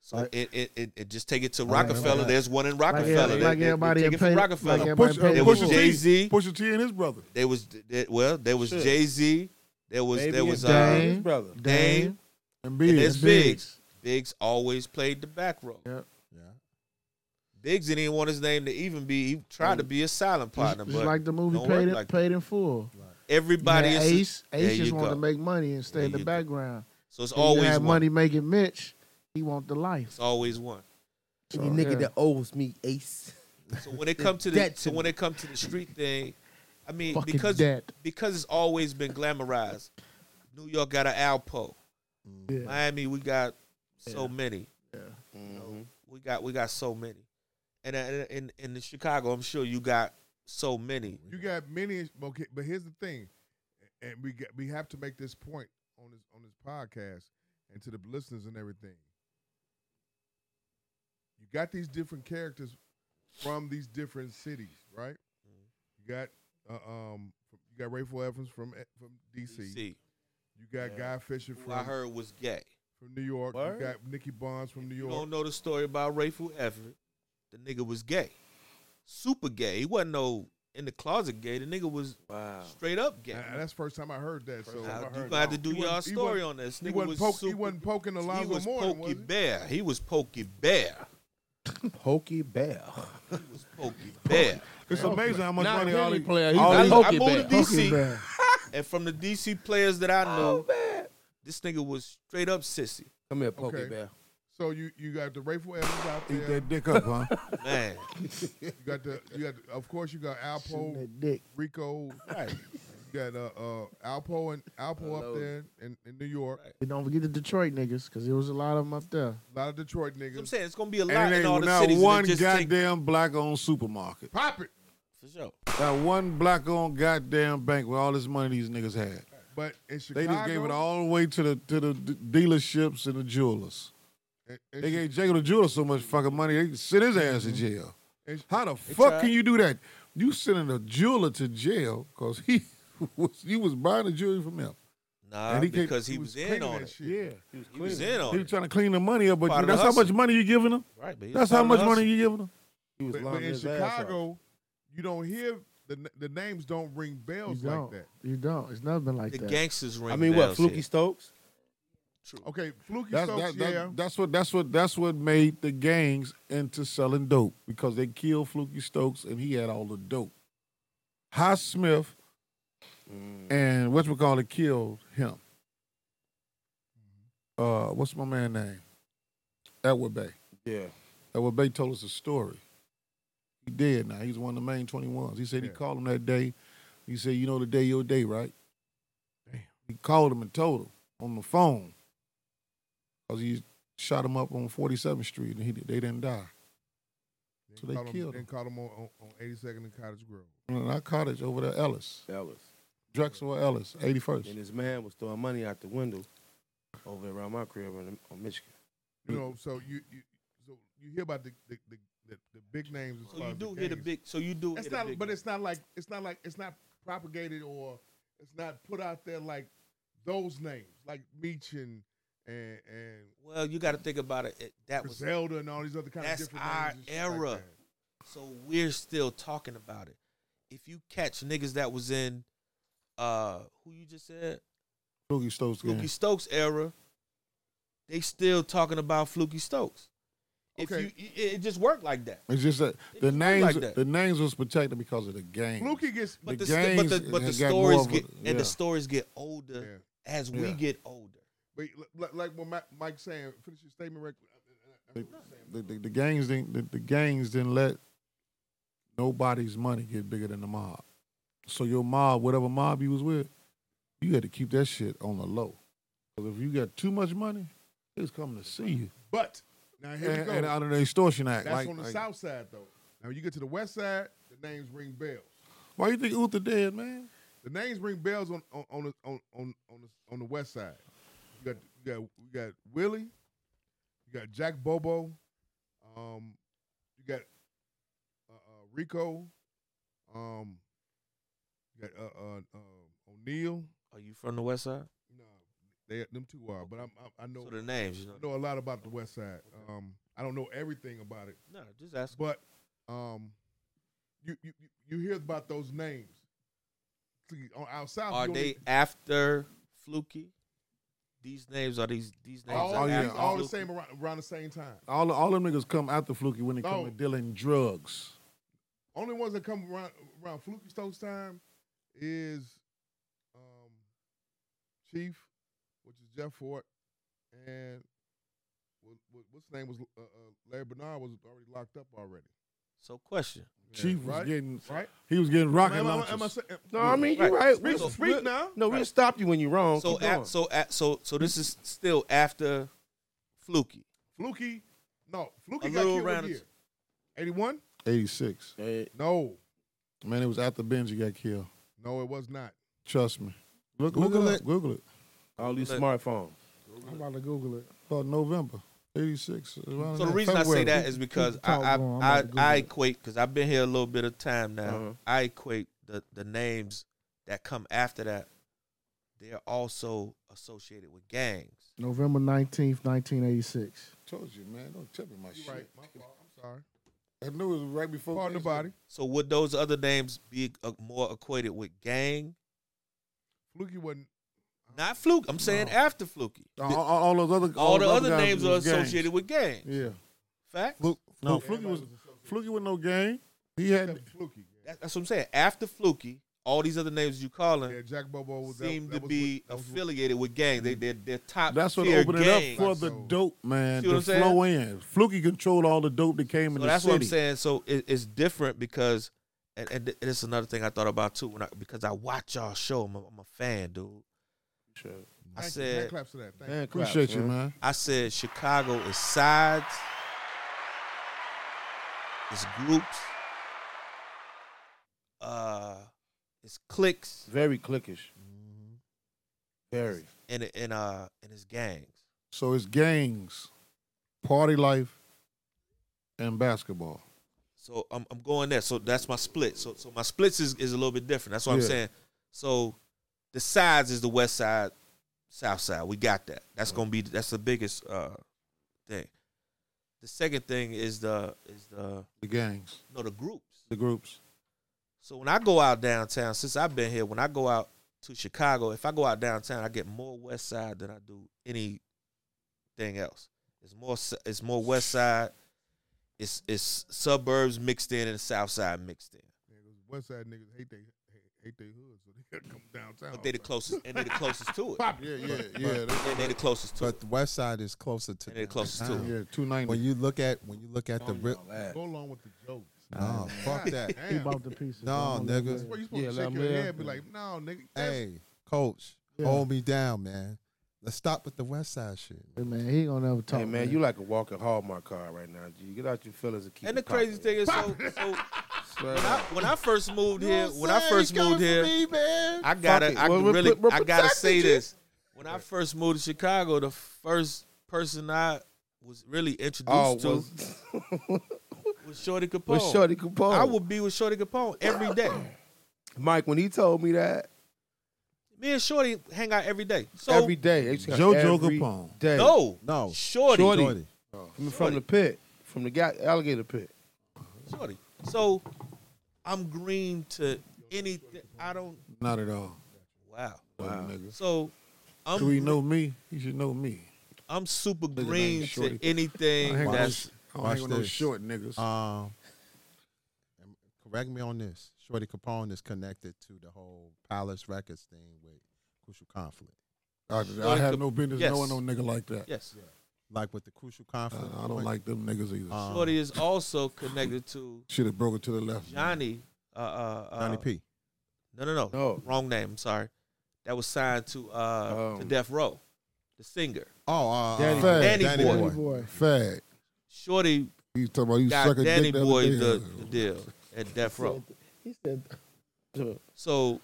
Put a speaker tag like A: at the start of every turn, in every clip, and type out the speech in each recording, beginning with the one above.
A: So
B: Like-
A: it, it, it, it just take it to
B: I remember
A: Rockefeller.
B: that.
A: There's one in
B: every-
A: Rockefeller. They-
B: like
A: they- they
B: everybody
A: take
B: in
A: it from
B: Pay-
A: Rockefeller.
B: like every-
A: Push-
B: Everybody
C: Push, uh,
B: paid
A: There
B: for
A: was
B: it.
C: Pusha
A: Jay
C: T,
A: Z.
C: Pusha T and his brother.
A: There was there, well, there was
C: Shit.
A: Jay Z. There was there was
B: Dame.
A: uh,
B: Dame.
C: brother.
A: Dame.
C: And
A: and
C: Big.
A: there's Biggs. Biggs always played the back role.
B: Yeah.
A: Biggs didn't even want his name to even be. He tried to be a silent
B: Just,
A: partner,
B: just
A: but
B: like the movie
A: don't work
B: paid in,
A: like that.
B: paid in full.
A: everybody
B: You had
A: is.
B: Ace,
A: There
B: Ace just
A: you
B: wanted
A: go.
B: to make money and stay
A: There
B: in the
A: you go.
B: background.
A: So it's
B: If you
A: always
B: had
A: one.
B: money making Mitch. He want the life.
A: It's always one.
D: Any
B: So,
D: nigga
B: yeah.
D: that owes me ace.
A: So when it comes to the
D: Debt to
A: so when
D: me.
A: it comes to the street thing, I mean
B: Fucking
A: because
B: debt.
A: because it's always been glamorized. New York got an Alpo.
E: Mm.
B: Yeah.
A: Miami, we got so many.
D: Mhm.
A: We got we got so many. And uh, in in, in Chicago, I'm sure you got so many.
E: You got many, okay, but here's the thing, and we got, we have to make this point on this on this podcast and to the listeners and everything. You got these different characters from these different cities, right? You got uh, um, you got Rayful Evans from eh, from DC.
A: See,
E: You got Guy Fisher
A: who I
E: from,
A: heard was gay.
E: from New York.
D: Word.
E: You got Nicky Bonds from New
A: You
E: York.
A: don't know the story about Rayful Everett. The nigga was gay, super gay. He wasn't no in the closet gay. The nigga was
D: Wow.
A: straight up gay.
E: And- and that's the first time I heard that. So
A: Now,
E: I
A: you
E: heard
A: gonna have to
E: that.
A: do
E: He
A: y'all
E: wasn't- he
A: story
E: wasn't-
A: on this.
E: He
A: Nigga
E: wasn't,
A: was
E: poke, he
A: super-
E: wasn't poking
A: He
E: Alonzo
A: was
E: Mourning, was
A: Pokey
E: he?
A: Bear. He was Pokey Bear.
D: Pokey Bear.
A: He was Pokey Bear.
C: It's amazing how much
D: Not
C: money
D: really
C: all these
D: player.
C: players.
D: He's
C: All
D: a
A: I,
C: these,
A: I
D: Pokey
A: moved to
D: Bear.
B: Fucking
A: DC,
B: bad.
A: and from the DC players that I know,
D: Oh, man.
A: this nigga was straight up sissy.
D: Come here, Pokey
E: Okay.
D: Bear.
E: So you you got the Rayful Evans out
C: eat
E: there.
C: that dick up, huh?
A: Man,
E: You got the you got the, of course you got
B: Shooting
E: Alpo
B: that dick.
E: Rico. Right. You got uh, uh Alpo and Alpo up
D: Hello.
E: there in, in New York.
B: And don't forget the Detroit niggas, because there was a lot of them up there.
E: A lot of Detroit
A: I'm
E: niggas.
A: saying it's gonna be a lot
C: and it
A: in all
C: ain't
A: the
C: not
A: cities.
C: one
A: and it just take-
C: goddamn black-owned supermarket.
E: Pop it.
A: for sure.
C: Not one black-owned goddamn bank with all this money these niggas had.
E: But in
C: They
E: Chicago,
C: just gave it all the way to the to the d- dealerships and the jewelers.
E: In,
C: They
E: in, Chi-
C: gave Jacob the jeweler so much fucking money. They sit his ass in jail.
E: in Chi-
C: How the fuck
D: tried.
C: can you do that? You sending a jeweler to jail because he was you was buying the jewelry from him.
A: Nah,
C: And he
A: Uh,
C: can't-
A: because he
E: he
A: was,
E: cleaning
A: in on
E: that
A: it.
E: shit.
A: He was in
C: He
A: on
C: was
A: it.
C: trying to clean the money up, but
A: Part of the
C: that's how much
A: hustle.
C: money you giving him.
A: Right, but he was
C: That's how
A: part of
C: much
A: the
C: money
A: hustle.
C: you giving him.
D: He was
E: But, but
D: lying
E: in
D: his ass off.
E: Chicago, you don't hear the n- the names don't ring bells
B: you
E: like
B: don't.
E: that.
B: You don't. It's never been like
A: The
B: that.
A: gangsters ring.
D: I mean, what?
A: bells here.
D: Fluky Stokes?
E: Okay, Fluky
C: That's,
E: Stokes,
C: that, that-
E: yeah.
C: that's what that's what that's what made the gangs into selling dope because they killed Fluky Stokes and he had all the dope. High Smith and what's we call it killed him. Uh, what's my man name? Edward Bay.
D: Yeah.
C: Edward Bay told us a story. He dead now. He's one of the main twenty ones. He said he
E: Yeah.
C: called him that day. He said, "You know the day your day, right?" He called him and told him on the phone because he shot him up on Forty Seventh Street and he they didn't die. So they
E: caught him-
C: killed him.
E: Then caught him on, on, on 82nd and Cottage Grove.
C: In our cottage over there, Ellis,
D: Ellis.
C: Drexel Ellis, eighty first.
D: And his man was throwing money out the window over around my crib in, on Michigan.
E: You know, so you, you so you hear about the the, the, the, the big names. As
A: So
E: far
A: you
E: as
A: do
E: the
A: hit a
E: gangs.
A: big. So you do
E: It's
A: hit a
E: not,
A: big.
E: but it's not like it's not like it's not propagated or it's not put out there like those names, like Meach and and and
A: well, you got to think about it. it that was
E: Griselda and all these other kind
A: That's
E: of different
A: our
E: names and shit like
A: era.
E: that.
A: So we're still talking about it. If you catch niggas that was in uh who you just said,
C: Boogie Stokes
A: Fluky
C: gang.
A: Stokes era, they still talking about Fluky Stokes. If
E: Okay.
A: you it, it just worked like that.
C: It's just that
A: It
C: the
A: just look
C: names
A: like that.
C: the names was protected because of the gang.
E: Fluky gets
A: But
C: The
A: the, st- but
C: gangs
A: the but the
C: has got more
A: stories
C: of a-
A: get and
C: yeah.
A: the stories get older
E: yeah.
A: as we
C: Yeah.
A: get older.
E: But li- like what Ma- Mike's saying, finish your statement. Right, I- I- I- I-
C: The, the, the, the gangs didn't the, the gangs didn't let nobody's money get bigger than the mob. So your mob, whatever mob you was with, you had to keep that shit on the low. 'Cause if you got too much money, it's coming to see you.
E: but now here we
C: And,
E: go.
C: and out of the extortion act,
E: That's
C: like,
E: on the
C: like-
E: south side though. Now when you get to the west side, the names ring bells.
C: why you think Uther dead, man?
E: The names ring bells on on on the, on, on, on, the, on the west side. You got you got you got Willie, you got Jack Bobo, um, you got uh, uh, Rico, um, you got uh, uh, uh, O'Neal.
A: Are you from the West Side?
E: No, They them two are, but I'm, I, I know
A: So the names, you
E: I
A: know.
E: know a lot about the West Side. Um, I don't know everything about it,
A: No, just ask.
E: but um, you you you- you hear about those names. See, on our south,
A: Are
E: you only-
A: they after Fluky? These names are these these names
E: all,
A: are
E: all,
C: Oh, yeah,
A: after
E: all the
A: Fluky?
E: same around, around the same time?
C: All all them niggas come after Fluky when they come
E: Oh.
C: to dealing drugs.
E: Only ones that come around around Fluky Stokes time is um, Chief, which is Jeff Fort, and what, what, what's his name was uh, uh, Larry Bernard was already locked up already.
A: So question.
C: Chief was
E: right?
C: getting
E: right.
C: he was getting rocket
E: Am I- am I-
C: launches.
E: am I saying-
D: No, I mean you're right. We
A: So-
D: speak
E: now.
D: No, we'll stop you when you're wrong.
A: So
D: Keep going.
A: at, so at, so so this is still after Fluky.
E: Fluky, no,
A: A
E: Fluky got
A: little
E: killed what
A: round of-
E: year? 81?
C: Eighty six.
D: Hey,
E: No,
C: Man, it was after Benji got killed.
E: no, it was not.
C: Trust me. Look,
A: Google
C: look
A: it.
C: it. Up. Google it.
D: all these
A: Look.
D: smartphones.
B: I'm about to Google it.
C: About November eighty six.
A: So the reason I say that is because I
B: Keep the
A: I,
B: talk going. I'm
A: I,
B: about to
A: I
B: Google
A: equate because I've been here a little bit of time now.
D: Uh-huh.
A: I equate the the names that come after that. They're also associated with gangs.
B: November 19th, 1986.
C: told you, man. Don't tip me my shit.
E: You're right. My fault. I'm sorry.
C: I knew it was right before.
E: Pardon the body.
A: So would those other names be uh, more equated with gang?
E: Fluky wasn't.
A: Not Fluke. I'm saying after Fluky.
C: All, all- all those other
A: All, the
C: those
A: other
C: guys
A: names are
C: was gangs.
A: associated with gang.
C: Yeah.
A: Fact.
C: Fluke, no,
E: Fluke-
C: Fluky was Fluky was no gang. He had
E: Except Fluky.
A: That- That's what I'm saying. After Fluky, all these other names you calling
E: Yeah, Jack Bobo was that-
A: seem
E: that
A: to
E: was
A: be
E: what- that was what-
A: affiliated with gang. They they're, they're top.
C: That's what
A: tier
C: opened
A: gang.
C: it up for the
E: So-
C: dope, man,
A: See what
C: to
A: I'm saying?
C: flow in. Fluky controlled all the dope that came in
A: So
C: the
A: that's
C: city.
A: what I'm saying. So it, it's different because, and, and th- this is another thing I thought about too when I because I watch y'all show. I'm a, I'm a fan, dude.
D: Sure.
A: I
E: Thank you. Hand
A: said
E: claps to that. Thank you.
D: Man, claps,
C: Appreciate you, man.
A: I said Chicago is sides, it's groups, uh, it's cliques,
D: Very cliquish. Very.
A: and it- and uh and it's gangs.
C: So it's gangs, party life, and basketball.
A: So I'm I'm going there. So that's my split. So so my splits is, is a little bit different. That's what I'm
C: Yeah.
A: saying. So the sides is the west side, south side. We got that. That's gonna be that's the biggest uh thing. The second thing is the is the
C: The gangs,
A: no the groups.
C: the groups.
A: So when I go out downtown, since I've been here, when I go out to Chicago, if I go out downtown, I get more West Side than I do anything else. It's more s- it's more West Side. It's it's suburbs mixed in and South Side mixed in.
E: Yeah, 'cause West Side niggas hate they hate, hate they hood, so they gotta come downtown.
A: But they the closest and they the closest to it.
E: Pop it.
C: Yeah, yeah, yeah. they-
A: And they the closest to it.
F: But the west side is closer to
A: And they're closest
F: downtown.
A: to
C: yeah, two ninety.
F: When you look at when you look at the real,
E: Go along with the jokes.
F: no, fuck that.
E: Damn.
B: Keep out the pieces.
F: No,
B: I'm gonna
F: nigga.
B: Google it.
E: Well, you supposed
D: Yeah,
E: to
D: let
E: shake
D: me
E: your
D: in.
E: head and be like, no, nigga. that's-
F: Hey, coach,
B: Yeah.
F: hold me down, man. Let's stop with the west side shit.
B: Hey, man, he ain't gonna ever talk.
D: Hey man, you like a walking Hallmark card right now. G. Get out your feelings and keep.
A: And the
D: it
A: crazy
D: popping.
A: thing is so so
D: Swear
A: when I, when I first moved
F: You know
A: here,
F: what I'm
A: when I
F: saying?
A: first
F: You coming
A: moved
F: for
A: here,
F: me, man.
A: I gotta,
D: it.
A: I
D: Well, we're
A: really,
D: put- we're
A: I gotta say
D: protected, yeah.
A: this. When I first moved to Chicago, the first person I was really introduced
D: Oh,
A: to was,
D: was,
A: Shorty Capone.
D: was Shorty Capone.
A: I would be with Shorty Capone every day.
D: Mike when he told me that
A: Me and Shorty hang out every day. So
D: every day. It's like
C: Jojo
D: every
C: Capone.
D: Day.
A: no,
F: No,
A: Shorty,
D: Shorty.
A: Shorty,
F: Shorty.
D: from, from the pit, from the ga- alligator pit.
A: So I'm green to anything. I don't.
C: Not at all.
A: Wow.
D: Wow.
C: Nigga.
A: So I'm,
C: Do he know me? He should know me.
A: I'm super
C: at
A: green
C: that
A: to
C: Shorty.
A: anything
C: I hang with
A: that's
C: those- I don't hang
F: watch
C: with no
F: this.
C: short niggas.
F: Um, and um, correct me on this. Shorty Capone is connected to the whole Palace Records thing with Crucial Conflict.
C: I, I have no business
A: yes.
C: knowing no nigga like that.
A: yes.
F: Like with the Crucial
C: I,
F: Conflict.
C: Uh, I don't
F: joint.
C: like them niggas either.
F: Um,
A: Shorty is also connected to
C: Should have broke it to the left.
A: Johnny. Uh, uh, uh,
F: Johnny P.
A: No, no, no,
D: No.
A: Wrong name. I'm sorry. That was signed to uh to
D: Um,
A: Death Row, the singer.
F: Oh, uh,
D: Danny-
F: uh,
C: Danny
B: Danny
C: boy.
B: boy.
C: Fag.
A: Shorty
C: He's talking about you
A: got
C: suck a
A: Danny
C: dick the
A: Boy
C: other
A: the,
C: day.
A: the deal at Death Row.
D: He said,
A: So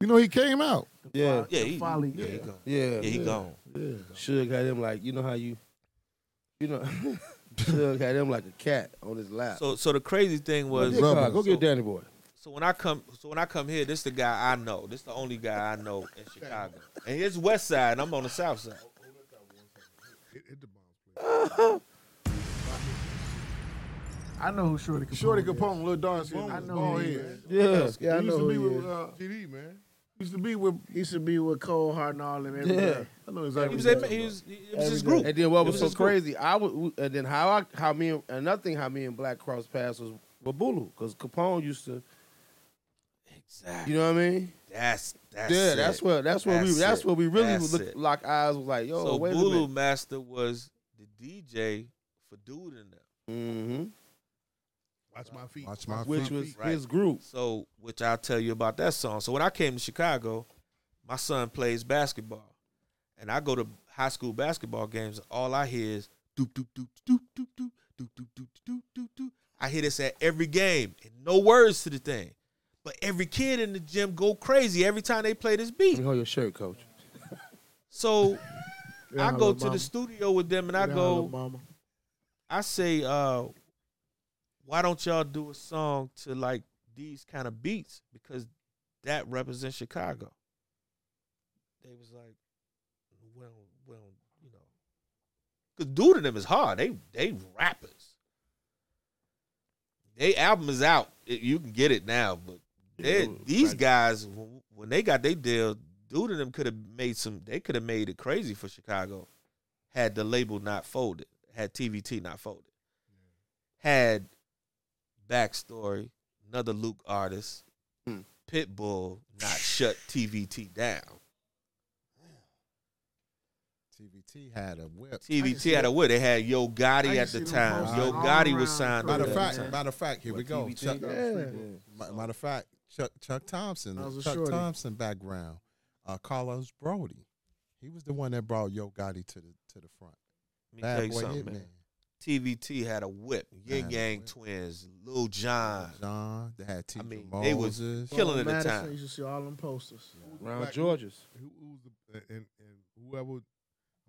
C: You know he came out.
D: yeah,
A: yeah, he,
B: Folly.
A: yeah, he gone.
D: yeah,
A: Yeah, he gone.
C: Yeah.
D: Suge had him like you know how you, you know, Suge had him like a cat on his lap.
A: So uh, so the crazy thing was
D: Good God,
C: Rubber.
D: go get Danny Boy.
A: so when I come so when I come here, this the guy I know. This the only guy I know in Chicago. And it's West Side and I'm on the South Side.
E: Hit, hit the bomb.
B: I know who Shorty Capone.
C: Shorty
B: is.
C: Capone, Lil Darcy,
B: I
C: I
B: know
C: know
B: who he
C: he
B: is. Yeah, yeah, I know
C: used to
B: who
C: be
B: he
C: with.
B: is.
C: Uh,
E: GD, man.
C: used to be with.
B: He used to be with Cole Hart and all them every day.
D: Yeah.
C: I know exactly.
A: He was
C: who
A: at,
C: you're
A: he
C: talking
A: was it was his
B: Every day.
A: group.
D: And then what was,
A: was
D: so
A: his group.
D: crazy? I was, and then how I, how me and another thing how me and Black Cross Pass was with Bulu because Capone used to,
A: Exactly.
D: you know what I mean?
A: That's that's
D: yeah,
A: it.
D: that's what that's what we
A: That's
D: that's
A: it.
D: what we really
A: That's
D: look,
A: it.
D: lock eyes was like. Yo,
A: so
D: wait a
A: Bulu
D: minute.
A: Master was the DJ for Dude and them.
D: Mm-hmm.
E: Watch my feet.
F: Watch my
D: Which
F: feet.
D: was
A: Right.
D: his group.
A: So, which I'll tell you about that song. So, when I came to Chicago, my son plays basketball, and I go to high school basketball games. And all I hear is doop doop doop doop doop doop doop doop doop doop doop doop. I hear this at every game, and no words to the thing. But every kid in the gym go crazy every time they play this beat.
D: hold your shirt, coach.
A: So
B: Yeah,
A: I go
B: Lil
A: to
B: Mama.
A: the studio with them, and I
B: Yeah,
A: go,
B: Lil Mama.
A: I say, uh, why don't y'all do a song to like these kind of beats because that represents Chicago. They was like, well, well, you know, because Dude to them is hard. They they rappers. They album is out. It- you can get it now, but they,
D: Yeah,
A: these
D: like-
A: guys when- when they got their deal, Dude to them could have made some. They could have made it crazy for Chicago had the label not folded, had TVT not folded, had backstory, another Luke artist,
D: Hmm.
A: Pitbull not shut TVT down.
F: TVT had a whip.
A: TVT had a what? They had Yo Gotti at
B: I just
A: the
B: see them
A: time.
B: posting
A: Yo
B: all
A: Gotti
B: around
A: was signed.
B: the
A: with
F: Matter
A: them.
F: of
B: Yeah.
F: fact,
B: Yeah.
F: matter of fact, here we
D: What,
F: go.
D: TVT?
F: Chuck,
B: Yeah.
F: ma- matter of fact, Chuck Chuck Thompson,
B: That was a
F: Chuck
B: shorty.
F: Thompson background, uh, Carlos Brody. He was the one that brought Yo Gotti to the to the front.
A: Let me tell
F: Bad
A: you
F: boy
A: something,
F: Hitman,
A: man. TVT had a whip. Yin
F: Had a
A: Yang
F: whip.
A: Twins, Lil John,
F: John. They had T.
A: Ah. mean, they was-
F: Moses.
A: killing it
B: Well,
A: at the
B: Madison,
A: time.
B: You should see all them posters.
D: Round
E: Black-
D: George's.
E: Who, who was the and and whoever?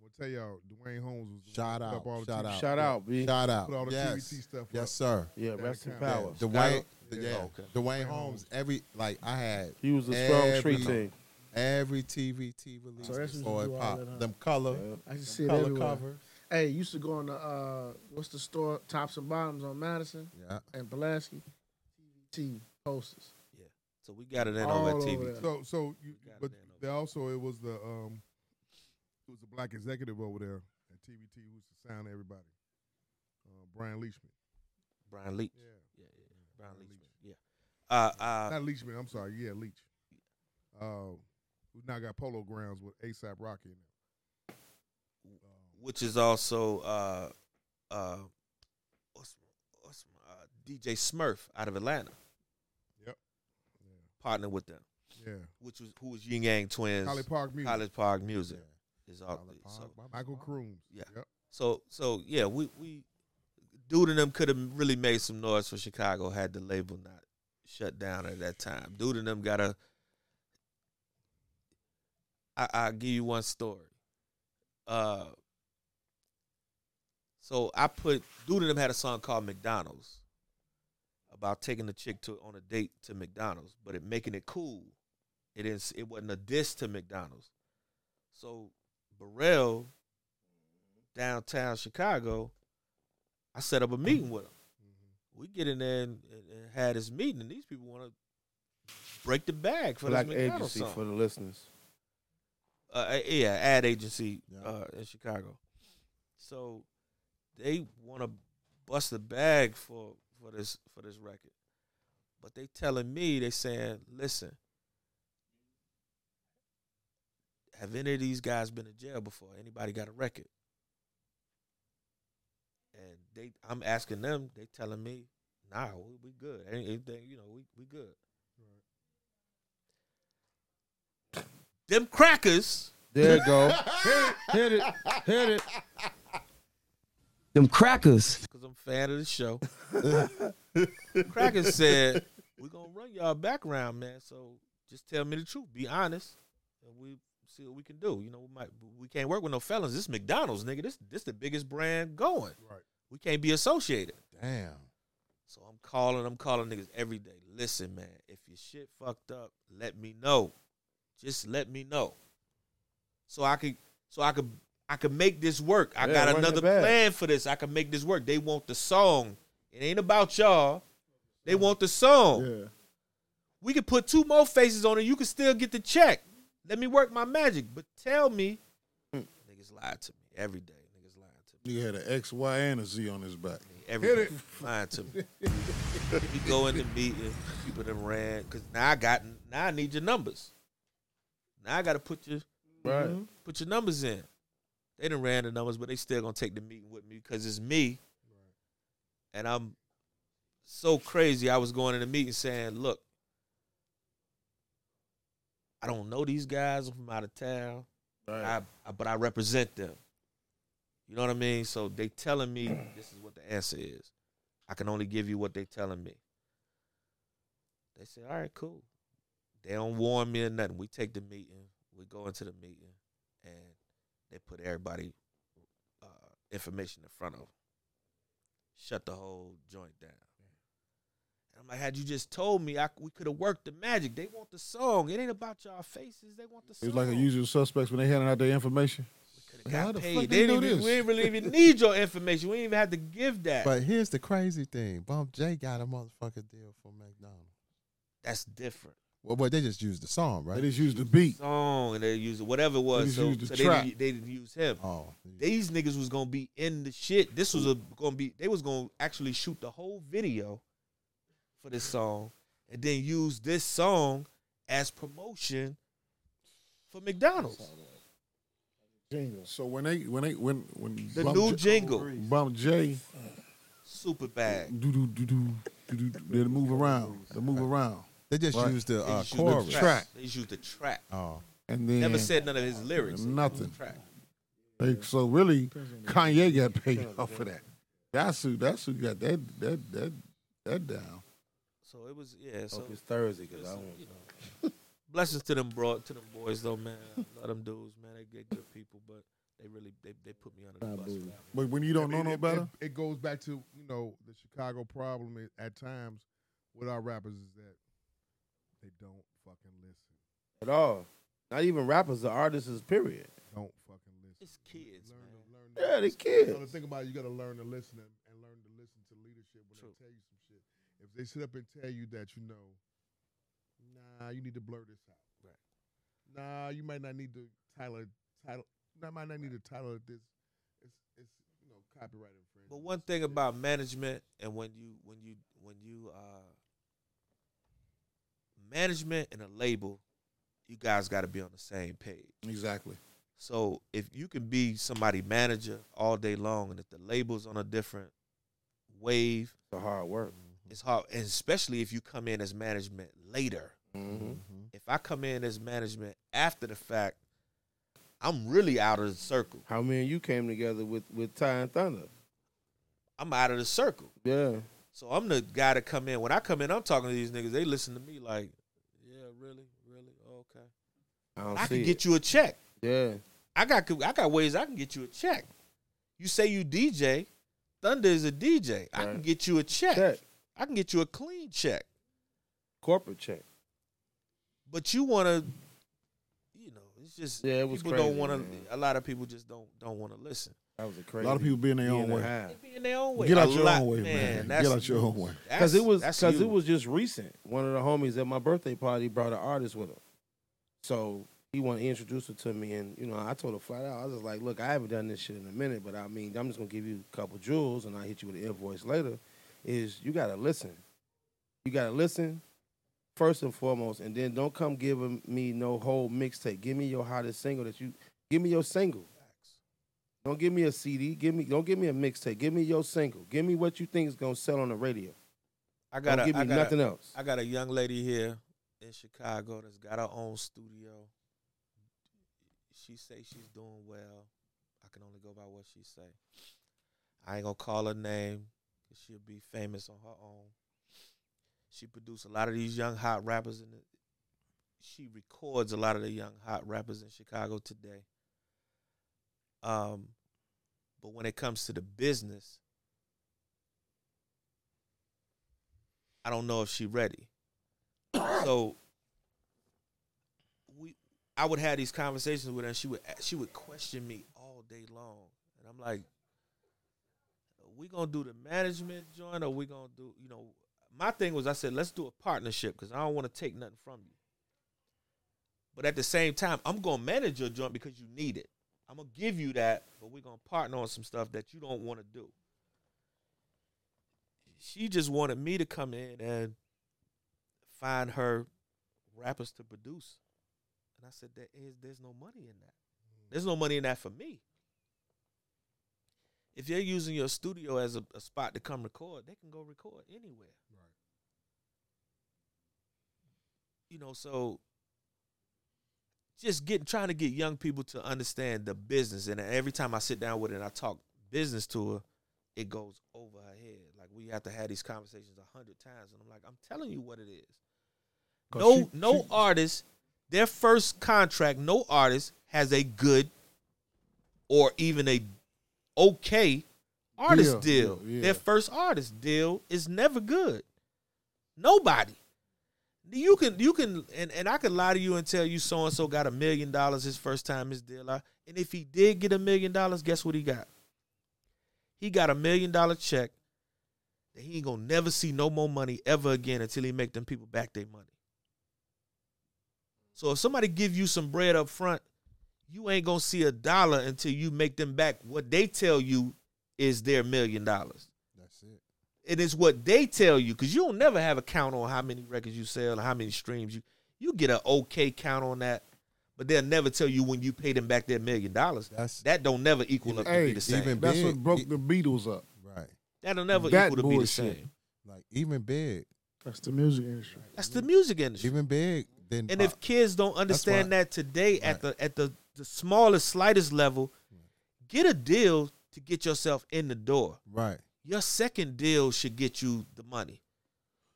E: I'm gonna tell y'all, Dwayne Holmes was the one
F: Shout
E: who put
F: out,
E: up all the
F: shout
E: TV
F: out,
D: Shout out, B.
F: Shout out.
E: Put all the
F: yes.
E: TVT stuff.
F: yes,
E: up.
F: sir.
D: yeah,
E: that
D: rest in
E: account.
D: power.
F: The Dwayne,
E: Yeah.
F: yeah,
A: Oh, okay.
F: Dwayne
E: Dwayne
F: Holmes.
E: Holmes.
F: Every like I had
D: He was a strong
F: Every-
D: street team.
F: every TVT release
B: So that's
F: before
B: what you
F: it
B: do all
F: popped.
B: that, huh?
F: Them color,
B: I used to see it
F: color
B: everywhere.
F: cover.
B: Hey, used to go on the uh, what's the store tops and bottoms on Madison
F: Yeah.
B: and Pulaski. TVT posters.
A: So we got it in
B: All
A: over at
B: over
A: TVT.
B: there.
E: So so you,
A: We got
E: but
A: it in over
E: they also it was the um, it was the black executive over there at TVT who's the sound to everybody, uh, Brian Leishman.
A: Brian Leach.
E: Yeah.
A: Yeah, yeah, yeah. Brian
E: Brian
A: Leach.
E: Leach.
A: Yeah. Uh, uh,
E: not Leachman. I'm sorry. Yeah, Leach. Uh, who now got Polo Grounds with ASAP Rocky. In it. Um,
A: which is also uh uh what's, what's my, uh, DJ Smurf out of Atlanta, partner with them,
E: yeah,
A: which was who was Yin Yang
E: Um, yeah.
A: Twins,
E: College Park Music.
A: College Park Music is all
F: Color
A: so, uh,
F: pop, blah, blah,
E: Michael
F: blah.
E: Crooms.
A: Yeah.
E: Yep.
A: so so yeah we we dude and them could have really made some noise for Chicago had the label not shut down at that time. Dude and them got a. I I'll give you one story. Uh. So I put Dude and them had a song called McDonald's about taking the chick to on a date to McDonald's, but it making it cool. It is it wasn't a diss to McDonald's. So Burrell downtown Chicago, I set up a meeting with him. We get in there and, and, and had this meeting, and these people want to break the bag for
D: Black
A: this McDonald's
D: agency
A: song.
D: for the listeners.
A: uh, yeah, ad agency
F: Yeah.
A: uh, in Chicago. So they want to bust the bag for for this for this record, but they telling me they saying, listen, have any of these guys been in jail before? Anybody got a record? And they, I'm asking them. They telling me, nah, we, we good. Any- Anything, you know, we we good. Them crackers.
D: There you go. Hit it. Hit it.
G: Them crackers.
A: because I'm a fan of the show. Cracker said, "We're gonna run y'all background, man. So just tell me the truth. Be honest, and we see what we can do. You know, we might we can't work with no felons. This McDonald's, nigga. This this the biggest brand going.
E: Right.
A: We can't be associated.
F: Damn.
A: So I'm calling, I'm calling niggas every day. listen, man, if your shit fucked up, let me know. Just let me know. So I could so I could I could make this work. I
D: Yeah, run
A: got
D: it
A: another
D: back.
A: plan for this. I can make this work. They want the song. It ain't about y'all. They want the song.
B: Yeah.
A: We could put two more faces on it. You could still get the check. Let me work my magic. But tell me, niggas lied to me every day. Niggas lied to me.
C: Nigga had an X, Y, and a Z on his back.
A: Every day. lying to me. we go in the meeting, people done ran. Cause now I got now I need your numbers. Now I gotta put your
D: Right.
A: put your numbers in. They done ran the numbers, but they still gonna take the meeting with me because it's me. And I'm so crazy. I was going in the meeting saying, look, I don't know these guys. I'm from out of town. I, I, but I represent them. You know what I mean? So they telling me this is what the answer is. I can only give you what they telling me. They say, all right, cool. They don't warn me or nothing. We take the meeting. We go into the meeting, and they put everybody uh, information in front of 'em. Shut the whole joint down. And I'm like, had you just told me, I, we could have worked the magic. They want the song. It ain't about y'all faces. They want the
C: It
A: song.
C: was like a usual suspects when they handing out their information.
A: Coulda
C: How
A: got
C: the fuck
A: paid.
C: they
A: They didn't
C: do
A: even,
C: this?
A: we didn't really even need your information. We didn't even have to give that.
F: But here's the crazy thing: Bump J got a motherfucker deal for McDonald's.
A: That's different.
F: Well, but they just used the song,
C: They
F: right?
C: just used the beat.
A: Song and they used it, whatever it was.
C: just
A: So,
C: used the
A: so they,
C: track.
A: didn't, they didn't use him.
F: oh,
A: These niggas was gonna be in the shit. This was a, gonna be. They was gonna actually shoot the whole video for this song, and then use this song as promotion for McDonald's.
C: Jingle. So when they when they when when
A: The
C: Bump
A: new
C: J-
A: jingle,
C: Bump J
A: super bag.
C: do do do do do do they move around. They move around.
F: they just
C: Right.
F: used the
A: They
F: uh,
A: used
F: chorus.
A: the track. They used the track.
F: Oh,
C: And then
A: Never said none of his lyrics.
C: Nothing.
A: Track.
C: They, so really, Kanye got paid off for that. That's who. That's who got that. That that that down.
A: So it was yeah. So
D: Hope it's Thursday because I don't.
A: blessings to them bro to them boys though, man. I love them dudes, man. They get good people, but they really they, they put me under the bus. for that one.
C: But when you don't know
E: it-
C: no
E: it-
C: better,
E: It, it goes back to you know the Chicago problem is, at times with our rappers is that they don't fucking listen.
D: at all. Not even rappers, the artists, period.
E: Don't fucking listen.
A: It's kids,
E: Learn
A: man.
E: to learn. to
D: Yeah, they
E: listen.
D: kids.
E: So the thing about it, you got to learn to listen and, and learn to listen to leadership when
A: True.
E: they tell you some shit. If they sit up and tell you that you know, nah, you need to blur this out. Right. Nah, you might not need to title title. I might not need to title it this. It's it's you know copyright infringement.
A: But one thing about management and when you when you when you uh management and a label, you guys gotta be on the same page.
C: exactly.
A: So if you can be somebody manager all day long and if the label's on a different wave, Mm-hmm.
D: It's a hard work.
A: it's hard and especially if you come in as management later.
D: Mm-hmm.
A: If I come in as management after the fact, I'm really out of the circle.
D: How me and you came together with with Ty and Thunder?
A: I'm out of the circle.
D: Yeah,
A: So I'm the guy to come in. When I come in, I'm talking to these niggas. They listen to me like, yeah, really, really, okay.
D: I don't
A: I
D: see
A: can
D: it.
A: get you a check.
D: Yeah,
A: I got I got ways I can get you a check. You say you DJ, Thunder is a DJ. I can
D: Right.
A: get you a check.
D: check,
A: I can get you a clean check.
D: corporate check.
A: but you want to, you know, it's just
D: Yeah, it was
A: people don't
D: crazy,
A: want
D: man.
A: to. A lot of people just don't don't want to listen.
D: That was a
C: A
D: crazy.
C: lot of people being their
D: year
C: own
D: and a
C: way.
D: half.
A: They be in their own way.
C: Get
A: A
C: out your
A: lot-
C: own way, man.
A: that's-
C: Get out your own way.
A: that's-
D: Cause it was
A: that's
D: because
A: you.
D: it was just recent. One of the homies at my birthday party brought an artist with him, so he wanted to introduce her to me, and you know I told her flat out, I was just like, look, I haven't done this shit in a minute, but I mean I'm just gonna give you a couple jewels, and I will hit you with an invoice later. Is you gotta listen, you gotta listen first and foremost, and then don't come giving me no whole mixtape. Give me your hottest single that you give me your single. Don't give me a CD. Give me don't give me a mixtape. Give me your single. Give me what you think is gonna sell on the radio.
A: I
D: Don't
A: got a,
D: give me
A: I got
D: nothing
A: a,
D: else.
A: I got a young lady here in Chicago that's got her own studio. She say she's doing well. I can only go by what she say. I ain't gonna call her name. 'cause She'll be famous on her own. She produced a lot of these young hot rappers, and she records a lot of the young hot rappers in Chicago today. Um, but when it comes to the business, I don't know if she ready. so we, I would have these conversations with her, and she would she would question me all day long, and I'm like, we gonna do the management joint, or we gonna do, you know, my thing was I said let's do a partnership because I don't want to take nothing from you, but at the same time I'm gonna manage your joint because you need it. I'm gonna give you that, but we're gonna partner on some stuff that you don't want to do. She just wanted me to come in and find her rappers to produce. And I said, there is there's no money in that. There's no money in that for me. If you're using your studio as a, a spot to come record, they can go record anywhere. Right. You know, so just getting trying to get young people to understand the business. And every time I sit down with her and I talk business to her, it goes over her head. Like we have to have these conversations a hundred times, and I'm like, I'm telling you what it is.
C: 'Cause
A: No,
C: she-
A: no
C: she-
A: artist, their first contract, no artist has a good or even a okay artist deal.
C: Deal, deal, yeah.
A: Their first artist deal is never good. Nobody. You can you can and, and I could lie to you and tell you so and so got a million dollars his first time his deal out. And if he did get a million dollars, guess what he got? He got a million dollar check that he ain't gonna never see no more money ever again until he make them people back their money. So if somebody give you some bread up front, you ain't gonna see a dollar until you make them back what they tell you is their million dollars.
F: That's it.
A: It is what they tell you because you don't never have a count on how many records you sell or how many streams you. You get an okay count on that, but they'll never tell you when you pay them back their million dollars.
F: That's-
A: That don't never equal up to be
C: Hey,
A: the same.
F: even-
C: That's what
F: Big. e
C: broke the Beatles up.
F: Right.
A: That'll never
C: that
A: equal to be the
C: bullshit.
A: same.
F: Like even big,
B: That's the music industry.
A: That's the music industry.
F: even big. Then
A: And if kids don't understand
F: why-
A: that today at the at the, the smallest, slightest level, get a deal to get yourself in the door.
F: right,
A: your second deal should get you the money.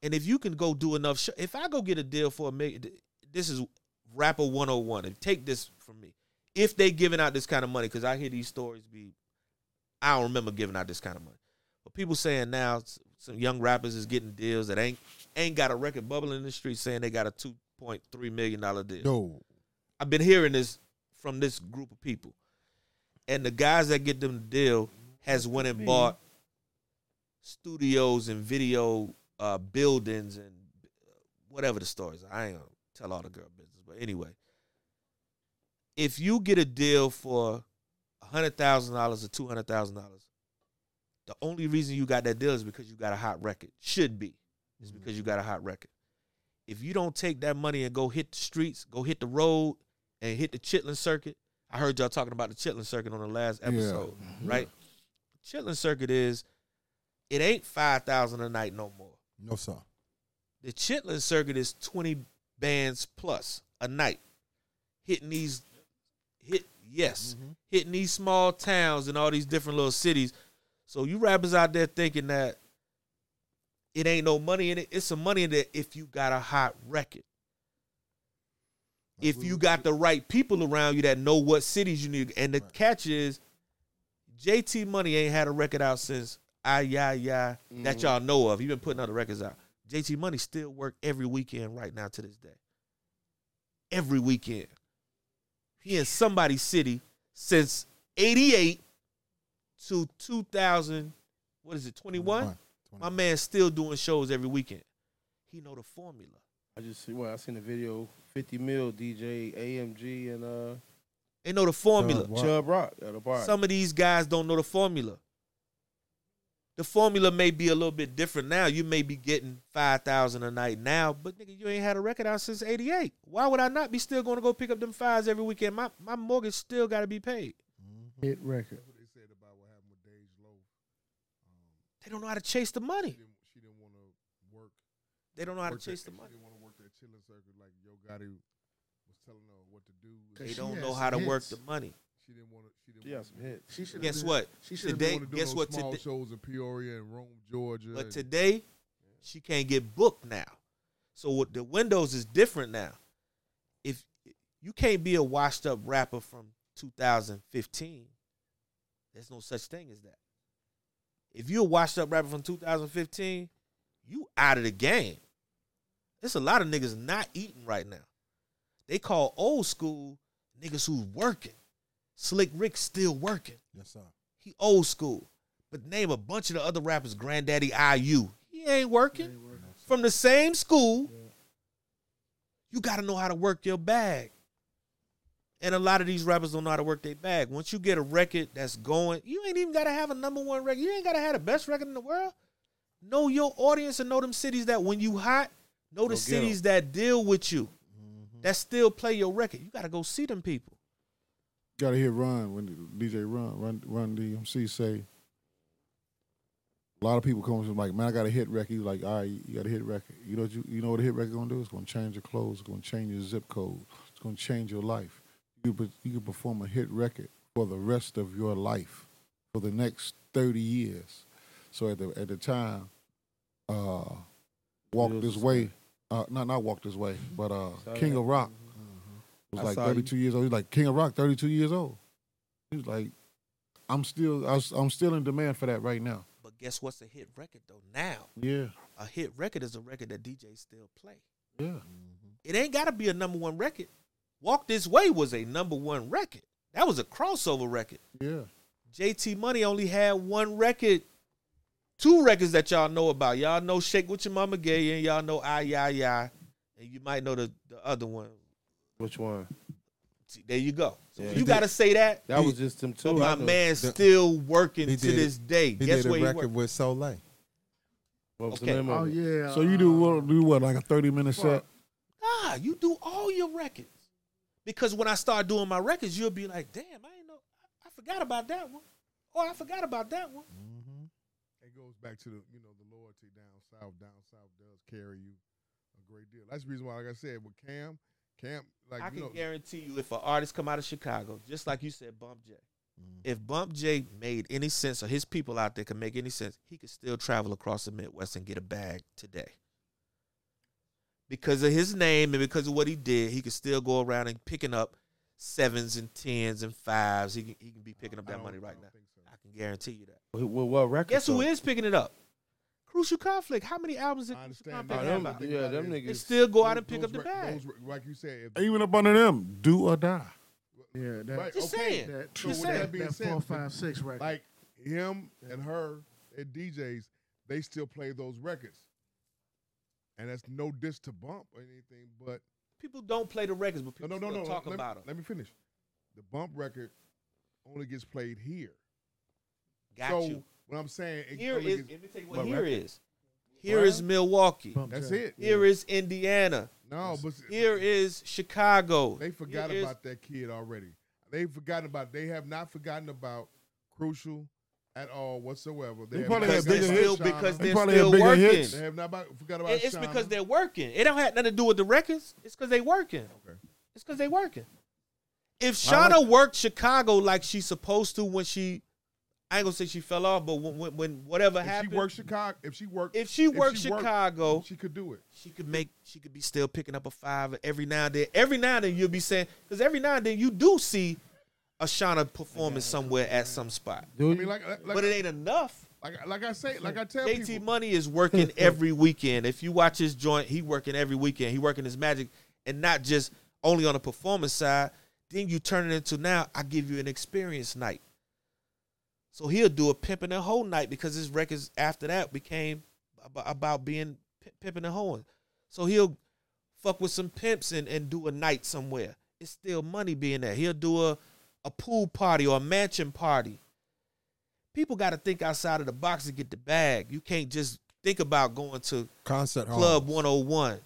A: And if you can go do enough, sh- if I go get a deal for a million, th- this is rapper 101. And take this from me. If they giving out this kind of money, because I hear these stories be, I don't remember giving out this kind of money. But people saying now s- some young rappers is getting deals that ain't ain't got a record bubble in the street saying they got a 2.3 million dollar deal.
F: no,
A: I've been hearing this from this group of people, and the guys that get them the deal has went and bought studios and video uh, buildings and whatever the stories. I ain't gonna tell all the girl business, but anyway, if you get a deal for hundred thousand dollars or two hundred thousand dollars, the only reason you got that deal is because you got a hot record. Should be, is because you got a hot record. If you don't take that money and go hit the streets, go hit the road, and hit the Chitlin circuit. I heard y'all talking about the Chitlin circuit on the last episode, right? Chitlin circuit is it ain't five thousand a night no more.
F: no sir.
A: The Chitlin circuit is twenty bands plus a night, hitting these hit yes, hitting these small towns and all these different little cities. So you rappers out there thinking that it ain't no money in it. It's some money in there if you got a hot record. If you got the right people around you that know what cities you need. And the catch is JT Money ain't had a record out since I Ya Ya that y'all know of. He been putting other records out. JT Money still work every weekend right now to this day. Every weekend. He in somebody's city since 88 to 2000 what is it 21 my man's still doing shows every weekend he know the formula
D: I just see. Well, I seen the video. Fifty Mil, DJ AMG, and uh,
A: they know the formula
F: Wow.
D: Chub Rock at a bar.
A: some of these guys don't know the formula the formula may be a little bit different now you may be getting 5000 a night now but nigga you ain't had a record out since 88 why would i not be still going to go pick up them fives every weekend my, my mortgage still got to be paid
B: Hit record.
E: That's what they said about what happened with Dej Loaf. Um,
A: they don't know how to chase the
E: She
A: money
E: didn't, she didn't want to work.
A: they don't know how to
E: work that-
A: chase the money
E: She didn't want to work that chilling circuit like Yo Gotti was telling her what to do.
B: They
A: they
B: She
A: don't
B: had
A: know
B: some
A: how to work
B: hits.
A: the money
E: She didn't want to. She didn't
D: yeah,
E: want
D: some hits.
B: She should.
A: guess what
B: She should.
A: today
E: to do
A: guess
E: those
A: what
E: small
A: today
E: shows in Peoria and Rome, Georgia.
A: But
E: and-
A: today, she can't get booked now. So what the windows is different now. If you can't be a washed up rapper from 2015, there's no such thing as that. If you're a washed up rapper from 2015, you out of the game. It's a lot of niggas not eating right now. They call old school niggas who's working. Slick Rick still working.
F: Yes, sir.
A: He old school. But name a bunch of the other rappers, Granddaddy IU. He ain't working. From the same school. You gotta know how to work your bag. And a lot of these rappers don't know how to work their bag. Once you get a record that's going, you ain't even gotta have a number one record. You ain't gotta have the best record in the world. Know your audience and know them cities that when you hot, know the
D: Go get 'em. Mm-hmm.
A: cities that deal with you. That still play your record. You gotta go see them people.
C: Gotta hear Run when DJ Run, Run, Run DMC say. A lot of people come to him like, man, I got a hit record. He's like, all right, you got a hit record. You know what you, you know what a hit record gonna do? It's gonna change your clothes. It's gonna change your zip code. It's gonna change your life. You can, you can perform a hit record for the rest of your life, for the next thirty years. So at the at the time, uh, walk
D: It was
C: this
D: just-
C: way. Uh, not not walk this way, but uh,
D: Saw
C: King
D: that.
C: of Rock was
D: I
C: like
D: saw you.
C: 32 years old. He's like King of Rock, 32 years old. He was like, I'm still, I was, I'm still in demand for that right now.
A: But guess what's a hit record though? Now,
C: Yeah,
A: a hit record is a record that DJs still play.
C: yeah.
A: It ain't gotta be a number one record. Walk This Way was a number one record. That was a crossover record.
C: Yeah.
A: JT Money only had one record, two records that y'all know about. Y'all know Shake What Your Mama Gave You, and y'all know I Ya Ya, and you might know the, the other one.
D: Which one?
A: See, there you go. So
D: Yeah.
A: you gotta say that.
D: That was just them two.
A: but Oh, my
D: I know.
A: man's
F: The-
A: still working
F: He
A: to
F: did-
A: this day.
F: He
A: Guess
F: did
A: where
F: a
A: he
F: record
A: worked?
F: with Soleil.
D: What was the
A: Okay.
D: name
B: Oh
D: of it?
B: yeah.
C: So you do what? Do Uh, what? Like a 30 minute set?
B: fuck.
A: Nah, you do all your records. Because when I start doing my records, you'll be like, damn, I ain't know. I forgot about that one. Or I forgot about that one.
E: It goes back to the you know the loyalty down south. Down south does carry you a great deal. That's the reason why, like I said, with Cam, Cam, like
A: I
E: you
A: can
E: know,
A: guarantee you, if an artist come out of Chicago, just like you said, Bump J, if Bump J made any sense or his people out there could make any sense, he could still travel across the Midwest and get a bag today. Because of his name and because of what he did, he could still go around and picking up sevens and tens and fives. He can, he can be picking up
E: I
A: that
E: don't-
A: money right
E: I don't
A: now.
E: think so.
A: I can guarantee you that.
D: Wh- wh- what record?
A: Guess who
D: though?
A: is picking it up? Crucial Conflict. How many albums did Crucial
E: I understand
A: Conflict
E: that.
A: have
E: I
A: out?
E: don't
D: Yeah, Oh, them
E: They
A: They
D: niggas.
A: still go out and
E: Those-
A: pick up the
E: those re-
A: bag.
E: those re- like you said, if-
C: Even up under them, do or die.
B: Yeah, that,
E: right,
A: Just
E: okay,
A: saying.
B: that,
E: So
A: Just
E: with that
A: saying.
E: being
B: that
E: said,
B: four, five, six record.
E: like him and her and DJs, they still play those records. And that's no diss to Bump or anything, but
A: People don't play the records, but
E: no,
A: people
E: no, no,
A: still
E: no.
A: talk
E: let,
A: about
E: me,
A: them.
E: let me finish. The Bump record only gets played here.
A: Got
E: so
A: you.
E: what I'm saying, it
A: Here
E: only
A: is.
E: gets-
A: Let me tell you what
D: What
A: here
D: record?
A: is. Here is Milwaukee.
B: Bump
E: that's
B: J.
E: it.
A: Here is Indiana.
E: No, but
A: Here is Chicago.
E: they forgot
A: Here is-
E: about that kid already. They forgotten about. They have not forgotten about crucial at all whatsoever. They
C: They
E: have
C: probably
E: not
C: had
A: because they're
E: forgotten
C: bigger
A: still
E: about Shauna.
A: because
C: They
A: they're
C: probably
A: still
C: had bigger
A: working.
C: hits.
E: They have not about, forgot about.
A: It- It's
E: Shauna.
A: because they're working. It don't have nothing to do with the records. It's because they working.
E: Okay.
A: It's because they working. If
D: I
A: Shauna worked Chicago like she's supposed to when she, I ain't gonna say she fell off, but when when, when whatever
E: If
A: happened,
E: she worked Chicago, if she worked,
A: if she worked Chicago,
E: she could do it.
A: she could make she could be still picking up a five every now and then. Every now and then you'll be saying because every now and then you do see a Shauna performance somewhere at some spot,
D: Do
E: I
D: you?
E: mean, like, like,
A: but it ain't enough.
E: like, like I say, like I tell
A: JT
E: people,
A: Money is working every weekend. If you watch his joint, he working every weekend. He working his magic, and not just only on the performance side. Then you turn it into now I give you an experience night. So he'll do a pimping and hoe night because his records after that became ab- about being p- pimping and hoeing. So he'll fuck with some pimps and, and do a night somewhere. It's still money being there. He'll do a a pool party or a mansion party people got to think outside of the box to get the bag. You can't just think about going to
F: Concert hall.
A: Club 101.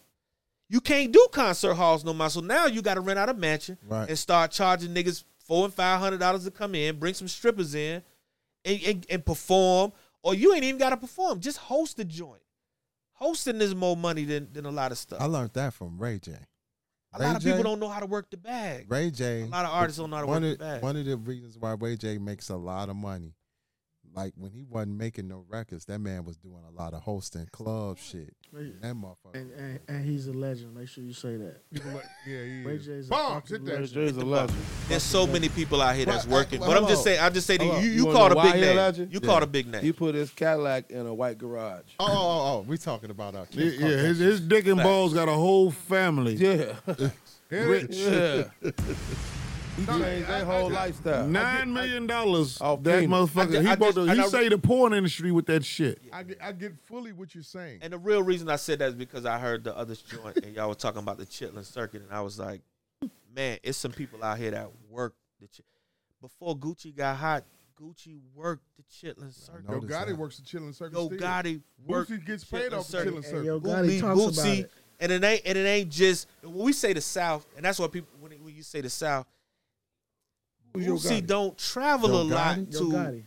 A: You can't do concert halls no more. So now you got to rent out a mansion
F: Right.
A: and start charging niggas four and five hundred dollars to come in, bring some strippers in, and, and, and perform. Or you ain't even got to perform. Just host the joint. Hosting is more money than, than a lot of stuff.
F: I learned that from Ray J.
A: a lot of
F: Ray J-
A: people don't know how to work the bag.
F: Ray J.
A: A lot of artists don't know how to
F: one
A: work
F: of,
A: the bag.
F: One of the reasons why Ray J makes a lot of money, like when he wasn't making no records, that man was doing a lot of hosting club shit.
B: And,
F: That motherfucker.
B: and, and he's a legend. Make sure you say that.
E: People like, yeah, he
B: Ray
E: is.
B: J's a
E: Bombs,
B: fucking
E: hit that
B: legend.
E: shit.
D: Jay's a legend.
A: There's so many people out here that's
F: Well, I-
A: working.
F: well,
A: But I'm just
F: hold
A: saying, I'm just saying,
D: Hold
A: that
D: on.
A: you, you
D: You wanna
A: called a
D: know
A: big
D: why he a
A: name.
D: legend?
A: You
F: Yeah.
A: called a big
D: He
A: name.
D: put his Cadillac in a white garage.
F: Oh, oh, oh, we talking about our
C: Yeah, yeah, his, his dick and balls got a whole family.
D: Yeah.
E: Hit it.
D: yeah. He
E: No,
D: changed
E: I-
D: their whole
E: I-
D: lifestyle.
C: Nine million dollars.
D: Off
C: that
D: penis.
C: motherfucker.
A: I ju-
C: he
A: I
C: bought
A: just-
C: the,
A: and
C: he
A: I-
C: saved the porn industry with that shit.
E: I get, I get fully what you're saying.
A: And the real reason I said that is because I heard the other joint and y'all were talking about the Chitlin Circuit, and I was like, man, it's some people out here that work the. Ch- Before Gucci got hot, Gucci worked the Chitlin Circuit.
E: Yo
F: Notice
E: Gotti
F: that.
E: works the chilling circus.
A: Yo
E: still.
A: Gotti worked
E: Boosie gets
A: Chitlin
E: paid off the
A: Circuit.
E: chilling
B: And yo,
E: circuit.
B: God,
A: Booty,
B: he talks about
A: Bootsy,
B: it.
A: and it ain't and it ain't just when we say the South, and that's why people when, when you say the South,
D: Yo
A: Bootsy
D: Gotti?
A: don't travel
F: Yo
A: a lot
F: Gotti?
B: Yo,
A: to
B: Gotti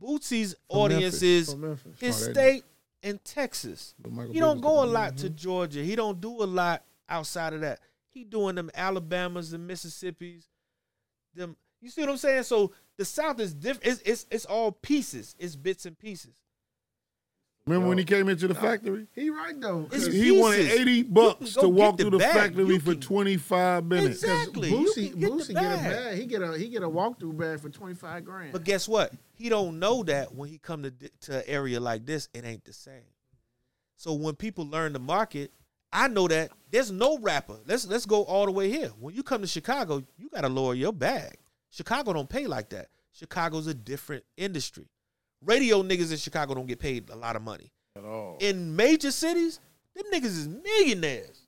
A: Bootsy's audience is
B: from Memphis.
A: his
C: Oh, that-
A: state and Texas. He don't go a lot to
C: Mhm.
A: Georgia. He don't do a lot outside of that. He doing them Alabamas and Mississippi's. Them, you see what I'm saying? So the South is different. It's, it's it's all pieces. It's bits and pieces.
C: Remember when he came into the factory?
B: He right though.
A: It's
C: He wanted
A: pieces.
C: eighty
A: You can
C: bucks
A: go
C: to walk
A: get the
C: through the
A: bag.
C: factory
A: You
C: for
A: can-
C: twenty five minutes.
A: Exactly. You
B: Boosie,
A: can get the
B: Boosie get a
A: bag.
B: bag. He get a he get a walkthrough bag for twenty five grand.
A: But guess what? He don't know that when he come to di- to an area like this, it ain't the same. So when people learn the market, I know that there's no rapper. Let's let's go all the way here. When you come to Chicago, you gotta lower your bag. Chicago don't pay like that. Chicago's a different industry. Radio niggas in Chicago don't get paid a lot of money.
D: At all.
A: In major cities, them niggas is millionaires.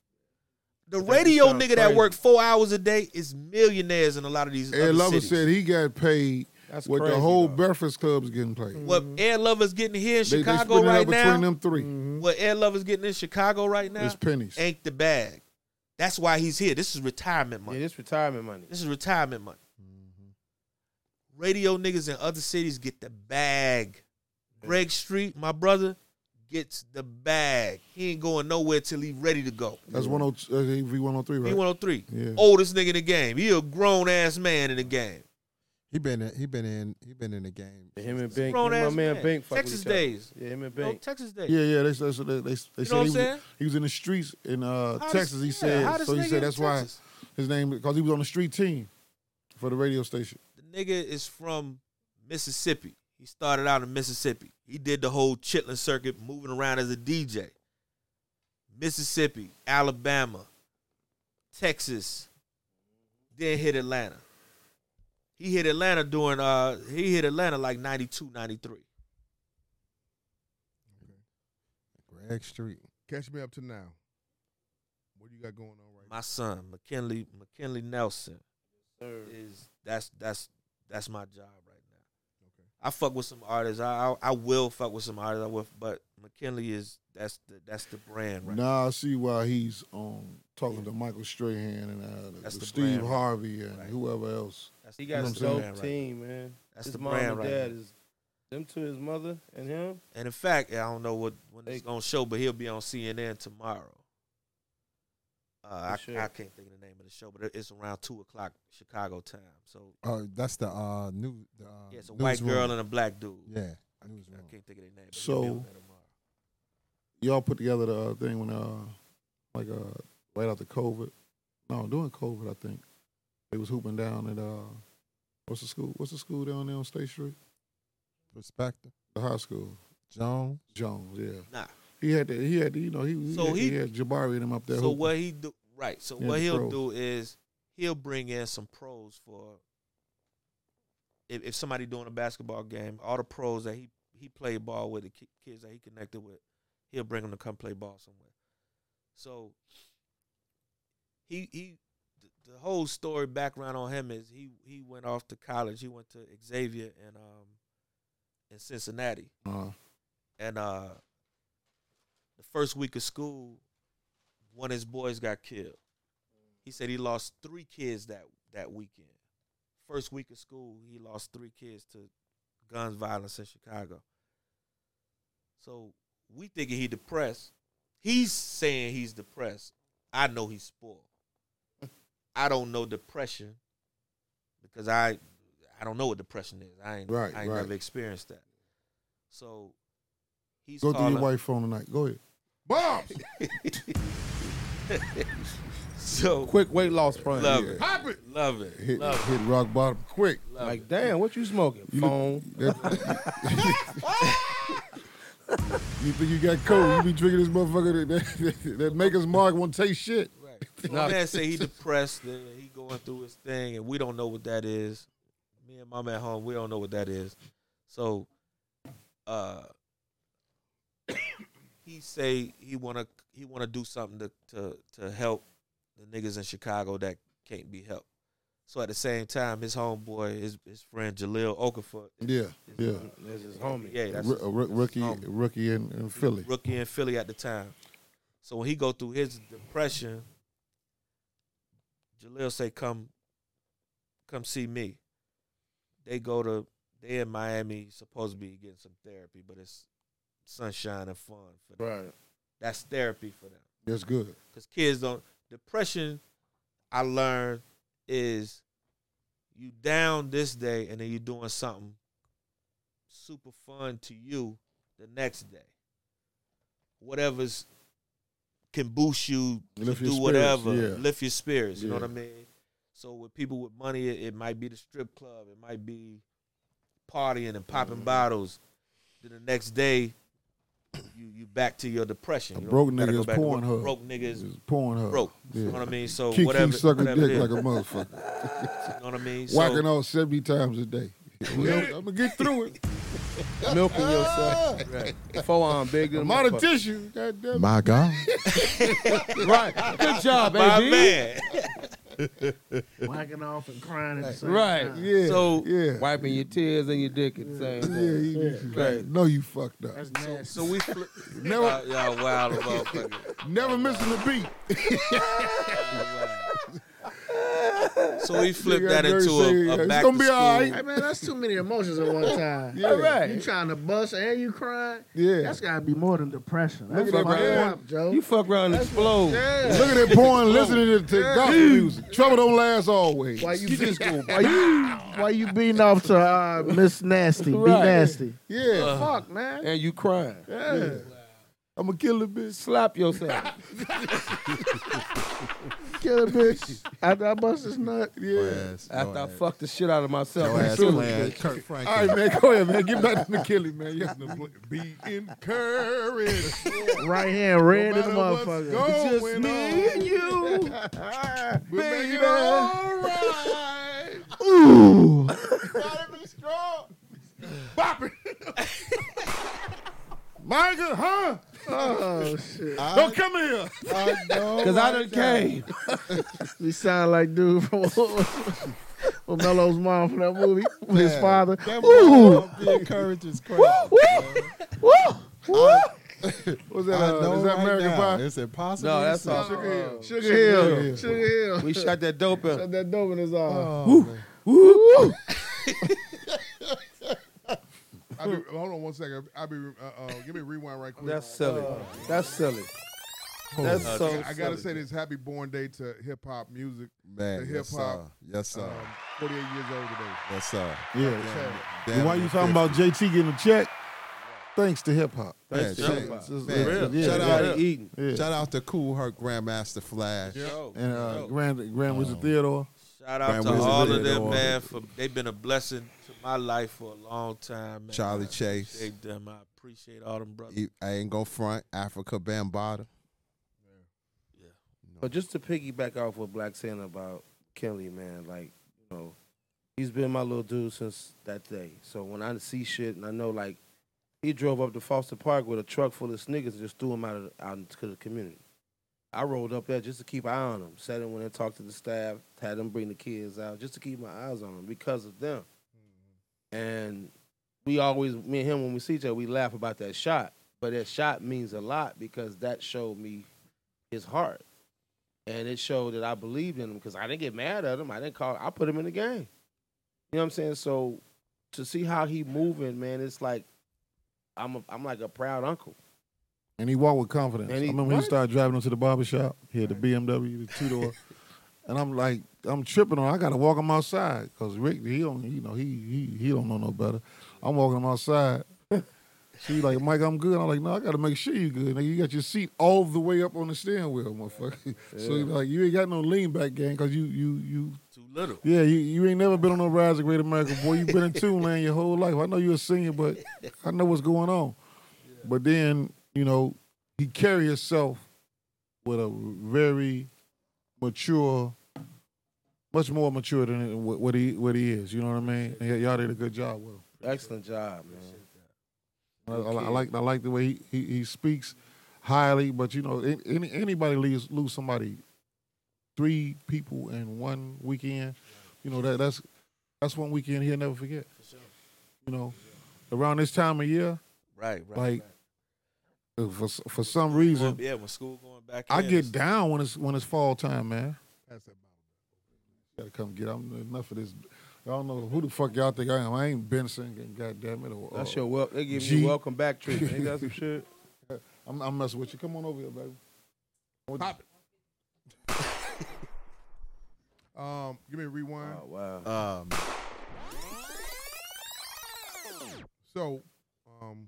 A: The
D: that
A: radio
D: sounds
A: nigga that
D: crazy.
A: work four hours a day is millionaires in a lot of these.
C: Ed
A: other
C: Lover
A: cities.
C: said he got paid
D: That's
C: what
D: crazy,
C: the whole
D: though.
C: Breakfast Club's getting paid.
A: what Air Lovers getting here in
C: Mm-hmm. They, they
A: Chicago
C: split it up
A: right
C: between
A: now, Mm.
C: them 3
A: what Air Lovers getting in Chicago right now,
C: It's pennies.
A: ain't the bag. That's why he's here. This is retirement money.
D: Yeah, this retirement money.
A: This is retirement money.
C: Mm-hmm.
A: Radio niggas in other cities get the bag. Greg Street, my brother, gets the bag. He ain't going nowhere till he ready to go.
C: That's one oh, hundred V one hundred three,
A: He
C: right?
A: 103.
C: Yeah.
A: Oldest nigga in the game. He a grown ass man in the game.
F: He been in, he been in he been in the game.
D: Him and Bink.
A: grown
D: him and
A: ass
D: my man
A: man.
D: Bink. fuck with
A: Texas
D: each other.
A: days.
D: Yeah, him and
A: You know,
D: Bink.
A: Texas Day.
C: Yeah, yeah. They said so they, they,
A: know
C: they
A: what
C: said he
A: I'm saying?
C: was, he was in the streets in uh,
A: Hottest-
C: Texas. He
A: yeah,
C: said
A: hottest
C: so. He
A: nigga in
C: said that's
A: Texas.
C: why his name because he was on the street team for the radio station.
A: the nigga is from Mississippi. He started out in Mississippi. He did the whole Chitlin circuit, moving around as a DJ. Mississippi, Alabama, Texas, then hit Atlanta. He hit Atlanta during uh he hit Atlanta like 92, 93.
F: Greg Street.
E: Catch me up to now. What do you got going on right
A: My son, McKinley, McKinley Nelson Oh.
D: Sir.
A: is that's that's that's my job right now. I fuck with some artists. I I, I will fuck with some artists. I will, but McKinley is that's the that's the brand right
C: Now I see why he's um talking to Michael Strahan and uh,
A: That's
C: the
A: the
C: Steve
A: brand.
C: Harvey and
A: Right.
C: whoever else.
A: That's
D: He
A: you
D: got
A: know
D: a
A: what I'm
D: dope
A: saying?
D: team, man.
A: That's
D: his
A: the
D: mom
A: brand
D: and
A: right
D: dad
A: now.
D: is them two, his mother and him.
A: And in fact, I don't know what when
D: Hey.
A: it's gonna show, but he'll be on CNN tomorrow. Uh, I,
D: For sure.
A: I can't think of the name of the show, but it- it's around two o'clock Chicago time. So
F: Oh, that's the uh new the, uh,
E: Um,
A: yeah, it's a white
F: newsroom.
A: girl and a black dude.
F: yeah.
A: I, can't- I
F: newsroom.
A: can't think of their name. but
C: So-
A: he'll be on there tomorrow.
C: Y'all put together the uh, thing when uh like uh right after COVID. No, during COVID I think they was hooping down at uh what's the school? What's the school down there on State Street?
F: Perspective.
C: The high school.
F: Joan.
C: Jones, yeah.
A: Nah.
C: He had the, he had the, you know he he,
A: So
C: had, he
A: he-
C: had Jabari and him up there.
A: So
C: hooping.
A: what he do right? So
C: Yeah,
A: what
C: the
A: he'll
C: pros.
A: do is he'll bring in some pros for if, if somebody doing a basketball game, all the pros that he he played ball with, the ki- kids that he connected with, he'll bring them to come play ball somewhere. So he he the, the whole story background on him is he he went off to college. He went to Xavier and um in Cincinnati
C: Uh,
A: and uh the first week of school one of his boys got killed he said he lost three kids that that weekend first week of school he lost three kids to guns violence in chicago so we thinking he depressed he's saying he's depressed i know he's spoiled i don't know depression because i i don't know what depression is i ain't
C: Right,
A: i ain't
C: right.
A: never experienced that So he's
C: Go through
A: calling.
C: your wife's phone tonight. Go ahead.
E: Bombs,
A: So
D: Quick weight loss front.
A: love
D: here.
A: it,
E: pop it.
A: love it,
C: Hit,
A: love it.
C: hit rock bottom quick.
A: Love
D: Like,
A: it.
D: damn, what you smoking? Phone.
C: look- You think you got cold? You be drinking this motherfucker that, that, that make us mark won't taste shit.
A: Right. My man say he depressed and he going through his thing, and we don't know what that is. Me and mom at home, we don't know what that is. So, uh, he say he wanna he wanna do something to to to help the niggas in Chicago that can't be helped. So at the same time, his homeboy, his his friend Jaleel Okafor,
C: Yeah, yeah.
D: That's his homie.
A: yeah, that's
C: Ro- a ro- rookie,
A: his homie.
C: rookie in, in Philly.
A: rookie in Philly at the time. So when he go through his depression, Jaleel say, "Come, come see me." They go to they in Miami, supposed to be getting some therapy, but it's sunshine and fun for them.
D: Right.
A: That's therapy for them
C: That's good.
A: because kids don't. Depression, I learned, is you down this day and then you doing something super fun to you the next day. Whatever's can boost you to
C: Lift your
A: do
C: spirits,
A: whatever,
C: yeah.
A: lift your spirits. You know
C: Yeah.
A: what I mean? So with people with money, it, it might be the strip club, it might be partying and popping
C: Mm.
A: bottles. Then the next day, you you back to your depression.
C: A
A: You know,
C: broke
A: you gotta
C: nigga
A: go
C: is
A: back to work.
C: Pornhub.
A: Broke niggas
C: It's pouring her.
A: broke.
C: Yeah.
A: You know what I mean? So
C: Kiki
A: whatever,
C: sucking
A: whatever it
C: dick
A: is,
C: like a motherfucker.
A: you know what I mean?
C: Whacking
A: so,
C: off 70 times a day. I'm gonna get through it.
D: Milking yourself.
A: Right.
D: Forearm big. than a
C: I'm out of
D: motherfucker.
C: tissue. God damn it.
F: My God.
D: Right. Good job,
A: my
D: baby.
A: man.
B: Whacking off and crying at the same
D: Right.
B: time.
C: Yeah.
A: So-
C: yeah.
D: Wiping your tears and your dick at the same
C: Yeah,
D: time.
C: you- you-
D: Right.
C: No, you fucked up.
B: That's nasty.
A: So we fl-
C: Never-
A: y'all, y'all wild motherfucker.
C: Never missing a beat.
A: So we flipped
C: Nigga,
A: that
C: I
A: into
C: already
A: a,
C: said,
A: a
C: it's
A: back
C: gonna
A: to
C: be
A: school.
C: all
B: hey man, that's too many emotions at one time.
C: Yeah.
D: Right.
B: You trying to bust and you crying?
C: Yeah.
B: That's gotta be more than depression. That's
C: at that
B: fucked
C: man.
B: up, Joe.
D: You fuck around and explode.
B: yeah.
C: Look at that porn listening to, to gospel music. Trouble don't last always.
B: Why you, just go, why, you, why you beating off to uh, Miss Nasty? Be
D: Right.
B: nasty.
C: Yeah.
B: Fuck, man.
D: And you crying.
B: Yeah.
C: I'm gonna kill the bitch.
D: Slap yourself.
B: Kill a bitch after I bust his nut.
C: Yeah.
F: Yes.
D: After I fuck the shit out of myself.
F: Your
D: I'm
F: ass
D: sure.
F: playing Kirk Franklin.
C: All right, man. Go ahead, man. Get back to McKinley, man. Yeah.
E: Be encouraged.
B: Right hand red in the
E: matter what's
B: motherfucker.
E: going
B: It's just
E: on.
B: me and you.
E: We'll make it all right. Ooh. Gotta be strong. Bop it.
C: Micah, huh?
B: Oh shit.
C: Don't come here.
D: Cause I done came.
B: You sound like dude from from Mello's mom from that movie. His father.
F: That
B: Ooh.
F: boy, be encouraged is crazy.
B: Woo! Woo!
C: What's that?
F: I
C: Uh,
F: know
C: is that
F: right
C: American
F: now,
C: Pie?
F: It's impossible.
D: No,
F: to
D: that's
F: say.
D: all.
B: Sugar Hill.
C: Hill.
B: Sugar Hill.
D: We shot that dope in.
B: Shut that dope in his eye.
F: Oh, man.
B: Woo!
E: I be, hold on one second. I be uh, uh, give me a rewind right quick.
D: That's silly. That's silly. That's so.
E: I gotta say
D: silly.
E: this happy born day to hip hop music.
F: Man,
E: The
F: yes,
E: hip-hop,
F: sir. Yes, sir.
E: Um, 48 years old today.
F: yes, sir.
C: Yeah.
F: Damn
C: why you
F: near
C: talking
F: 50.
C: about JT getting a check? Thanks to hip hop.
F: Man,
D: to
F: shit.
D: hip-hop.
C: Just-
F: Man,
C: yeah,
F: shut
C: yeah,
F: up.
D: Out of eating.
C: yeah.
F: Shout out to Cool Herc Grandmaster Flash.
A: Yo,
C: And uh,
A: yo.
C: Grand Grand Wizard Theodore.
A: shout out
F: Grand
A: to
F: Wizard
A: all
F: did
A: of
F: it
A: them,
F: all.
A: man. For they've been a blessing to my life for a long time, man.
F: Charlie
A: I
F: Chase.
A: appreciate them. I appreciate all them brothers.
F: You- I ain't go front. Africa Bambada.
D: But just to piggyback off what Black saying about Kelly, man, like, you know, he's been my little dude since that day. So when I see shit and I know, like, he drove up to Foster Park with a truck full of sneakers and just threw them out, of, out into the community. I rolled up there just to keep an eye on him. Sat in when I talked to the staff, had them bring the kids out just to keep my eyes on them because of them. And we always, me and him, when we see each other, we laugh about that shot. But that shot means a lot because that showed me his heart and it showed that I believed in him because I didn't get mad at him. I didn't call. I put him in the game. You know what I'm saying? So to see how he moving, man, it's like I'm a, I'm like a proud uncle.
C: And he walked with confidence.
D: And he-
C: I remember when
D: what?
C: he started driving him to the barber shop. He had the BMW, the two door. and I'm like, I'm tripping on. I gotta walk him outside because Rick, he don't, you know, he he he don't know no better. I'm walking him outside, She like, Mike, I'm good. I'm like, no, I gotta make sure you good. Nigga, you got your seat all the way up on the steering wheel, motherfucker. So you like, you ain't got no lean back game because you you you
A: Too little.
C: yeah you, you ain't never been on no rides at Great America, boy. you been in tune land your whole life. I know you're a senior, but I know what's going on. But then you know he carry himself with a very mature, much more mature than what what he what he is. You know what I mean? And y- y'all did a good job with him.
D: Excellent job, man.
C: I, I, I like I like the way he, he, he speaks highly, but you know, an- any anybody leaves lose somebody three people in one weekend, you know that that's that's one weekend he'll never forget. You know, around this time of year,
A: Right, right.
C: like uh, for s- for some
A: Well,
C: reason,
A: yeah, when school going back,
C: I
A: in,
C: get
A: it's-
C: down when it's when it's fall time, man.
E: Pass that bottle.
C: Gotta come get. I'm enough of this. I don't know who the fuck y'all think I am. I ain't Benson, goddamn it. Or,
D: That's
C: or-
D: your well. They give
C: G.
D: you welcome back treat. Ain't that some shit?
C: I'm, I'm messing with you. Come on over here, baby.
E: Pop it. um, give me a rewind.
D: Oh wow.
F: Um,
E: So, um,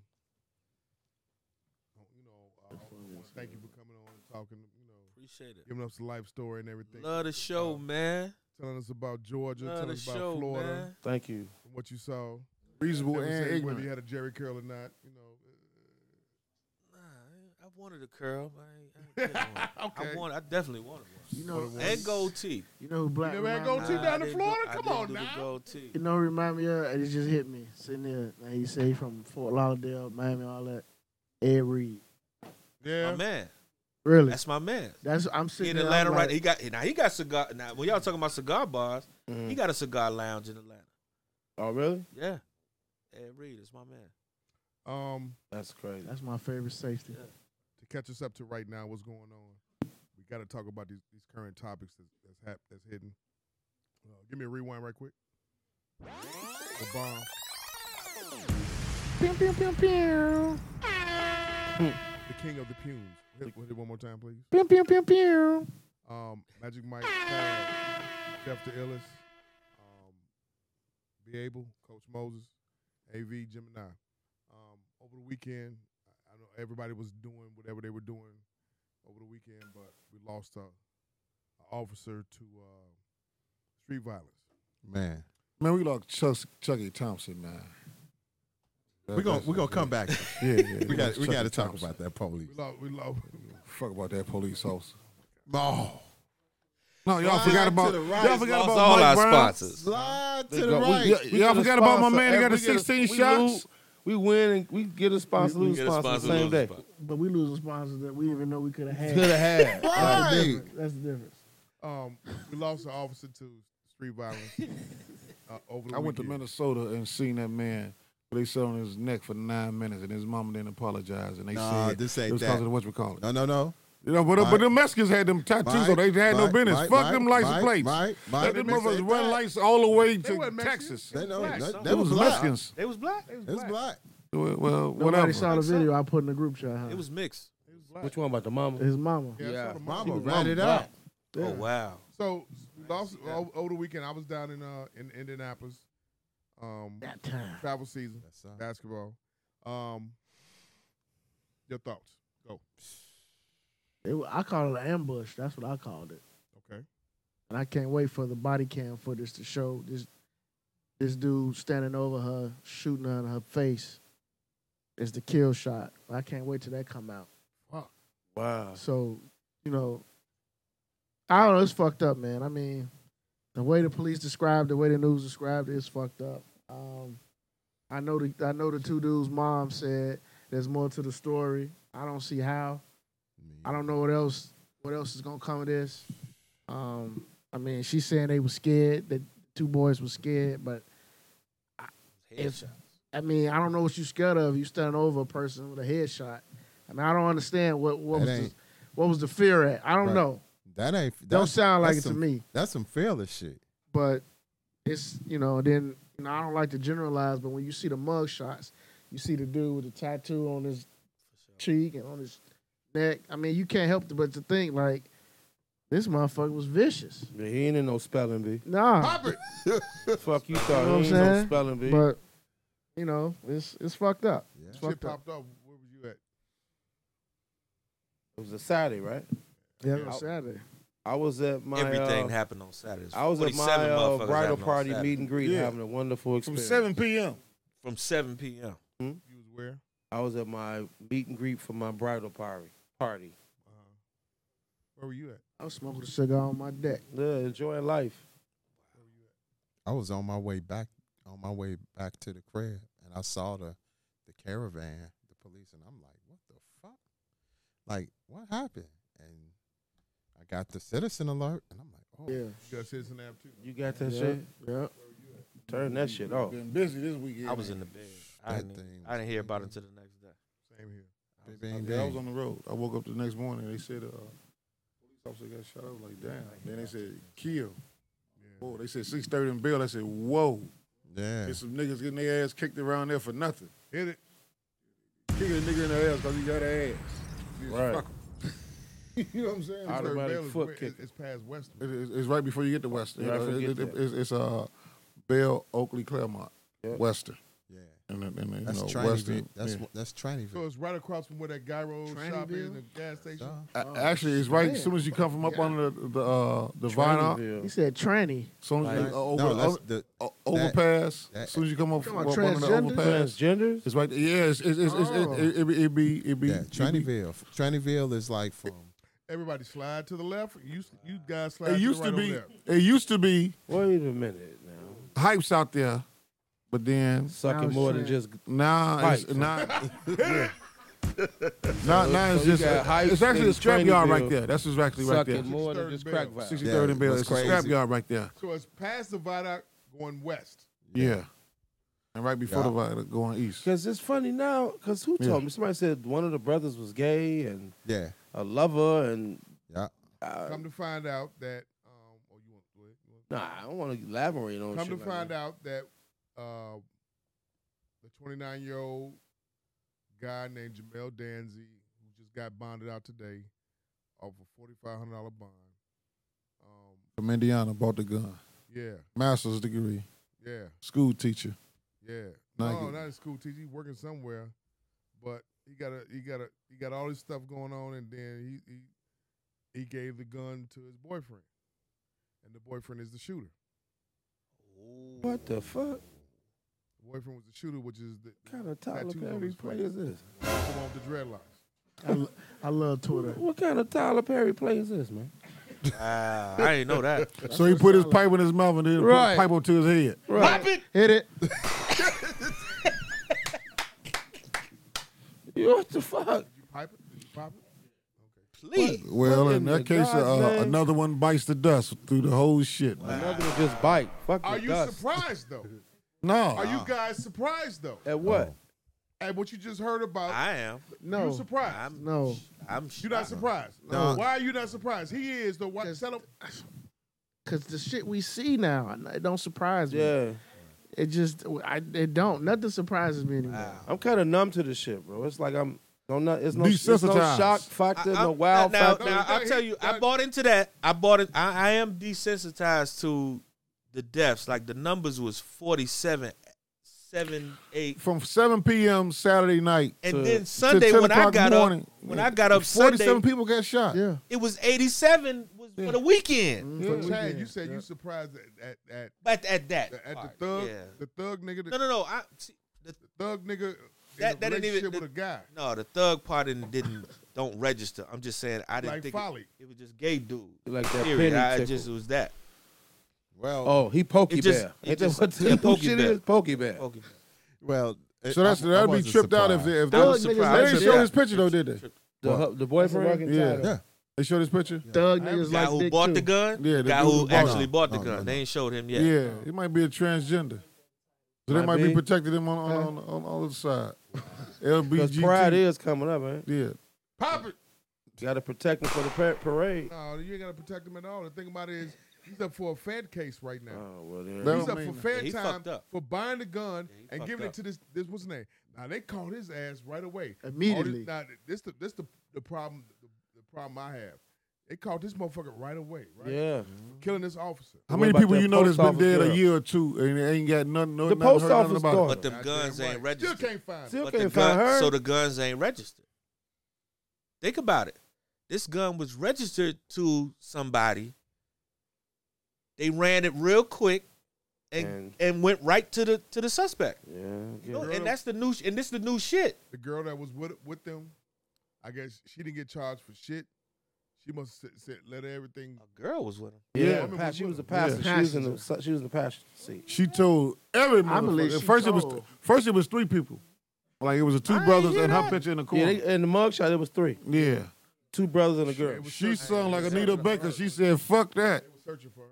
E: you know, uh, thank you for coming on and talking. You know,
A: Appreciate it.
E: giving us the life story and everything. Uh,
A: Love the show, man.
E: Telling us about Georgia.
A: Love
E: telling
A: the
E: us about
A: show,
E: Florida.
A: man.
D: Thank you.
E: From what you saw.
C: Reasonable
E: Never
C: and
E: said
C: ignorant.
E: Whether you had a Jerry curl or not, you know.
A: Nah, I- I wanted a curl, but I, ain't, I, ain't get one.
E: Okay.
A: I want. I definitely wanted one.
B: You know,
A: And gold teeth.
B: you know who black.
E: You never had
B: remind
E: gold
B: me-
E: teeth? Nah, down to
A: I didn't
E: Florida?
A: I
E: Come
A: didn't
E: on
A: do the
E: now.
A: gold teeth.
B: You know, who remind me of it just hit me sitting there. Like you say, he from Fort Lauderdale, Miami, all that. Ed Reed,
E: Yeah.
A: My man,
B: really?
A: that's my man.
B: That's I'm
A: He
B: sitting
A: in
B: there, I'm
A: Atlanta, right?
B: like,
A: He got now. He got cigar. Now, when y'all talking about cigar bars, he got a cigar lounge in Atlanta.
D: Mm-hmm. Oh really?
A: Yeah, Ed Reed is my man.
E: Um,
D: That's crazy.
B: That's my favorite safety.
E: to catch us up to right now, what's going on? We got to talk about these, these current topics that's that's, hap- that's hidden. Uh, give me a rewind right quick. The bomb.
B: Pew, pew, pew, pew.
E: The king of the punes. Hit, hit it one more time, please.
B: Pew, pew, pew, pew.
E: Um, Magic Mike, Fab, Jeff the Illis, um, Be Able, Coach Moses, AV, Gemini. Um, over the weekend, I, I know everybody was doing whatever they were doing over the weekend, but we lost a, a officer to uh, street violence.
F: man,
C: Man, we lost Chuck, Chucky Thompson, man.
F: we gonna we gonna come back.
C: Yeah, yeah.
F: We got we
C: Chucky
F: got to talk
C: E. Thompson.
F: about that police.
E: We lost. We lost.
C: Fuck about that police officer.
F: Oh,
C: No, y'all
F: Slide
C: forgot
F: to
C: about
F: the right.
C: y'all forgot
A: Lost
C: about
A: all
C: Mike
A: our
C: Brown.
A: sponsors.
F: slide to
D: They
F: the
D: go- we-
F: right.
C: Yeah,
D: We
C: y'all
D: get a
C: forgot about my
D: sponsor
C: man that got
D: every-
C: the
D: we get a-
C: 16
D: we
C: shots.
D: lose- We win and we get a sponsor, lose
A: Get a
D: sponsor,
A: sponsor,
D: the same
A: lose
D: day.
A: sponsor.
B: But we losing sponsors that we didn't even know we could have had.
D: Could have had.
F: Right.
B: That's the difference.
E: Um, we lost an officer to street violence uh, over the
C: I went to
E: weekend.
C: Minnesota and seen that man. They sat on his neck for nine minutes, and his mama didn't apologize. And they
F: Nah,
C: said
F: this
C: it
F: ain't
C: was
F: that.
C: causing what you call it.
F: No, no, no.
C: You know, but, but
F: Mike.
C: the Mexicans had them tattoos, so they had no
F: Mike,
C: business.
F: Mike,
C: Fuck
F: Mike,
C: them license
F: Mike,
C: plates.
F: Mike, Mike.
C: Let them
F: They said
C: motherfuckers run
F: that.
C: lights all the way to
E: wasn't Mexican.
C: Texas.
F: They know
E: Black,
F: that,
E: son.
F: that was black. It
C: Mexicans.
A: They was black.
E: It was
F: was
E: black.
F: black.
C: Well, well
B: Nobody
C: whatever.
B: saw the
A: Like so.
B: video I put in the group chat. Huh?
A: It was mixed.
E: It was black.
D: Which one about the mama?
B: his mama.
E: Yeah, I saw
D: Yeah.
E: the
F: Mama
E: mama.
F: ran it out.
A: Oh
B: Yeah.
A: wow.
E: So we lost o- over the weekend. I was down in uh in Indianapolis, um,
B: That time.
E: travel season,
F: That's all.
E: basketball. Um, your thoughts? Go.
B: It, wa- I call it an ambush. That's what I called it.
E: Okay.
B: And I can't wait for the body cam footage to show this this dude standing over her, shooting her in her face. It's the kill shot. I can't wait till that come out.
D: Wow.
B: So, you know, I don't know. It's fucked up, man. I mean, the way the police described, the way the news described it is fucked up. Um, I know the I know the two dudes' mom said there's more to the story. I don't see how. I don't know what else what else is gonna come of this. Um, I mean, she's saying they were scared. That two boys were scared, but If-
A: Headshots.
B: I mean, I don't know what you scared of. You standing over a person with a headshot. I mean, I don't understand what what
F: That
B: was the,
F: ain't-
B: what was the fear at. I don't
F: Right.
B: know.
F: That ain't. That,
B: Don't sound like it
F: that's
B: to
F: some-
B: me.
F: That's some fearless shit.
B: but it's you know then you know, I don't like to generalize, but when you see the mug shots, you see the dude with the tattoo on his cheek and on his neck. I mean, you can't help it but to think like this motherfucker was vicious.
D: Yeah, he ain't in no spelling bee.
B: Nah,
D: Fuck you thought
B: know what I'm
D: he ain't no
B: saying?
D: spelling bee.
B: but you know, it's it's fucked up.
F: Yeah.
B: It's
E: Shit
B: fucked up.
E: popped off. Where was you at?
D: It was a Saturday, right?
B: Yeah, it was
D: Out.
B: Saturday.
D: I was at my
A: Everything
D: uh,
A: happened on Saturdays.
D: I was at my
A: 47
D: uh,
A: motherfuckers
D: bridal
A: happened on
D: party
A: Saturday.
D: meet and greet,
H: Yeah.
D: having a wonderful
H: From
D: experience.
H: 7 p.m.
A: from 7 p.m.
E: You was where?
D: I was at my meet and greet for my bridal party. Party,
E: Uh-huh. Where were you at?
B: I was smoking a cigar on my deck.
D: yeah, enjoying life.
F: I was on my way back on my way back to the crib and I saw the the caravan, the police, and I'm like, what the fuck? Like, what happened? And I got the citizen alert and I'm like, oh
B: Yeah.
E: You got Citizen App too.
D: You got that
B: Yeah.
D: shit?
B: yeah.
D: Turn that shit off.
H: Been busy this weekend.
A: I was in the bed. I
F: That
A: didn't, e-
F: thing
A: I didn't hear about it
F: was-
A: until the next day.
E: Same here.
F: bing,
C: I,
F: bing,
C: did- I was
F: bing."
C: on the road. I woke up the next morning. They said uh, police officer got shot. I was like, damn. Then they said kill.
E: Yeah.
C: Oh, they said six thirty in Bill. I said, whoa.
F: Yeah.
C: There's some niggas getting their ass kicked around there for nothing.
E: Hit it.
C: Kicking a nigga in the ass because he got an ass.
D: Right.
C: you know what I'm saying?
E: It's
D: Automatic
E: like Bell is
D: foot
E: where-
D: kick.
E: It's, it's past Western.
C: It is, it's right before you get to Western.
D: Yeah, I
C: You know,
D: forget
C: it- it-
D: that.
C: it's it's uh, Bell, Oakley, Claremont,
D: Yeah.
C: Western,
F: Yeah.
C: and, then- and then, you
F: That's
C: know
F: Trinity.
C: Western.
F: That's
C: yeah.
F: wh- that's Trinity.
E: So it's right across from where that gyro shop is,
B: Trannyville?
E: and the gas station.
C: A- actually, it's right as
B: Damn.
C: soon as you come from up under the the, uh, the Vine,
D: Trendyville.
B: He said tranny.
C: soon as you, uh, over,
F: no, that's
C: over-
F: the
C: o- overpass,
F: that-
C: as soon as you come up
B: Come
C: from
B: on,
C: up under the
B: transgender?
C: overpass,
D: Transgenders?
C: it's right. Yeah, it's it's, it's, it's
B: Oh.
C: it, it, it, it be it be
F: yeah,
C: it be-
F: Trinity. Trinity is like from
E: Everybody slide to the left. You s- you guys slide.
C: It used
E: to,
C: to
E: the right
C: be
E: over there.
C: it used to be
D: Wait a minute now.
C: hypes out there, but then
D: Sucking
B: was
D: more than
B: trying-
D: just
C: Nah, it's
D: Hype.
C: not. Nah, nah, it's
D: So you
C: just
D: got hype
C: it's actually a
D: and
C: scrap
D: training
C: yard
D: bill.
C: right there. That's what's actually right
D: sucking
C: there.
D: more than
E: 63rd
D: just crack
E: Bell.
D: vibes.
C: Sixty third
F: Yeah,
C: and Bell.
F: that's
C: It's a scrap
F: crazy.
C: yard right there.
E: So it's past the viaduct going west.
C: Yeah. And right before
F: Yeah.
C: the viaduct going east.
D: Because it's funny now, because who
C: Yeah.
D: told me? Somebody said one of the brothers was gay and
F: yeah,
D: a lover, and
F: yeah.
D: uh,
E: Come to find out that um, oh, you want go ahead. You want-
D: nah, I don't want to elaborate on.
E: Come
D: Oh, shit
E: to
D: like
E: find
D: that.
E: out that uh, the 29 year old guy named Jamel Danzy, who just got bonded out today off a $4,500 bond. Um,
C: From Indiana, bought the gun.
E: yeah,
C: Master's degree.
E: yeah,
C: School teacher.
E: yeah.
C: Nah, I
E: No,
C: get-
E: not in school teacher. He's working somewhere, but he got a he got a he got all this stuff going on, and then he he he gave the gun to his boyfriend, and the boyfriend is the shooter.
D: What the fuck
E: The boyfriend was the shooter, which is the
D: kind of
E: Tattoos on
D: Tyler Perry
E: his
D: play
E: face.
D: is this?
E: the one with the dreadlocks.
B: I, lo- I love Twitter.
D: What kind of Tyler Perry play is this, man?
A: Wow, I didn't know that.
C: so he put his pipe in his mouth and then put
D: Right.
C: the pipe up to his head.
D: Right.
B: Hit it.
D: What the fuck?
E: You pipe it? Did you pop it?
A: Please.
C: Well,
D: What
C: in
D: in the
C: that case,
D: God's
C: uh,
D: name?
C: another one bites the dust through the whole shit. man.
D: Another than just bite. Fuck
E: Are
D: the
E: you
D: dust.
E: surprised though?
C: No.
E: Are
C: Uh-uh.
E: you guys surprised though
D: At what?
E: at what you just heard about?
A: I am.
E: you
B: No.
E: surprised?
A: I'm.
B: No.
A: I'm.
E: You're not
A: shocked.
E: surprised.
F: No.
E: Why are you not surprised? He is the one.
B: Because-
E: Tell him.
B: Cause the shit we see now, it don't surprise me.
D: Yeah,
B: It just, I, it don't. Nothing surprises me anymore.
D: I'm kind of numb to this shit, bro. It's like I'm. No, no, it's no, it's no
C: Desensitized.
D: shock factor,
A: I'm-
D: no wow
A: now,
D: factor.
A: now, I'll tell you, I bought into that. I bought it. I, I am desensitized to the deaths. Like the numbers was 47, 7, 8.
C: From 7 p.m. Saturday night
A: And
D: To-
A: then
D: to
A: Sunday
C: 10
A: when I
C: o'clock
A: got
C: morning.
A: up, when I got up
C: 47
A: Sunday,
C: people got shot.
B: Yeah.
A: it was 87 was for the weekend.
B: Mm,
E: So
B: fuck
E: Mm-hmm. Chad,
B: yeah.
E: you said
B: Yeah.
E: you surprised at at
A: But at that.
E: at, at
A: part,
E: the thug
A: Yeah.
E: the thug nigga
A: No,
E: the
A: no, no. I, see,
E: thug nigga
A: That-
E: in
A: that
E: a
A: didn't even-
E: relationship
A: the-
E: with a guy
A: no, the thug part didn't, didn't don't register. I'm just saying I didn't
E: like
A: think it,
E: Folly.
A: it was just gay dude.
D: like that penny
A: Period. I
D: tickle.
A: just it was that.
F: Well,
D: Oh, he pokey
A: It just-
D: bear.
A: it
D: Ain't that
A: just-
D: what
A: yeah, Pokey
D: shit
A: Bear. Oh,
D: is? Pokey bear.
A: Okay.
F: well. it-
C: So that's
F: I- I
C: that'd be
F: wasn't
C: tripped out if
F: surprised.
C: they, if
B: Thug
C: they,
A: was
B: niggas
A: surprised.
C: they
B: like
C: didn't
B: dick.
C: show this picture though, did they?
D: The, hu- the
B: That's a
D: boyfriend.
B: working
C: Yeah.
B: title.
F: Yeah.
C: They show this picture.
B: Thug
E: I haven't-
B: niggas
A: guy
B: like
A: who
B: dick
A: bought
B: too.
A: the gun,
C: Yeah, the
A: guy
C: dude
A: who
C: who bought
A: actually
F: it.
A: bought the
F: No,
A: gun.
F: no, no.
A: They ain't showed him
C: Yeah,
A: yet.
C: it might be a transgender. So they
D: Might
C: might be,
D: be.
C: protected him on on on, on, on the side.
D: Because pride
C: LBG.
D: is coming up, man.
C: Yeah.
E: Pop it.
D: Got to protect him for the par- parade.
E: No, you ain't gotta protect him at all. The thing about it is he's up for a Fed case right
A: Uh-huh.
E: now.
D: Oh, well, there.
C: That
E: He's
C: don't
E: up for
C: mean-
E: fair
A: Yeah, he
E: time
A: fucked up.
E: for buying the gun
A: he
E: and
A: fucked
E: giving
A: up.
E: it to this this what's his name. Now they caught his ass right away. All
B: Immediately.
E: This, now this the this the, the problem the, the problem I have They caught this motherfucker right away, right?
D: Yeah.
E: Killing this officer.
C: How
D: What
C: many
D: about
C: people
D: that
C: you know that's
D: post
C: been
D: office
C: dead
D: girl?
C: a year or two and they ain't got nothing? No,
D: The
C: nothing
D: post
C: heard nothing
D: office
C: about
D: daughter.
C: it?
A: But them
E: Goddamn
A: guns
E: right.
A: ain't registered.
E: Still can't find
D: Still
E: him.
A: but
D: can't
A: the
D: find
A: gun,
D: her.
A: so the guns ain't registered. Think about it. This gun was registered to somebody. They ran it real quick, and and,
D: And-
A: went right to the to the suspect.
D: yeah,
A: You
D: yeah.
A: know, and that's the new. sh- And this the new shit.
E: The girl that was with with them, I guess she didn't get charged for shit. She must have said, let everything.
A: A girl was with him.
D: Yeah,
C: Yeah.
D: the pa- she was a
C: Yeah.
D: pastor. She was in the she was in the passenger seat.
C: She told every
B: I believe
C: motherfucker. At
B: she
C: First it was
B: told.
C: first it was three people. Like it was the two
A: I ain't
C: brothers
A: hear
C: and her
A: that.
C: picture in the
D: Yeah,
C: corner.
D: they, in the mugshot it was three,
C: yeah.
D: two brothers and a girl.
E: It was
C: She
E: searching-
C: sung like
E: they
C: Anita
E: searching for
C: Baker.
E: her.
C: She said, "Fuck that."
E: They were searching for her.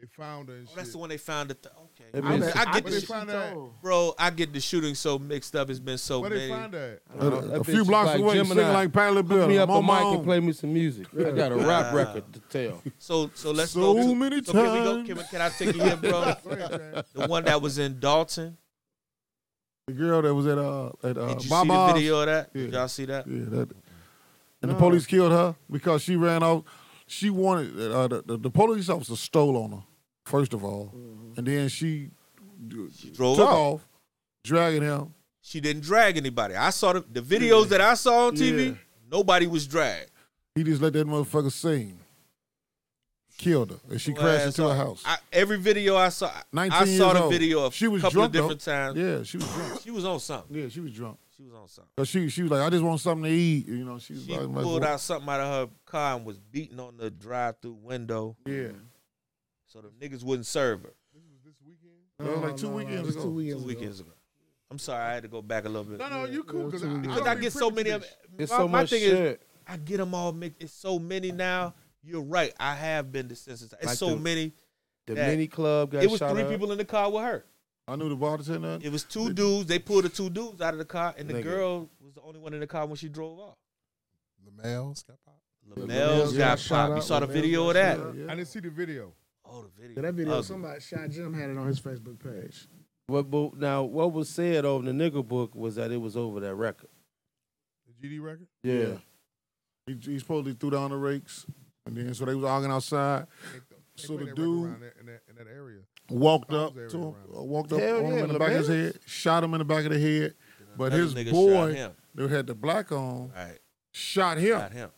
E: They found her and
A: Oh,
E: shit.
A: that's the one they found. The th- okay,
D: It
A: I,
D: means-
A: I get
E: But
A: the
E: they
A: sh-
E: found-
A: bro. I get the shooting so mixed up. It's been so
E: Where they
A: many.
E: find her?
D: I
C: A,
D: don't know, Uh, that
C: a
D: bitch
C: few
D: is
C: blocks away,
D: Gemini.
C: singing like Patti
D: Hook
C: LaBelle.
D: me up
C: I'm
D: on
C: on my
D: mic and
C: own.
D: play me some music. I got a rap
A: Wow.
D: record to tell.
A: So so let's
C: So
A: go. to-
C: many
A: so can we go?
C: times.
A: Can, we- can I take you here, bro?
E: Go ahead, Chad.
A: the one that was in Dalton.
C: The girl that was at uh at uh,
A: Did you see the
C: Baba's.
A: video of that? Did
C: Yeah.
A: y'all see that?
C: Yeah, that. And the police killed her because she ran off. She wanted uh, the, the the police officer stole on her first of all, and then she, d-
A: She drove
C: took
A: off.
C: off, dragging him.
A: She didn't drag anybody. I saw the, the videos that I saw on TV.
C: Yeah.
A: Nobody was dragged.
C: He just let that motherfucker sing. Killed her, and she
A: Well,
C: crashed into
A: so
C: her house.
A: I, every video I saw, I-
C: 19
A: I saw
C: years
A: the
C: old.
A: video a
C: She was
A: couple
C: drunk,
A: of different
C: though.
A: times.
C: yeah, she was drunk.
A: She was on something.
C: yeah, she was drunk.
A: She was on something.
C: Cause she she was like, I just want something to eat. You know, she was
A: She
C: like, like,
A: pulled
C: well,
A: out something out of her car and was beating on the drive-through window,
C: Yeah,
A: so the niggas wouldn't serve her.
C: that was like Oh, two weekends
B: Two
C: ago.
A: Two
B: weekends ago.
A: weekends ago. I'm sorry, I had to go back a little bit.
E: No, no, you cool. Cause I,
B: Yeah,
A: Because I get so many of. My,
D: There's so
A: my
D: much
A: thing
D: shit.
A: is, I get them all mixed. It's so many now. You're right. I have been desensitized. It's
D: Like
A: so
D: the-
A: many.
D: the
A: that-
D: mini club got
A: It was
D: shot
A: three
D: up.
A: people in the car with her.
C: I knew the bartender.
A: It was two dudes. They pulled the two dudes out of the car, and the
D: Nigga.
A: girl was the only one in the car when she drove off.
F: LaMel's got popped.
A: Lamelle's
B: got
A: got
B: shot
A: popped. You
B: up.
A: saw the
B: LaMelle's
A: video of
B: got
A: that?
B: shot up.
E: I didn't see the video.
A: Oh, the video.
B: Yeah, that video,
A: Ugly.
B: somebody shot Jim had it on his Facebook page.
D: But, but now, what was said over the nigga book was that it was over that record.
E: The GD record.
D: Yeah.
C: He, he supposedly threw down the rakes, and then so they was arguing outside.
E: They- they
C: So
E: played
C: the
E: that record
C: dude-
E: around that- in that, in that area.
C: Walked
E: Bombs
C: up
E: everywhere
C: to him,
E: around.
C: uh, walked up
D: Hell
C: on
D: yeah,
C: him in the back of his head, shot him in the back of the head. But
A: Another
C: his
A: nigga shot
C: boy
A: him.
C: that had the black on
A: All right,
C: shot him,
A: shot him.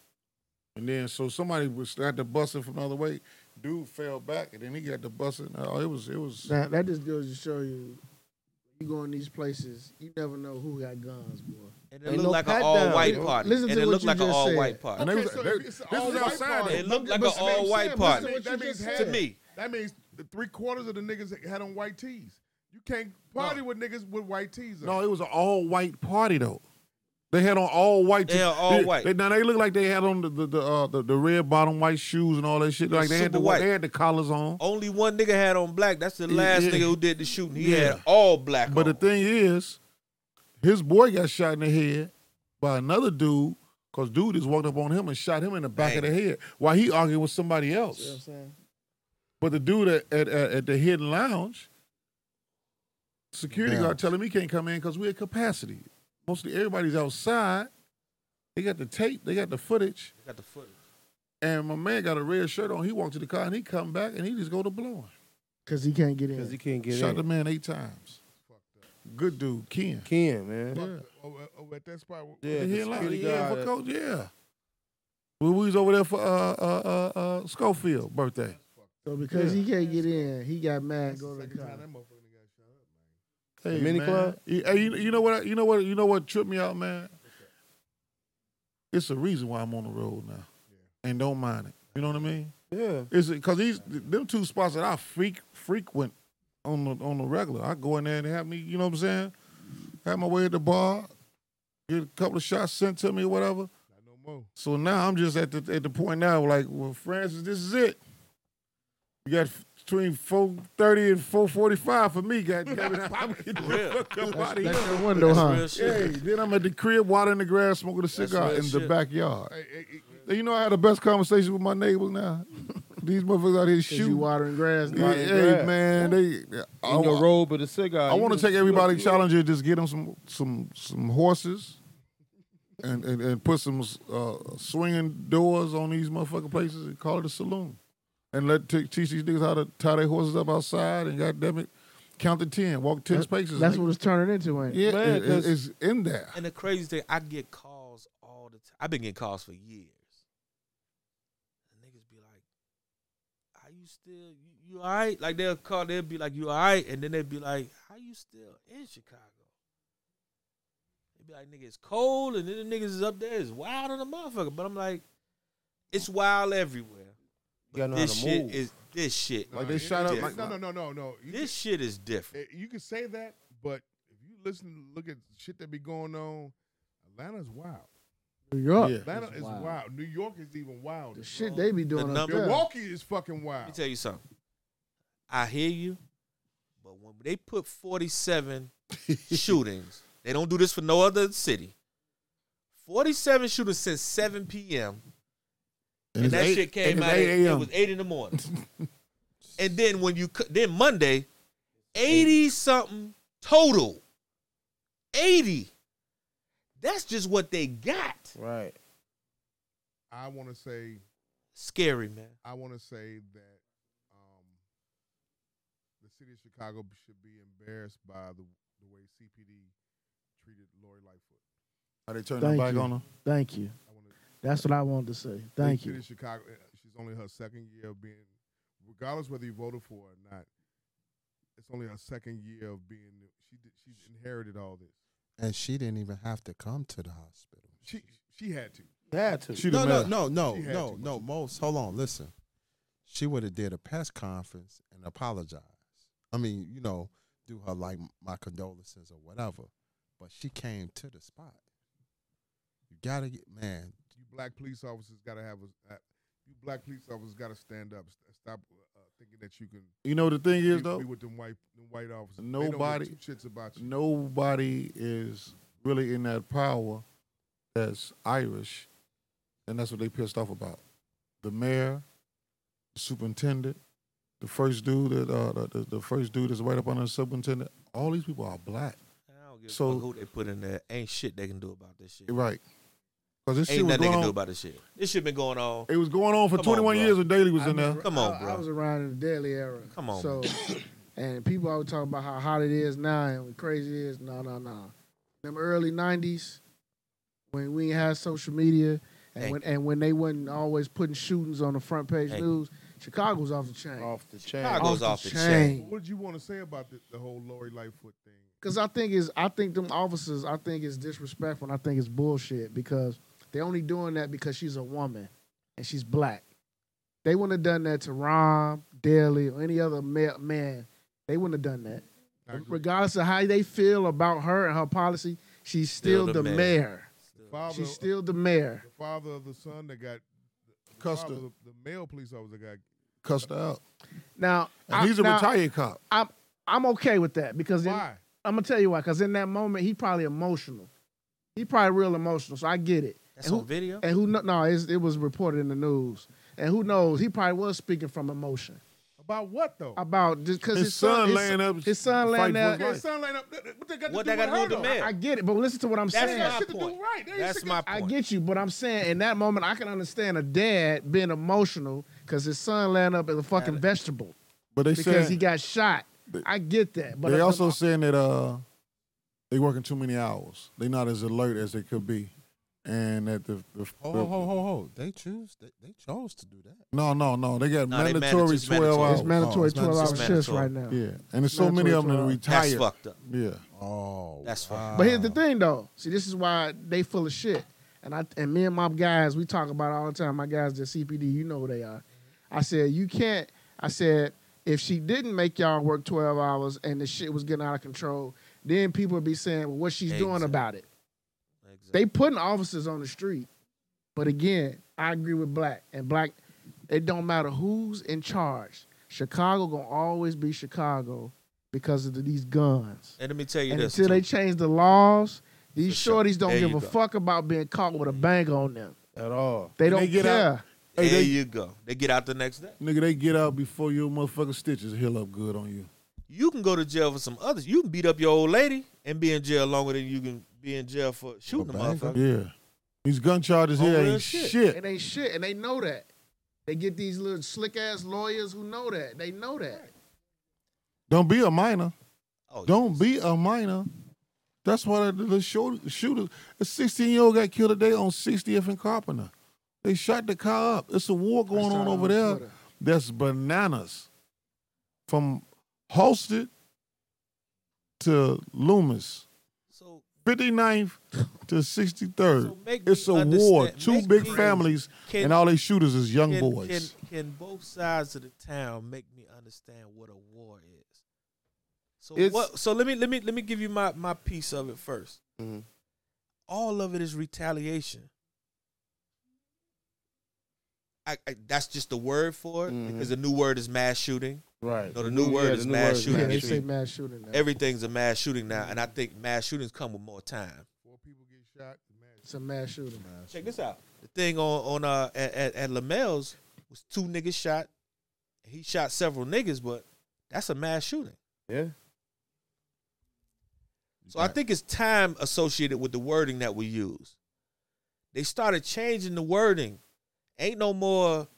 C: and then so somebody was at the busing from the other way. Dude fell back, and then he got the busing. Oh, it was it was.
B: That that just goes to show you, you go in these places, you never know who got guns, boy.
A: And it
D: Ain't
A: looked
D: no
A: like an
D: pat
A: all-white
B: down.
A: party.
B: Listen
A: and
B: to
A: it
B: what
A: looked
B: you
A: like an
B: just said.
A: all-white party.
C: And they
E: Okay,
C: was,
E: so
C: they-
E: if
C: this
E: it's
C: was
E: all white
C: outside.
E: party,
A: It looked
B: But-
A: like an
B: but see what I'm
A: all-white
B: saying, but
A: party.
B: see what
E: That
B: you
E: means
B: just
E: half.
A: To
B: said.
A: me,
E: That means the three quarters of the niggas had on white tees. You can't party with niggas with white tees. On.
C: No, it was an all white party though. They had on all white.
A: They had
C: t-
A: all white.
C: they- now they look like they had on the the the, uh, the the red bottom white shoes and all that shit. Like they had
A: super
C: the
A: white.
C: they had the collars on.
A: only one nigga had on black. That's the
C: Yeah,
A: last
C: yeah.
A: nigga who did the shooting. He
C: Yeah.
A: had all black
C: But the
A: on.
C: thing is, his boy got shot in the head by another dude because dude just walked up on him and shot him in the back of
A: Dang.
C: the head while he arguing with somebody
B: You know what I'm
C: else.
B: saying?
C: But the dude at at, at, at the hidden lounge, security
F: Yeah.
C: guard telling me he can't come in because we're at capacity. Mostly everybody's outside. They got the tape. They got the footage.
A: got the footage.
C: And my man got a red shirt on. He walked to the car and he come back and he just go to blowing.
B: Cause he can't get in.
D: Because he can't get
C: Shot
D: in.
C: the man eight times. Good dude, Ken.
D: Ken, man.
C: Yeah.
E: Over, over Oh, at that spot.
D: Yeah,
C: He
D: the
C: ain't lying.
D: security
C: yeah,
D: guard
C: for
D: at-
C: coach, yeah. When we was over there for uh uh uh, uh Schofield birthday.
B: so because he can't get in, he got mad. Go to the
E: Second time
B: car.
E: that motherfucker done got shot up.
C: Hey,
D: mini
C: man.
D: club?
C: You- Hey, you, you know what you know what you know what tripped me out, man? It's the reason why I'm on the road now. And don't mind it. You know what I mean?
D: Yeah.
C: It's because these them two spots that I freak frequent on the on the regular. I go in there and have me, you know what I'm saying? Have my way at the bar, get a couple of shots sent to me or whatever.
E: Not no more.
C: So now I'm just at the at the point now like, well, Francis, this is it. You got between four thirty and four forty five for me, God damn it. I'm getting the
A: Real.
C: fuck up out of
B: That's
C: here.
B: the window,
A: That's
B: huh?
A: real shit.
C: Hey, then I'm at the crib watering the grass, smoking a cigar
A: real
C: in the
A: shit.
C: backyard.
E: Hey, hey, hey,
C: You know I had the best conversation with my neighbors now. These motherfuckers out here
B: Cause you
C: shooting.
B: watering grass.
C: Yeah,
B: Like,
C: hey
D: grass.
C: man, they. I,
D: In your robe with a cigar.
C: want to take everybody challenge and just get them some some some horses, and, and, and put some uh, swinging doors on these motherfucking places and call it a saloon, and let t- teach these niggas how to tie their horses up outside and goddamn it, count to ten, walk ten spaces.
B: That's
C: nigga.
B: what it's turning into, ain't it?
C: yeah,
D: Man,
C: it- it-
D: 'cause-
C: it's in there.
A: And the crazy thing, I get calls all the time. I've been getting calls for years. And niggas be like, "Are you still you, you all right?" Like they'll call, they'll be like, "You all right?" And then they'll be like, "How you still in Chicago?" They be like, "Nigga, it's cold," and then the niggas is up there is wild on the motherfucker. But I'm like, it's wild everywhere.
D: You gotta know how
A: this
D: to
A: shit
D: move.
A: is this shit.
C: Like, they
E: it-
C: shot up,
E: it's-
A: like-
E: no, no, no, no, no. You
A: This shit is different.
E: Eh, you can say that, but if you listen, look at shit that be going on, Atlanta's wild.
B: New York.
C: Yeah.
E: Atlanta
B: It's
E: is
B: wild.
E: wild. New York is even wild.
B: The shit they be doing up
A: number-
B: there.
E: Milwaukee is fucking
A: Let me
E: wild.
A: tell you something. I hear you, but when they put 47 shootings, they don't do this for no other city. 47 shootings since 7 p.m. And,
C: it's
A: that
C: eight-
A: shit
C: and
A: came
C: it's
A: out. at-
C: 8
A: it
C: a.m..
A: was 8 in the morning. and then when you cou- then Monday, 80 something total. 80. That's just what they got.
D: Right.
E: I want to say,
A: Scary, man.
E: I want to say that um, the city of Chicago should be embarrassed by the the way CPD treated Lori Lightfoot.
C: Are they turning
B: Thank
C: their back
B: you.
C: on them?
B: Thank you.
E: I want to
B: That's what I wanted to say. Thank
E: City
B: you.
E: of Chicago. eh, She's only her second year of being, regardless whether you voted for her or not. It's only her second year of being. She did, she's inherited all this.
F: And she didn't even have to come to the hospital.
E: She she had to.
D: Had to.
C: She
F: no,
C: the mayor.
F: no, no, no,
E: She had
F: no,
E: to.
F: no, Most, hold on, listen. She would have did a press conference and apologized. I mean, you know, do her like my condolences or whatever. But she came to the spot. You gotta get man.
E: You black police officers got to have a. Uh, you black police officers got to stand up. St- Stop uh, thinking that you can
C: You know the thing
E: be,
C: is though,
E: be with them white them white officers. They don't give
C: Nobody-
E: two shits about you.
C: nobody is really in that power that's Irish, and that's what they pissed off about. The mayor, the superintendent, the first dude that uh, the, the, the first dude that's right up under the superintendent. All these people are black,
A: I don't give
C: So-
A: a fuck who they put in there. Ain't shit they can do about this shit.
C: right? Because this shit
A: Ain't
C: was
A: nothing they
C: going
A: can do
C: on.
A: about this shit. This shit been going on.
C: It was going on for
A: Come on,
C: 21
A: bro.
C: years when Daly was
B: I
C: in there.
B: was-
A: Come on,
B: I- I
A: bro.
B: was around in the Daily era.
A: Come on,
B: So, and people always talking about how hot it is now and crazy it is. No, no, no. Them early '90s when we ain't had social media and
A: Thank
B: when and when they wasn't always putting shootings on the front page
A: Thank
B: news, Chicago's off the chain.
D: Off the chain.
A: Chicago. Goes off the chain.
E: What did you want to say about the, the whole Lori Lightfoot thing?
B: Because I think is I think them officers, I think it's disrespectful and I think it's bullshit because they only doing that because she's a woman and she's black. They wouldn't have done that to Rom, Daly, or any other ma- man. They wouldn't have done that.
E: I agree.
B: Regardless of how they feel about her and her policy, she's
A: Still the
B: still, the,
A: mayor.
B: mayor.
E: Father,
B: She's still the mayor.
E: the father of the son that got the, the
C: Custer.
E: father of the, male police officer that got
C: Cussed her out.
B: Now,
C: And
B: I,
C: he's a
B: now,
C: retired cop.
B: I'm I'm okay with that because in-
E: why?
B: I'm gonna tell you why. Because in that moment, he probably emotional. He probably real emotional, so I get it.
A: That's
B: And who-
A: on video.
B: And who kno- no, it's, it was reported in the news. And who knows? He probably was speaking from emotion
E: About what though?
B: about just because
C: His,
B: his,
C: son,
B: his-
C: laying up.
B: his son
C: fighting
B: laying up-
C: for his
E: Okay,
C: life.
E: sound like that- what they got
A: What
E: to
A: they
E: do
A: got
E: with
A: to do
E: her though?
A: with the man?
B: I get it, but listen to what I'm
A: That's
B: saying.
A: my
E: shit to do
A: point.
E: right. They ain't
A: That's
E: shit
A: my
B: I
A: point.
B: get you, but I'm saying in that moment, I can understand a dad being emotional because his son laying up as a fucking vegetable
C: But they
B: because
C: said
B: he got shot.
C: But-
B: I get that, but
C: they
B: if
C: also
B: the-
C: saying that uh they working too many hours. They not as alert as they could be, and that the, the,
F: Ho
C: the-
F: ho ho ho ho. They choose they, they chose to do that.
C: no no no they got
A: No, they manage-
C: mandatory
A: it's
C: twelve
A: mandatory.
C: hours.
B: it's mandatory
F: it's not-
B: 12 hour
A: it's
B: shifts
A: mandatory.
B: right now.
C: Yeah, and there's so
B: Mandatory
C: many of them that
B: 12 hours.
A: That's
C: retired.
A: fucked up.
C: Yeah,
F: Oh
A: That's fine.
F: wow.
B: But here's the thing, though. See, this is why they full of shit. And I and me and my guys, we talk about it all the time. My guys, the CPD, you know who they are. I said you can't. I said if she didn't make y'all work twelve hours and the shit was getting out of control, then people would be saying, well, what she's doing
A: Exactly.
B: about it?
A: Exactly.
B: They putting officers on the street. But again, I agree with Black and Black. It don't matter who's in charge. Chicago gonna always be Chicago because of the, these guns.
A: And let me tell you
B: And
A: this.
B: until they
A: too.
B: change the laws,
A: For
B: these
A: sure.
B: shorties don't
A: There
B: give
A: you
B: a
A: go.
B: fuck about being caught with a bang on them.
D: At all.
B: They
C: And
B: don't
C: they get
B: care.
C: out- Hey,
A: there
C: they-
A: you go. They get out the next day.
C: nigga, they get out before your motherfucking stitches heal up good on you.
A: You can go to jail for some others. You can beat up your old lady and be in jail longer than you can be in jail for shooting a
F: Well, bang
A: motherfucker.
C: Yeah, These gun charges
A: Oh,
C: here
A: real
C: ain't
A: shit.
C: shit.
B: It ain't shit, and they know that. They get these little slick ass lawyers who know that. They know that.
C: Don't be a minor.
A: Oh,
C: Don't be a minor. That's why the, the shooter, shooter, a 16 year old got killed today on 60th and Carpenter. They shot the car up. It's a war going
B: That's
C: on
B: out
C: over there.
B: Twitter.
C: That's bananas. From Halsted to Loomis,
A: So,
C: 59th to 63rd.
A: so make
C: it's a
A: me
C: war.
A: understand-
C: Two
A: make
C: big
A: me-
C: families,
A: Can,
C: and all they shooters is young
A: can,
C: boys.
A: Can, can both sides of the town make me understand what a war is? So
D: It's-
A: what? So let me let me let me give you my my piece of it first.
D: Mhm.
A: all of it is retaliation. I, I, that's just the word for it
D: Mhm.
A: because the new word is mass shooting.
D: Right.
A: No, the new word
D: yeah,
A: is
D: the new
A: mass
D: word is
A: shooting.
B: Yeah,
A: Yeah,
B: they
A: shoot.
B: say mass shooting. Now.
A: Everything's a mass shooting now, and I think mass shootings come with more time.
E: Four people get shot. Man,
B: it's a mass shooting.
A: Check this out. The thing on on uh at, at, at Lamelle's was two niggas shot. He shot several niggas, but that's a mass shooting.
D: Yeah.
A: So I think it's time associated with the wording that we use. They started changing the wording. Ain't no more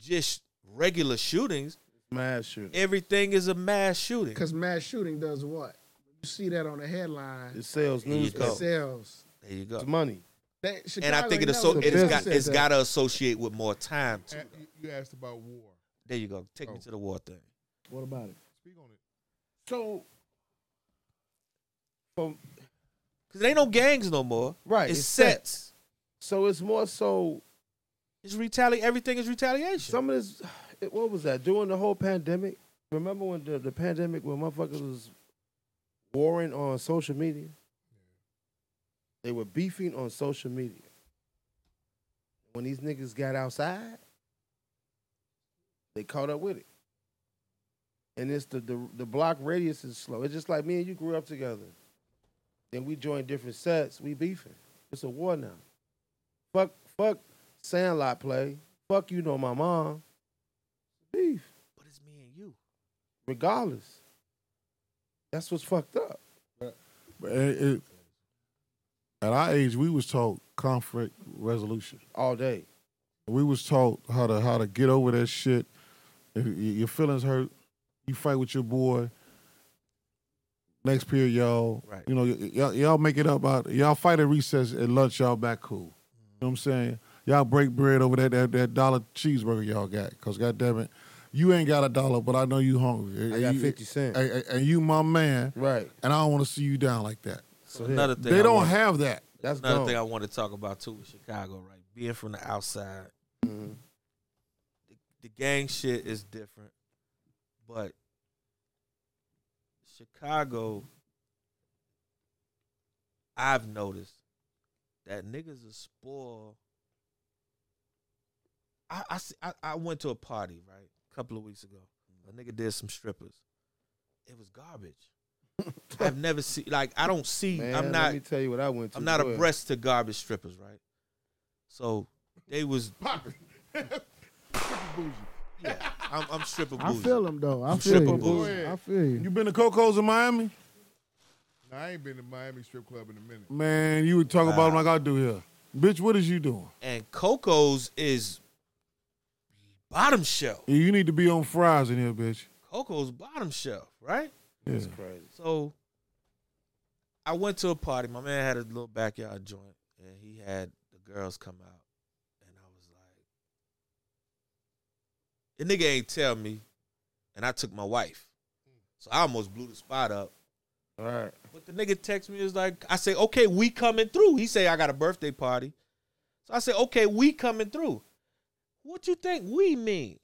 A: just regular shootings.
D: Mass shooting.
A: Everything is a mass shooting.
B: Because mass shooting does what? You see that on the headline.
D: It sells
A: There you
D: news.
A: go.
D: It's
B: Sales.
A: There you go.
D: money.
B: That, Chicago
A: And I think it is so
B: never
A: it has got
B: said
A: it's
B: that.
A: got to associate with more time too.
E: a- you- you asked about war.
A: There you go. Take me
E: Oh.
A: to the war thing.
B: What about it?
E: Speak on it.
D: So, from
A: Cuz they ain't no gangs no more.
D: right,
A: It's
D: it's set.
A: sets.
D: So it's more so
A: It's retali everything is retaliation.
D: some of this. It, what was that during the whole pandemic? Remember when the, the pandemic when motherfuckers was warring on social media? They were beefing on social media. When these niggas got outside, they caught up with it. And it's the the, the block radius is slow. It's just like me and you grew up together. Then we joined different sets. We beefing. It's a war now. Fuck fuck sandlot play. Fuck you know my mom. Beef.
A: but it's me and you.
D: Regardless. That's what's fucked up.
C: But it- it- at our age, we was taught conflict resolution.
D: All day.
C: We was taught how to how to get over that shit. If y- your feelings hurt, you fight with your boy. Next period, y'all.
A: Right.
C: You know, y- y- y'all, y'all make it up out. Y'all fight at recess at lunch. Y'all back cool. You know what I'm saying? Y'all break bread over that that, that dollar cheeseburger y'all got. Cause goddamn it, you ain't got a dollar, but I know you hungry.
D: I got
C: You-
D: 50 cents.
C: And, and- and you my man,
D: Right.
C: and I don't want to see you down like that.
A: So
D: Yeah.
A: another thing
C: They
A: I
C: don't
A: wanna-
C: have that.
D: That's
A: another
D: gone.
A: thing I want to talk about too with Chicago, right? Being from the outside,
D: Mhm.
A: the, the gang shit is different, but Chicago, I've noticed that niggas are spoiled. I I, see- I I went to a party right a couple of weeks ago. A nigga did some strippers. It was garbage. I've never seen like I don't see.
D: Man,
A: I'm
D: let
A: not.
D: me tell you what I went to.
A: I'm not
D: Go ahead.
A: abreast to garbage strippers, right? So they was
E: Pop it. Freaking bougie.
A: yeah. I'm, I'm stripper
B: I
A: bougie.
B: feel them though. I
A: Some
B: feel
A: stripper
B: you.
E: boys.
B: I feel you.
C: You been to Coco's in Miami?
E: Now, I ain't been to Miami strip club in a minute.
C: Man, you would talk about him like I do here. Bitch, what is you doing?
A: and Coco's is bottom shelf.
C: You need to be on fries in here, bitch.
A: Coco's bottom shelf, right?
C: Yeah.
D: That's crazy.
A: So I went to a party. My man had a little backyard joint, and he had the girls come out, and I was like, "The nigga ain't tell me," and I took my wife, so I almost blew the spot up.
D: All right.
A: But the nigga text me is like, I say, okay, we coming through. He say I got a birthday party, so I say, okay, we coming through. What you think we mean?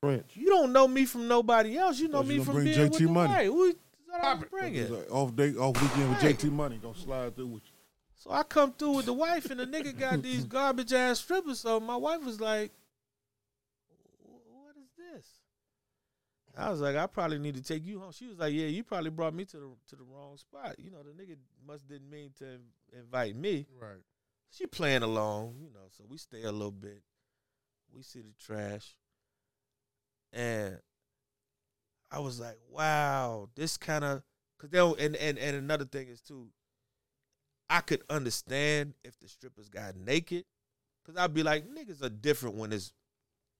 D: French.
A: You don't know me from nobody else. You know
C: Thought you
A: me
C: gonna
A: from
C: bring
A: being
C: JT
A: with the
C: money.
A: White. Who thought I was
C: It's
A: bringing?
C: like off day, off weekend with
A: Hey.
C: JT Money. Gonna slide through with you.
A: So I come through with the wife, and the nigga got these garbage ass strippers. So my wife was like, "What is this?" I was like, "I probably need to take you home." She was like, "Yeah, you probably brought me to the to the wrong spot. You know, the nigga must didn't mean to in- invite me."
E: Right.
A: She playing along, you know. So we stay a little bit. We see the trash, and I was like, "Wow, this kind of." Cause they don't, and, and and another thing is too, I could understand if the strippers got naked, cause I'd be like, niggas are different when it's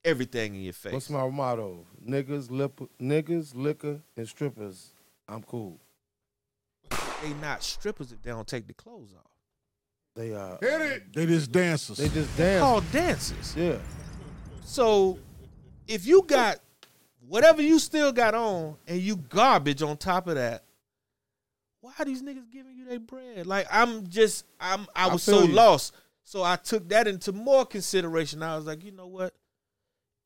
A: everything in your face.
D: What's my motto? Niggas, lip, niggas, liquor, and strippers. I'm cool.
A: they not strippers if they don't take the clothes off.
D: They are.
E: Hit it.
C: They just dancers.
D: They just dance.
A: Called dancers.
D: Yeah.
A: So if you got whatever you still got on and you garbage on top of that, why are these niggas giving you their bread? Like I'm just I'm I
D: I
A: was
D: feel
A: so
D: you.
A: lost. So I took that into more consideration. I was like, you know what?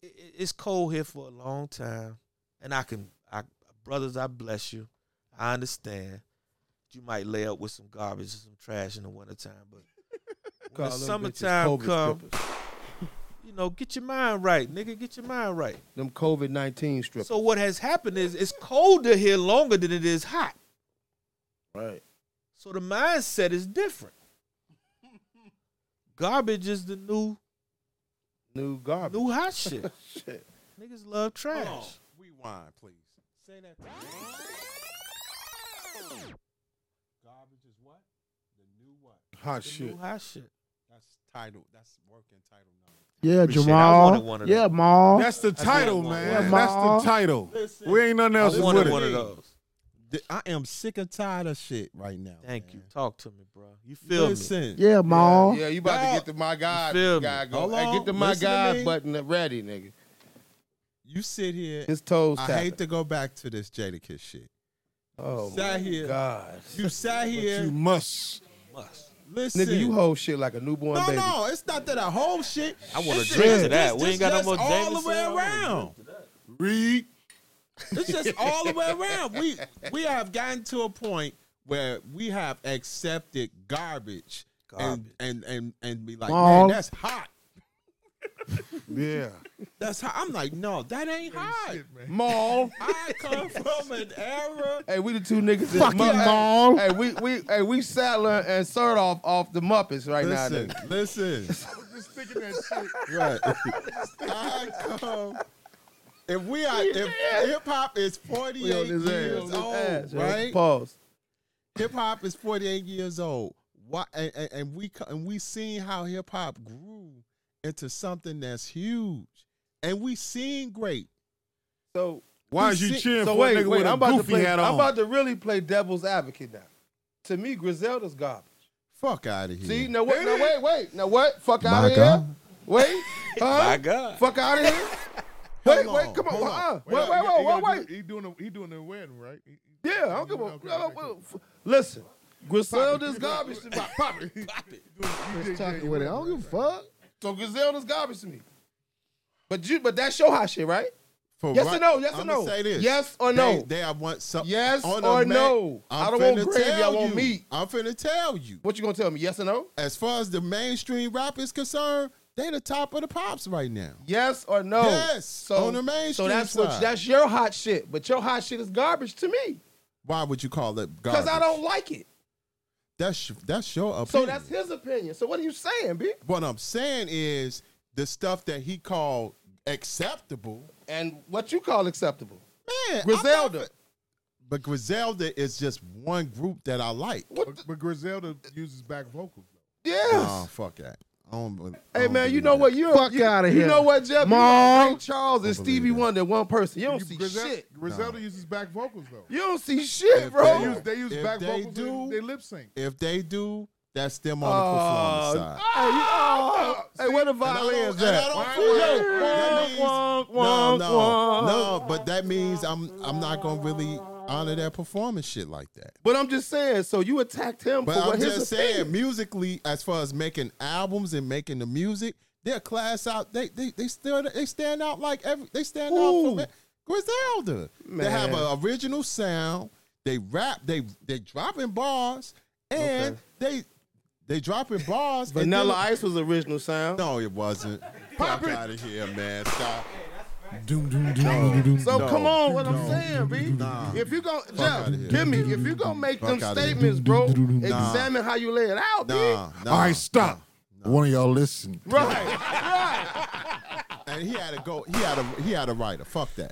A: I- I- It's cold here for a long time, and I can, I brothers, I bless you. I understand you might lay up with some garbage and some trash in the wintertime, but
D: Call
A: when the
D: them bitches
A: summertime
D: COVID
A: come,
D: strippers.
A: you know, get your mind right, nigga. Get your mind right.
D: Them COVID 19 strippers.
A: So what has happened is it's colder here longer than it is hot.
D: right.
A: So the mindset is different. Garbage is the new
D: New garbage.
A: new hot shit.
D: Shit.
A: Niggas love trash.
F: Rewind, please. Say that. Garbage is what? The new what?
C: hot
A: The
C: shit.
A: new hot shit.
F: That's title. That's working title number.
B: Yeah,
A: Appreciate it. I
B: Jamal.
A: wanted one of
B: Yeah,
A: those.
B: Maul.
C: That's the title, man.
B: Yeah,
C: That's
B: Ma.
C: the title. We ain't nothing else
A: I wanted
C: with
A: one
C: it.
A: of those.
F: Th- I am sick and tired of shit right now.
A: Thank you.
F: man.
A: Talk to me, bro. You feel me?
F: Listen.
B: yeah, Maul.
E: Yeah, you about
F: Y'all-
E: to get to my guy.
A: feel me?
E: guy go.
F: Hold
E: Hey,
F: on,
E: get to my
F: listen to
E: guy.
F: me.
D: Button up ready, nigga.
F: You sit here.
D: His toes
F: I
D: tapping.
F: hate to go back to this Jadakiss shit.
D: oh,
F: sat
D: my
F: here.
D: God.
F: You sat
C: You
F: here.
C: must.
A: Must.
F: Listen.
D: Nigga, you hold shit like a newborn
F: no,
D: baby.
F: no, it's not that I hold shit.
A: I want to
F: It's
A: drink
F: just-
A: to that.
F: it's
A: We ain't got no
F: just
A: more
F: all the
A: Jameson.
F: way
A: I wanna
F: around.
A: drink to that.
C: Read.
F: It's just all the way around. We we have gotten to a point where we have accepted garbage,
A: Garbage.
F: and and and and be like,
B: Wrong.
F: man, that's hot.
C: Yeah.
F: That's hot. I'm like, no, that ain't hot.
E: Shit, man.
D: Mall.
F: I come from an era.
D: Hey, we the two niggas. that-
B: Fucking
D: Mu- hey,
B: Maul.
D: Hey, we we hey we Sadler and Surdoff off the Muppets right
F: Listen,
D: now.
F: listen.
E: Just thinking that shit.
F: Right. I come. If we are, if hip hop is 48
D: this
F: years
D: ass.
F: old,
D: Ass,
F: right?
D: Pause.
F: hip hop is 48 years old. Why and, and, and we co- and we seen how hip hop grew into something that's huge. And we seen great.
D: So
C: Why
F: You
C: is you
F: sit-
C: cheering
D: so
C: for a
D: wait,
C: nigga
D: wait.
C: with
D: I'm
C: a
D: about to
C: goofy
D: play.
C: hat on?
D: I'm about to really play devil's advocate now. To me, Griselda's garbage.
F: Fuck out of here.
D: See, now what? Now wait, wait. Now what? Fuck out
F: My
D: of here.
F: God.
D: Wait. Huh?
A: My God.
D: Fuck out of here. Wait, wait, come on. Uh-uh. Wait, wait, wait, wait, wait.
E: He doing a, he doing a wedding, right? He- he-
D: Yeah, I don't give a.
E: Okay,
D: I don't-
E: okay, cool.
D: f- Listen, Griselda's garbage to me.
E: He's doing a DJ
B: Talking with it. I don't give a fuck.
D: So Griselda's garbage to me. But you, but that's your hot shit, right?
F: For
D: Yes
F: right-
D: or no? Yes or
F: I'ma
D: no?
F: say this.
D: Yes or
F: They-
D: no?
F: They, I want some.
D: Yes
F: on a
D: or
F: ma-
D: no?
F: I'm
D: I don't want
F: finna
D: gravy, I
F: tell
D: want
F: you.
D: meat.
F: I'm finna tell you.
D: What you gonna tell me? Yes or no?
F: As far as the mainstream rap is concerned, they the top of the pops right now.
D: Yes or no?
F: Yes,
D: So
F: on the mainstream
D: So that's
F: side.
D: that's your hot shit, but your hot shit is garbage to me
F: Why would you call it garbage?
D: because I don't like it.
F: That's that's your opinion.
D: So that's his opinion. So what are you saying, B?
F: What I'm saying is the stuff that he called acceptable.
D: And what you call acceptable?
F: Man, I'm
D: Griselda.
F: not- but Griselda is just one group that I like.
D: What? The,
E: But, but Griselda uses back vocals.
D: yes.
F: Oh, fuck that. I don't, be- I
D: Hey
F: don't
D: man, you
F: believe
D: know
F: that.
D: what? You
B: Fuck
D: you,
B: outta
D: You
B: here.
D: know what, Jeff?
B: Mom.
D: You like Ray Charles and
F: Don't believe
D: Stevie
F: that.
D: Wonder, one person. You don't
E: You-
D: see
E: Griselda,
D: shit.
E: Griselda uses back vocals though.
D: You don't see shit,
F: If
D: bro.
E: They use they use
F: If
E: back
F: they
E: vocals.
F: do-
E: and they lip sync.
F: If they do, that's them on the performance side.
D: Hey, you, oh, hey, Uh, where the violins
F: And I
D: at?
F: don't
D: Wah,
F: feel that.
D: wah,
F: That means-
D: wah,
F: No,
D: wah,
F: no,
D: wah.
F: no. But that means I'm I'm not gonna really honor their performance shit like that.
D: But I'm just saying. So you attacked him
F: But
D: for what
F: I'm
D: his
F: just
D: opinion.
F: saying, musically, as far as making albums and making the music, they're class out. They they they still they stand out like every they stand
D: Ooh.
F: out from Griselda. They have an original sound. They rap. They they dropping bars and they they dropping bars. and
D: Vanilla
F: then-
D: Ice was original sound.
F: No, it wasn't. Pop out of here, man. Stop.
D: so
F: no,
D: come on, what I'm saying, B. If you go, Jeff,
F: outta here.
D: give me. If you gonna make them
F: outta here.
D: statements, bro,
C: Nah.
D: examine how you lay it out, B.
F: Nah, nah.
C: All right, stop. One of y'all listen.
D: Right.
F: And he had to go. He had a he had a writer. Fuck that.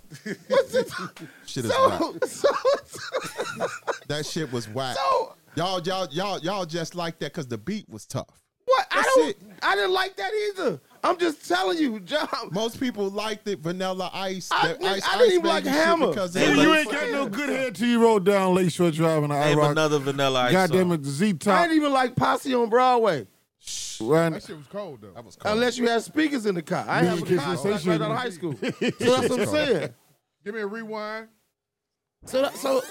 F: Shit is whack.
D: So, so,
F: That shit was whack.
D: so
F: Y'all, y'all, y'all, y'all just like that because the beat was tough.
D: What? I
F: That's
D: don't.
F: it.
D: I didn't like that either. I'm just telling you, John.
F: Most people liked it, Vanilla Ice.
D: I-
F: that
D: nigga,
F: ice,
D: I
F: Ice
D: didn't even
F: Baby
D: like
F: shit
D: Hammer.
F: Because
A: Nigga,
F: it
A: you
F: was-
A: ain't got
C: no good head till you rolled down Lakeshore Drive and I
A: Name
C: rock.
A: another Vanilla Ice song.
C: Goddamn it, Z
D: I
C: Top.
D: didn't even like Posse on Broadway
E: That shit was cold though.
F: That was cold.
D: unless you had speakers in the car. I didn't have
C: Music
D: a car
C: is
D: till I
C: sensational.
D: graduated out of high school. So that's what I'm saying.
E: Give me a rewind.
D: So, that, so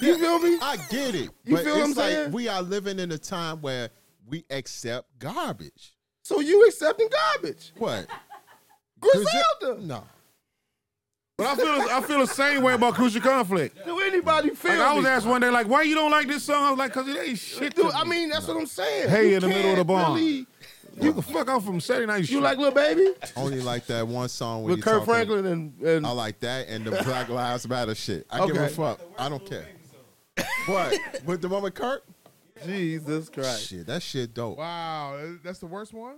D: you feel me?
F: I get it.
D: You
F: but
D: feel what
F: it's
D: I'm
F: like
D: saying?
F: we are living in a time where we accept garbage.
D: So you accepting garbage?
F: What?
D: Griselda.
F: No.
C: But I feel I feel the same way about Crucial Conflict.
D: Do anybody feel
C: Like I was
D: me?
C: asked one day, like, why you don't like this song? I was like, cause it ain't shit.
D: Dude, I mean, that's what I'm saying.
C: Hey,
D: You
C: in the middle of the
D: can't
C: barn.
D: really-
C: you can fuck out from Saturday Night.
D: you like little baby
F: Only like that one song when
D: with
F: you
D: Kurt
F: talking-
D: Franklin and, and
F: I like that and the Black Lives Matter shit. I give a
D: Okay.
F: fuck. I don't care. What? With the one with Kurt?
D: Jesus Christ.
F: Shit, that shit dope.
E: Wow, that- that's the worst one.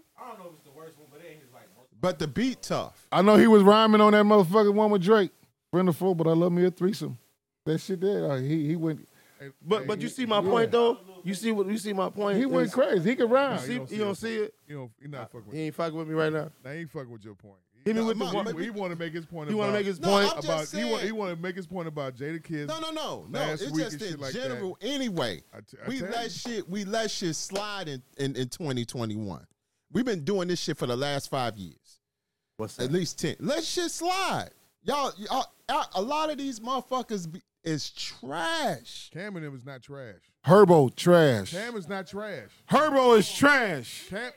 F: But the beat tough.
C: I know he was rhyming on that motherfucking one with Drake. Brenda Full, but I love me a threesome. That shit there, like, he he went
D: But but you see my point though. You see what you see my point.
C: he went
D: is-
C: crazy. He could rhyme.
D: See, you don't see it.
E: You know, you're
F: Uh,
E: not fucking with.
D: He ain't fucking with me right now.
E: They ain't fucking with your point. He,
D: Hit me with the
F: my-
D: one.
F: my-
E: he, want to make his point.
D: You
E: about,
D: want to make his
F: No,
D: point?
E: about
F: I'm just
E: he want
F: saying.
E: he want to make his point about Jada Kids.
F: No, no, no, no.
E: Last
F: It's
E: week
F: just
E: and
F: in
E: shit like that.
F: general. Anyway,
E: I t- I
F: we
E: tell you.
F: let shit we let shit slide in, in in 2021. We've been doing this shit for the last five years.
D: What's
F: At least ten. Let shit slide, y'all. y'all a- a lot of these motherfuckers be, is trash.
E: Cam and him is not trash.
C: Herbo trash.
E: Cam is not trash.
C: Herbo is trash.
E: Cam,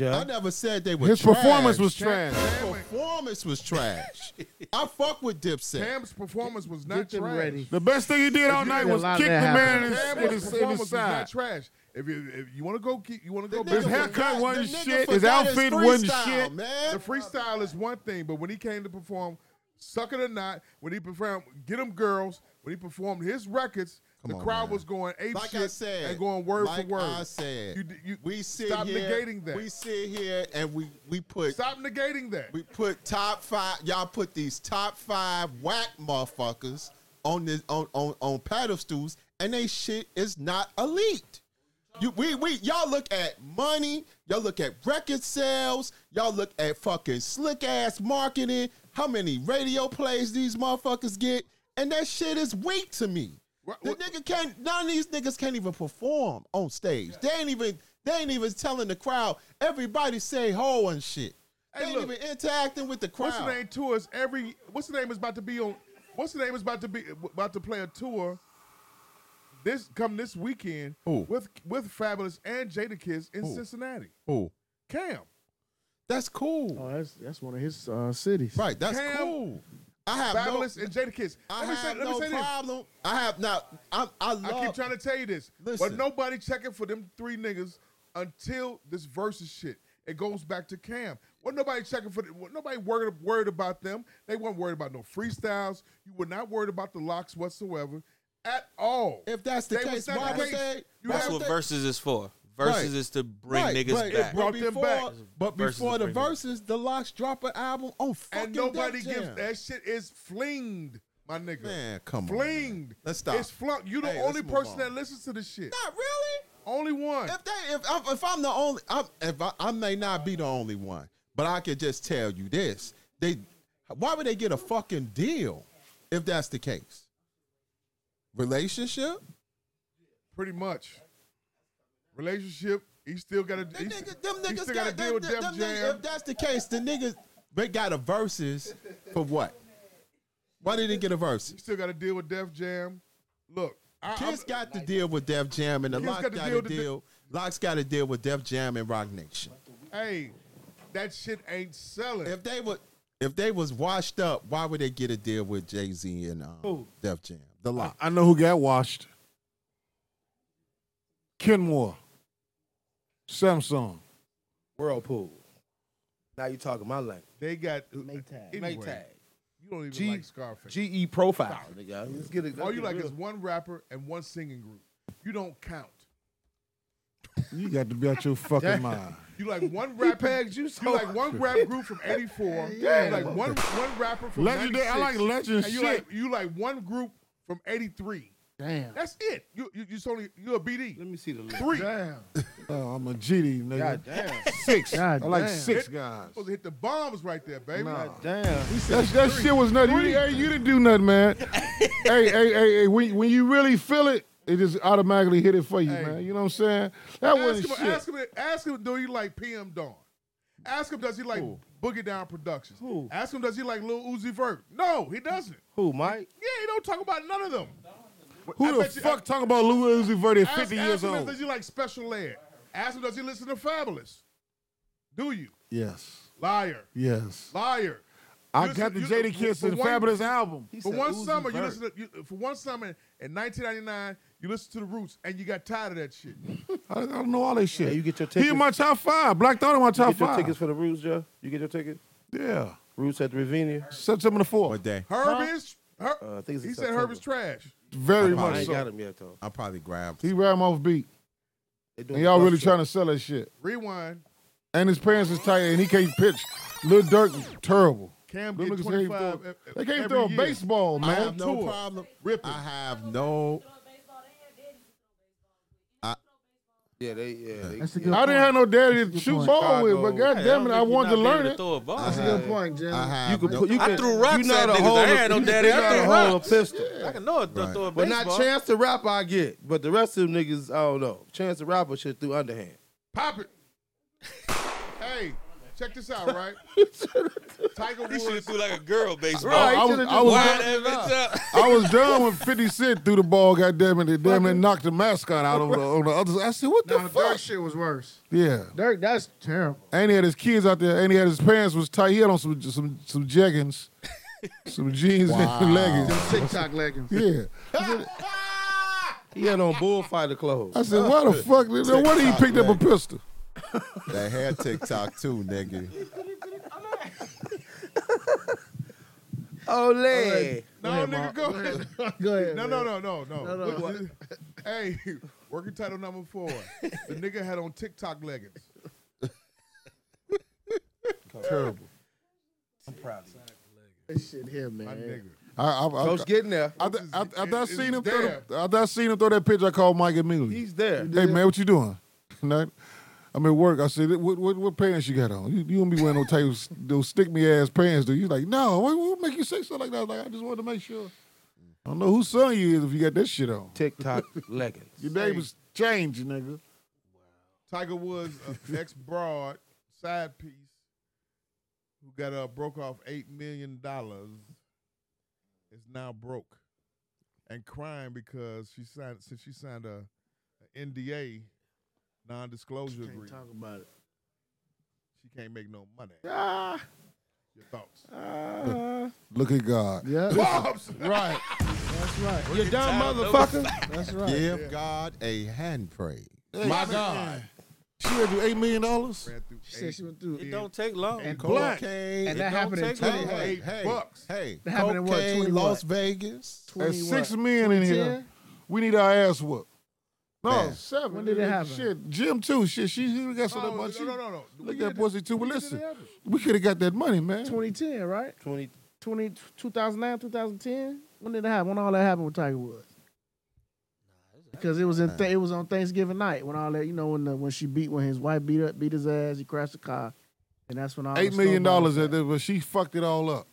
F: I never said they were.
C: His
F: trash.
C: performance was
E: Cam,
C: trash.
E: Cam,
F: performance was trash. I fuck with Dipset.
E: Cam's performance was
B: Get
E: not
B: them
E: trash.
B: ready.
C: The best thing he did all night
B: did a
C: was
B: lot of
C: kick the
B: that
C: man in
E: Cam
C: his, in
E: was
C: his, in
E: performance
C: his
E: was not
C: side.
E: trash. If you if you want to go, keep, you want to go.
F: Nigga
C: His
E: back-
C: haircut
F: forgot-
C: wasn't
F: the nigga
C: shit. His
F: forgot his
C: outfit wasn't
F: freestyle,
C: shit.
E: The
F: Man,
E: freestyle is one thing, but when he came to perform, suck it or not, when he performed Get 'em Girls, when he performed his records, the
F: on,
E: crowd
F: man.
E: was going ape
F: like
E: shit
F: I said,
E: and going word
F: like
E: for word.
F: I said,
E: You d- you-
F: we sit
E: stop
F: here,
E: negating that.
F: We sit here and we we put
E: Stop negating that.
F: we put top five. Y'all put these top five whack motherfuckers on this on on on pedestals, and they shit is not elite. You we we y'all look at money. Y'all look at record sales. Y'all look at fucking slick ass marketing. How many radio plays these motherfuckers get? And that shit is weak to me.
E: What-
F: The
E: what-
F: nigga can't. None of these niggas can't even perform on stage. They ain't even. They ain't even telling the crowd. Everybody say ho and shit. They
E: Hey,
F: ain't
E: look.
F: even interacting with the
E: what's
F: crowd.
E: the name tour is every what's the name is about to be on what's the name is about to be about to play a tour this come this weekend
F: Who?
E: with with Fabulous and Jada Kiss in Cincinnati.
F: Who?
E: Cam.
F: That's cool.
B: Oh, that's that's one of his uh, cities.
F: Right. That's
E: Cam,
F: cool. I have
E: Fabulous
F: no.
E: and Jada Kiss.
F: I
E: let me say,
F: have
E: let me
F: no
E: say this.
F: problem. I have now. I, I love.
E: I keep trying to tell you this,
F: Listen.
E: but nobody checking for them three niggas until this versus shit. It goes back to Cam. Well, nobody checking for the, well, nobody worried worried about them. They weren't worried about no freestyles. You were not worried about the locks whatsoever, at all.
F: If that's the
E: They was
F: case,
E: not
F: why would
E: engaged.
F: they?
E: You
F: why
A: That's
E: have to-
F: would
E: Right.
F: they-
A: what verses is for. Verses
F: Right.
A: is to bring
F: Right,
A: niggas
F: right.
A: back.
F: It brought
E: But
F: them
E: before-
F: back. But
A: Versus
F: before the
A: bring them back.
F: verses, the Locks drop an album on fucking
E: and nobody
F: Def
E: gives
F: Jam.
E: that shit is flinged, my nigga.
F: Man, come on,
E: flinged.
F: man. Let's stop.
E: It's flung. You the
F: Hey, let's
E: only
F: move
E: person
F: on.
E: that listens to this shit.
F: Not really.
E: Only one.
F: If they, if I'm, if I'm the only, I'm, if I, I may not be the only one, but I can just tell you this: they, why would they get a fucking deal if that's the case? Relationship?
E: Pretty much. Relationship. He still got to.
F: Them nigga- them
E: he
F: niggas
E: still
F: got
E: got to deal with
F: them-
E: Def
F: them niggas-
E: Jam.
F: If that's the case, the niggas they got a verses for what? Why did they get a verse?
E: He still got to deal with Def Jam. Look, I, I'm-
F: Kiss got to deal with Def Jam, and the
E: Kiss
F: Lock
E: got to
F: got
E: deal
F: to
E: with the-
F: deal. Locks got to deal with Def Jam and Rock Nation.
E: hey, that shit ain't selling.
F: If they were, if they was washed up, why would they get a deal with Jay Z and um, Def Jam? The Lock.
C: I know who got washed. Kenmore. Samsung.
D: Whirlpool. Now you talking my language.
E: they got
B: Maytag.
E: Anyway,
D: Maytag.
E: You don't even
D: G-
E: like Scarface.
D: GE profile. Nigga. Let's get it.
E: All
D: let's
E: Oh, you
D: get
E: like
D: real.
E: is one rapper and one singing group. You don't count.
C: You got to be out your fucking mind.
E: You like one rap
D: pegged you so
E: You like one rap group from '84. You like one one rapper from
C: Legendary. I like
E: 96, And
C: legend shit.
E: you like you like one group from '83.
B: Damn.
E: That's it. You you you only you're a BD.
D: Let me see the list.
E: Three. You're
B: Damn.
C: Oh, I'm a GD, nigga.
D: God damn.
C: Six.
B: God
C: I like
B: damn.
C: six guys.
E: supposed to hit the bombs right there, baby.
C: Nah.
E: Like,
D: Damn.
C: That, that shit was nothing. You, hey, you didn't do nothing, man. hey, hey, hey, hey, when, when you really feel it, it just automatically hit it for you,
E: Hey.
C: man. You know what I'm saying? That
E: ask,
C: wasn't
E: him,
C: shit.
E: ask him. Ask him. Do he like PM Dawn? Ask him. Does he like Boogie Down Productions?
D: Who?
E: Ask him. Does he like Lil Uzi Vert? No, he doesn't.
D: Who, Mike?
E: Yeah, he don't talk about none of them.
C: Who
E: I
C: the
E: bet you-
C: fuck talking about Louis Uzi Vert at
E: Ask-
C: 50
E: ask
C: years
E: him if
C: old?
E: Does he like Special Ed? Ask him. Does he listen to Fabulous? Do you?
C: Yes,
E: Liar.
C: yes.
E: Liar.
C: I
E: You
C: got the
E: said-
C: Jada
E: you-
C: Kiss
E: for
C: and
E: one-
C: Fabulous album.
D: He
E: For
D: said
E: one
D: Uzi
E: summer, you
D: Vert.
E: listen to you, for one summer in 1999, you listened to the Roots and you got tired of that shit.
C: I, I don't know all that shit.
D: Yeah, you get your
C: He
D: tickets.
C: in my top five. Black Thought in my
D: You
C: top
D: get your
C: five.
D: tickets for the Roots, Joe? You get your ticket?
C: Yeah,
D: Roots at the Ravinia?
C: September the
F: What
C: fourth.
F: day?
E: Herb is her,
D: Uh, I think it's in
E: he said Herb
D: September.
E: is trash.
C: Very
F: I'm
D: I
C: much
D: ain't got
C: so.
D: him yet, though.
F: I'll probably grab.
C: He ran him off beat,
D: They doing
C: and y'all
D: the
C: really
D: bus show.
C: trying to sell that shit.
E: Rewind.
C: And his parents is tight, and he can't pitch. Lil Durk, terrible.
E: Cam
C: Them
E: get
C: niggas can't throw-
E: 25 e-
C: They can't
E: every
C: throw a
E: year.
C: baseball,
F: I
C: man.
F: have no
E: tour.
F: problem.
E: Rip it.
F: I have no.
D: Yeah, they, yeah. They,
B: That's a
D: yeah.
B: good-
C: I didn't have no daddy to shoot ball with, but
D: Chicago.
C: god damn it, I wanted to learn it.
A: Throw a ball.
F: I
B: That's a
F: have,
B: good point, Jim.
F: I
D: You
F: have
D: could
F: no-
D: put, you
A: I
D: could,
A: threw rocks
D: you not
A: at
D: a
A: niggas. I
D: hold
A: had
D: a-
A: no
D: you
A: daddy. I
D: not
A: threw
D: a hold a
A: rocks.
D: pistol.
A: I can know it. Throw,
F: Right.
A: throw a
D: But
A: baseball.
D: not Chance the Rapper, I get. But the rest of them niggas, I don't know. Chance the Rapper should threw underhand.
E: Pop it. hey, check this out, right? Tiger
A: He should have
E: Woods.
A: threw like a girl baseball.
C: I, I was, I, was,
A: Wide
C: done,
A: that bitch up.
C: I was done when 50 Cent threw the ball, god damn it, they damn it knocked the mascot out on the, on the other side. I said, what the
B: Nah,
C: fuck?
B: Dirk shit was worse.
C: Yeah.
B: Dirk, that's terrible.
C: And he had his kids out there, and he had his pants was tight. He had on some some some jeggings, some jeans and leggings.
B: TikTok leggings.
C: Yeah.
D: He had on bullfighter clothes.
C: I said, why the fuck? No wonder he picked up a pistol.
F: They had TikTok too, nigga.
D: Ole.
E: No, nigga, go ahead.
B: Go ahead.
E: No, no, no, no, no.
B: No, no.
E: Look, Hey, working title number four. The nigga had on TikTok leggings.
C: Terrible.
B: This shit here, man.
E: My nigga.
C: I, I, I,
D: Coach getting there.
C: after, after, after I
E: It's
C: seen him
E: there.
C: throw the, after I seen him throw that pitch, I called Mike immediately.
D: He's there.
C: hey man, what you doing? Nothing. I'm at work. I said, what, what, what pants you got on? You, you don't be wearing no type of those stick me ass pants, do you? He's like, no, what, what make you say something like that? I was like, I just wanted to make sure. I don't know whose son you is if you got that shit on.
D: TikTok leggings.
C: Your name is changed, nigga.
E: Tiger Woods, uh, ex broad, side piece, who got uh, broke off eight million dollars, is now broke, and crying because she signed since she signed a, a NDA, non-disclosure
B: Can't
E: agreement.
B: talk about it.
E: She can't make no money.
B: Ah,
E: Your thoughts,
B: ah.
C: Look at God.
B: yeah,
E: Bobs. right?
B: that's right.
D: You dumb motherfucker.
B: That's right.
F: Give God a hand praise.
C: My God. She had you eight million dollars.
E: Ran through
B: She
E: eight,
B: said she went through.
A: It don't take long.
E: And
B: Black.
F: Cocaine.
A: it
B: And that
A: don't
B: happened in
A: take
F: hey,
B: 20,
E: long.
F: hey,
E: Eight
F: hey,
E: bucks.
F: hey.
B: That happened in what,
F: Cocaine,
B: 21?
F: Las Vegas.
B: 20
C: There's
B: what?
C: six men in here.
B: 2010?
C: We need our ass whooped. No,
F: Bad.
C: seven.
B: When did it happen?
C: Shit, Jim too. Shit, she, she got some
E: No,
C: of that money. She-
E: Oh, no, no, no, no.
C: Look at that pussy too. But
E: when did
C: listen,
E: it happen?
C: we could have got that money, man.
B: 2010, right?
D: 20,
B: 20, 2009, 2010. When did it happen? When all that happened with Tiger Woods? Because it was in th- it was on Thanksgiving night when all that you know when the, when she beat when his wife beat up beat his ass he crashed the car, and that's when all
C: Eight
B: the
C: million
B: snowballs-
C: dollars at that, but she fucked it all up.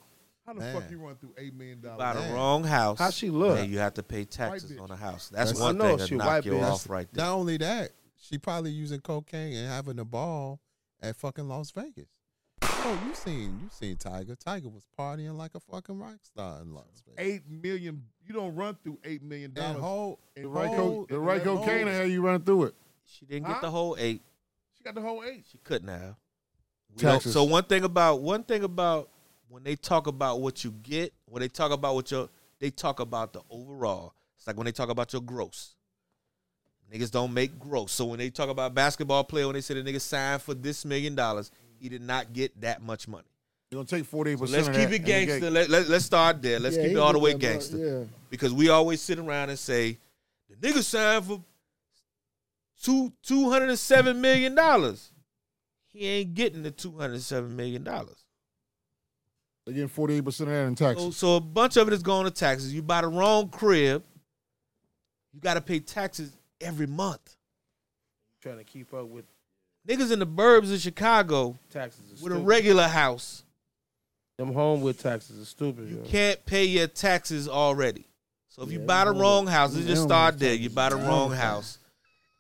E: How the
F: Man.
E: fuck you run through eight million
A: Buy
E: dollars?
A: the
F: Man.
A: wrong house.
D: How she look?
A: And you have to pay taxes
E: White bitch.
A: on the house. That's,
F: That's-
A: one
D: I know
A: thing
D: she
A: to knock
D: white
A: you
D: bitch.
A: off right there.
F: Not only that, she probably using cocaine and having a ball at fucking Las Vegas. Oh, you seen you seen Tiger? Tiger was partying like a fucking rock star in Las Vegas.
E: Eight million. You don't run through eight million
F: And
E: dollars.
F: whole,
E: And
C: Right,
E: whole-
C: co- the right
E: and
C: cocaine
E: whole-
C: how you run through it.
A: She didn't
E: Huh?
A: get the whole eight.
E: She got the whole eight.
A: She couldn't have. We don't-
C: Taxes.
A: So one thing about one thing about when they talk about what you get, when they talk about what your they talk about the overall. It's like when they talk about your gross. Niggas don't make gross. So when they talk about basketball player, when they say the nigga signed for this million dollars, he did not get that much money.
C: You're gonna take forty eight percent.
A: Let's keep it gangster. Let, let, us start there. Let's
B: Yeah,
A: keep
B: he
A: it all the
B: did
A: way
B: that, bro.
A: gangster.
B: Yeah.
A: Because we always sit around and say, the nigga signed for two two hundred and seven million dollars. He ain't getting the two hundred and seven million dollars.
C: They're getting forty eight percent of that in
A: So,
C: taxes.
A: so a bunch of it is going to taxes. You buy the wrong crib. You got to pay taxes every month.
D: Trying to keep up with
A: Niggas in the burbs in Chicago
D: taxes. is
A: with a
D: stupid.
A: regular house
D: Them home with taxes is stupid.
A: You
D: yo.
A: can't pay your taxes already. So if you
D: Yeah,
A: buy the
D: they don't
A: wrong
D: want-
A: house,
D: they
A: let's just
D: don't
A: start
D: want
A: there. You buy the
C: taxes.
A: wrong house,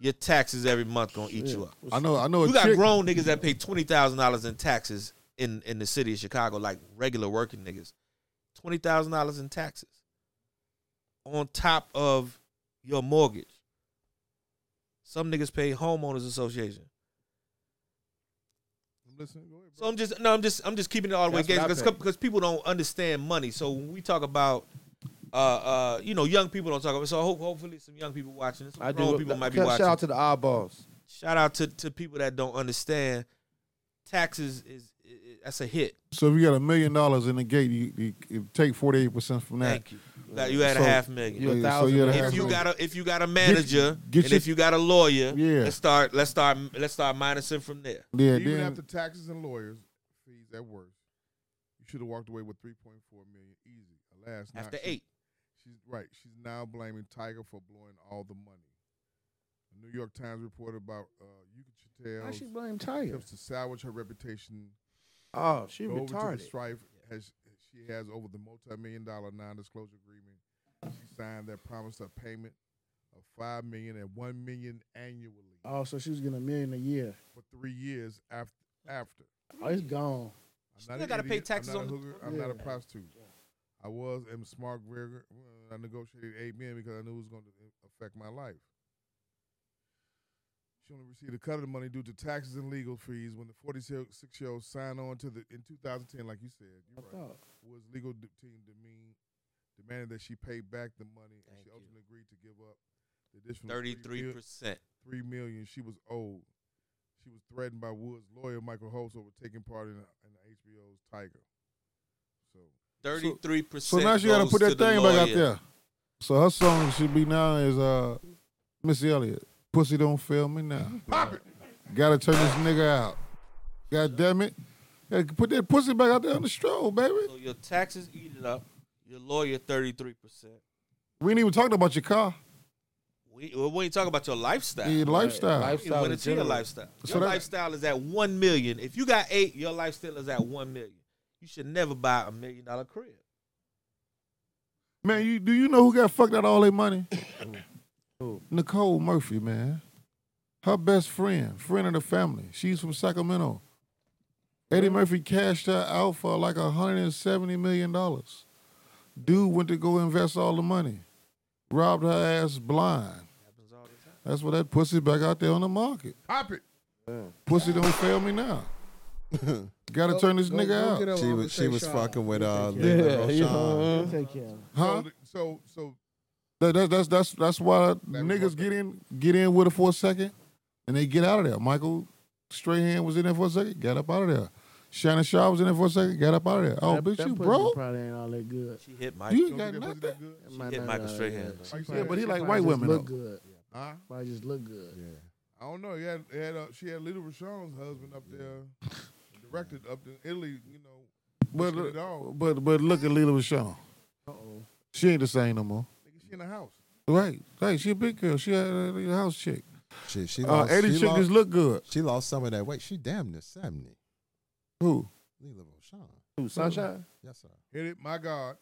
A: your taxes every month gonna eat you up.
C: I know, I know.
A: You
C: a
A: got
C: chick,
A: grown niggas that pay twenty thousand dollars in taxes in in the city of Chicago, like regular working niggas. Twenty thousand dollars in taxes on top of your mortgage. Some niggas pay homeowners association.
E: I'm listening. Go ahead,
A: So I'm just no, I'm just I'm just keeping it all the way
D: That's what I
A: because
D: think.
A: because people don't understand money. So when we talk about uh uh you know young people don't talk about. So hope, hopefully some young people watching this, some
D: I
A: grown
D: do.
A: people might be
D: shout
A: watching.
D: out to the eyeballs.
A: shout out to, to people that don't understand taxes is, i i- that's a hit.
C: so if you got a million dollars in the gate, you, you, you take forty eight percent from that.
A: Thank you. You got- You had
C: So,
A: a half million.
D: You a
C: Yeah, so
D: thousand.
C: you gotta
D: man.
C: have
A: if you
C: some-
A: got a if you got a manager
C: get
A: and
C: your-
A: if you got a lawyer,
C: Yeah.
A: let's start let's start let's start minusing from there.
C: Yeah,
E: Even
C: then
E: after taxes and lawyers fees at worst, you should have walked away with 3.4 million easy. Alas, not
A: After
E: she-
A: eight,
E: she's right. She's now blaming Tiger for blowing all the money. The New York Times reported about uh, Yuka
B: I should
E: Chitel's
B: blame Tiger.
E: attempts to salvage her reputation
D: Oh, she
E: go over to the
D: retarded.
E: strife has she has over the multi-million dollar non-disclosure agreement she signed that promised her payment of five million and one million annually
B: Oh, so she was getting a million a year.
E: for three years after. After
B: Oh, it's gone.
E: I'm
A: Still
E: not an
A: gotta pay
E: idiot,
A: taxes on
E: I'm not a
A: the-
E: hooker. I'm not a
B: Yeah.
E: prostitute. I was am smart rigor. I negotiated eight million because I knew it was going to affect my life. She only received a cut of the money due to taxes and legal fees when the 46-year-old signed on to the in 2010, like you said. You're right.
B: Oh,
E: was legal d- team demean, demanded that she pay back the money, and she ultimately agreed to give up the additional
A: thirty
E: three
A: three
E: mil-
A: percent.
E: three million she was owed. She was threatened by Woods' lawyer Michael Holtz over taking part in, in HBO's Tiger. So
A: Thirty three
C: so
A: percent.
C: now she got to put that thing back out there. So her song should be now is uh Missy Elliott. Pussy don't fail me now.
E: pop it.
C: Gotta turn this nigga out. God damn it. Hey, put that pussy back out there on the stroll, baby.
A: So your taxes eat it up. Your lawyer thirty three percent.
C: We ain't even talking about your car,
A: We well, we ain't talking about your lifestyle.
C: your lifestyle.
A: You went
D: in
A: into your
D: general.
A: lifestyle.
C: So
A: your
C: that-
A: lifestyle is at one million. If you got eight, your lifestyle is at one million. You should never buy a million dollar crib.
C: Man, you do you know who got fucked out all their money? Nicole Murphy, man. Her best friend, friend of the family. She's from Sacramento. Eddie Murphy cashed her out for like $170 million. Dude went to go invest all the money. Robbed her ass blind.
A: Happens all the time.
C: That's why that pussy back out there on the market.
E: Pop it.
C: Pussy don't fail me now. Gotta
B: Go-
C: turn this
B: go-
C: nigga
B: go
C: out.
B: get her
F: She
B: one
F: was
B: with
F: she
B: Tay
F: was
B: Shaw.
F: fucking with uh
B: Take care.
F: Linda Roshan.
B: We'll take care. of her.
C: Huh?
E: So, so so
C: That, that, that's that's that's why
E: That was
C: niggas
E: one
C: get in get in with her for a second, and they get out of there. Michael Strahan was in there for a second, got up out of there. Shannon Shaw was in there for a second, got up out of there. Oh,
B: That-
C: bitch,
B: that
C: you
B: pussy
C: broke?
B: Probably ain't all that good.
A: She hit Mike.
E: don't
C: You ain't got
E: think that pussy
C: nothing.
E: that good.
B: It might
A: hit
B: not
A: Michael
B: all that
A: Strahan.
B: good.
E: Like you
C: Yeah,
E: said,
C: but he
E: she-
C: like
B: Probably
C: white
B: just
C: women
B: Look
C: though.
B: good.
E: Huh?
B: Probably just look good.
E: I don't know. He had, he had uh, she had Little Rashawn's husband up there, directed up in Italy. You know,
C: But
E: Look at it all.
C: but but look at Lila Rashawn.
B: Uh-oh.
C: She ain't the same no more.
E: nigga, she in the house.
C: Right, right. She a big girl. She a a house chick.
F: She she
C: Uh,
F: lost,
C: Eddie
F: she,
C: chick just
F: lost,
C: look good.
F: she lost some of that weight. She damn near seventy.
C: Who?
F: Lila Roshan.
D: Who,
C: Sunshine.
F: Yes sir.
E: Hit it, my God.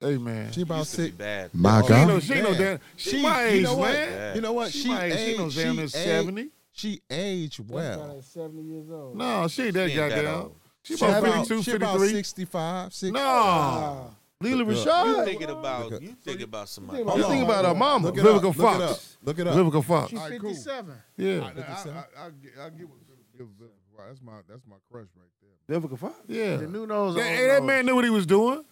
C: Hey man.
F: She about
A: Used to be
F: six.
A: bad.
F: My
C: She ain't
F: God.
C: no, she ain't no damn. She,
F: She-
C: my
F: you
C: age,
F: know what?
C: man.
F: You know what?
C: She,
F: She
C: my age. She
F: aged.
C: no
F: She,
C: damn near
F: aged-
C: seventy.
F: she aged
B: That's
F: well.
B: probably at 70 years old.
C: No, she ain't that
A: She ain't that
C: goddamn.
A: old.
C: She
F: She
C: about
F: about,
C: 52,
F: she about
C: 53.
F: 65, 60.
C: No. Lila
F: Look up.
A: You
C: Rashad?
A: thinking
F: Look
A: about
F: at-
A: you thinking about somebody.
B: think about
F: Hold
C: You think
F: on.
C: about her mama,
F: Look it
C: Vivica
F: up. Look it up.
C: Fox.
F: Look it up.
C: Vivica Fox.
B: She's
E: All right, cool.
B: 57.
C: Yeah.
E: I, I,
F: 57?
E: I, I, get- I get what give, give, wow, that's my that's my crush right there.
D: Vivica Fox.
C: Yeah.
B: The new nose.
C: That, hey, that man knew what he was doing.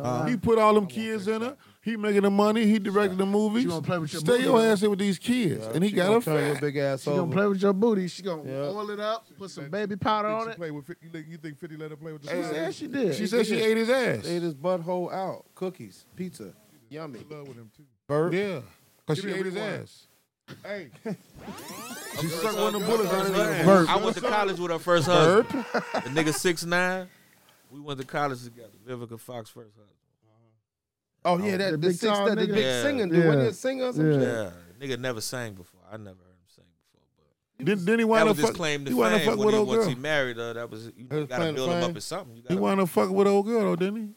F: Uh,
C: He put all them kids in her. He making the money. He directed the movies.
B: She gonna play with your
C: Stay
B: booty,
C: your
B: though.
C: ass in with these kids. and he
D: She
C: got
D: gonna
C: her
D: turn your
C: fat.
D: big ass
B: She gonna
D: over.
B: play with your booty. She gonna
D: Yeah.
B: oil it up, put some baby powder
E: Think
B: on
E: she
B: it.
E: play with 50, you think- you think Fifty let her play with the
B: She
E: swag?
B: said she did.
C: She said she ate his ass.
D: Ate his butthole out. Cookies, pizza, yummy.
E: She in love with him too.
D: Bird.
C: Yeah. Because
E: Give
C: she
E: me
C: ate his
E: everyone.
C: ass.
E: Hey,
C: She sucked one of the bullets out of his ass.
A: Verb. I went to college with her first husband. The nigga six nine. We went to college together. Vivica Fox first husband.
D: Oh yeah, that
B: The
D: the,
B: big
D: six,
B: tall
D: that the
B: nigga?
D: big
A: Yeah.
D: singer, dude. Wasn't
B: Yeah.
D: he a singer or some
B: Yeah.
D: shit?
A: Yeah, nigga never sang before. I never heard him sing before. But
C: Then, then he
A: that
C: wound up
A: was his
C: fuck,
A: claim to
C: he wound up
A: fame
C: fuck with
A: when he,
C: old
A: once he
C: girl.
A: married her. That was you,
D: That was
A: gotta
D: claim to
A: build him
D: fame.
A: up as something. You
C: He
A: gotta,
C: wound up fucking with old girl though, didn't he?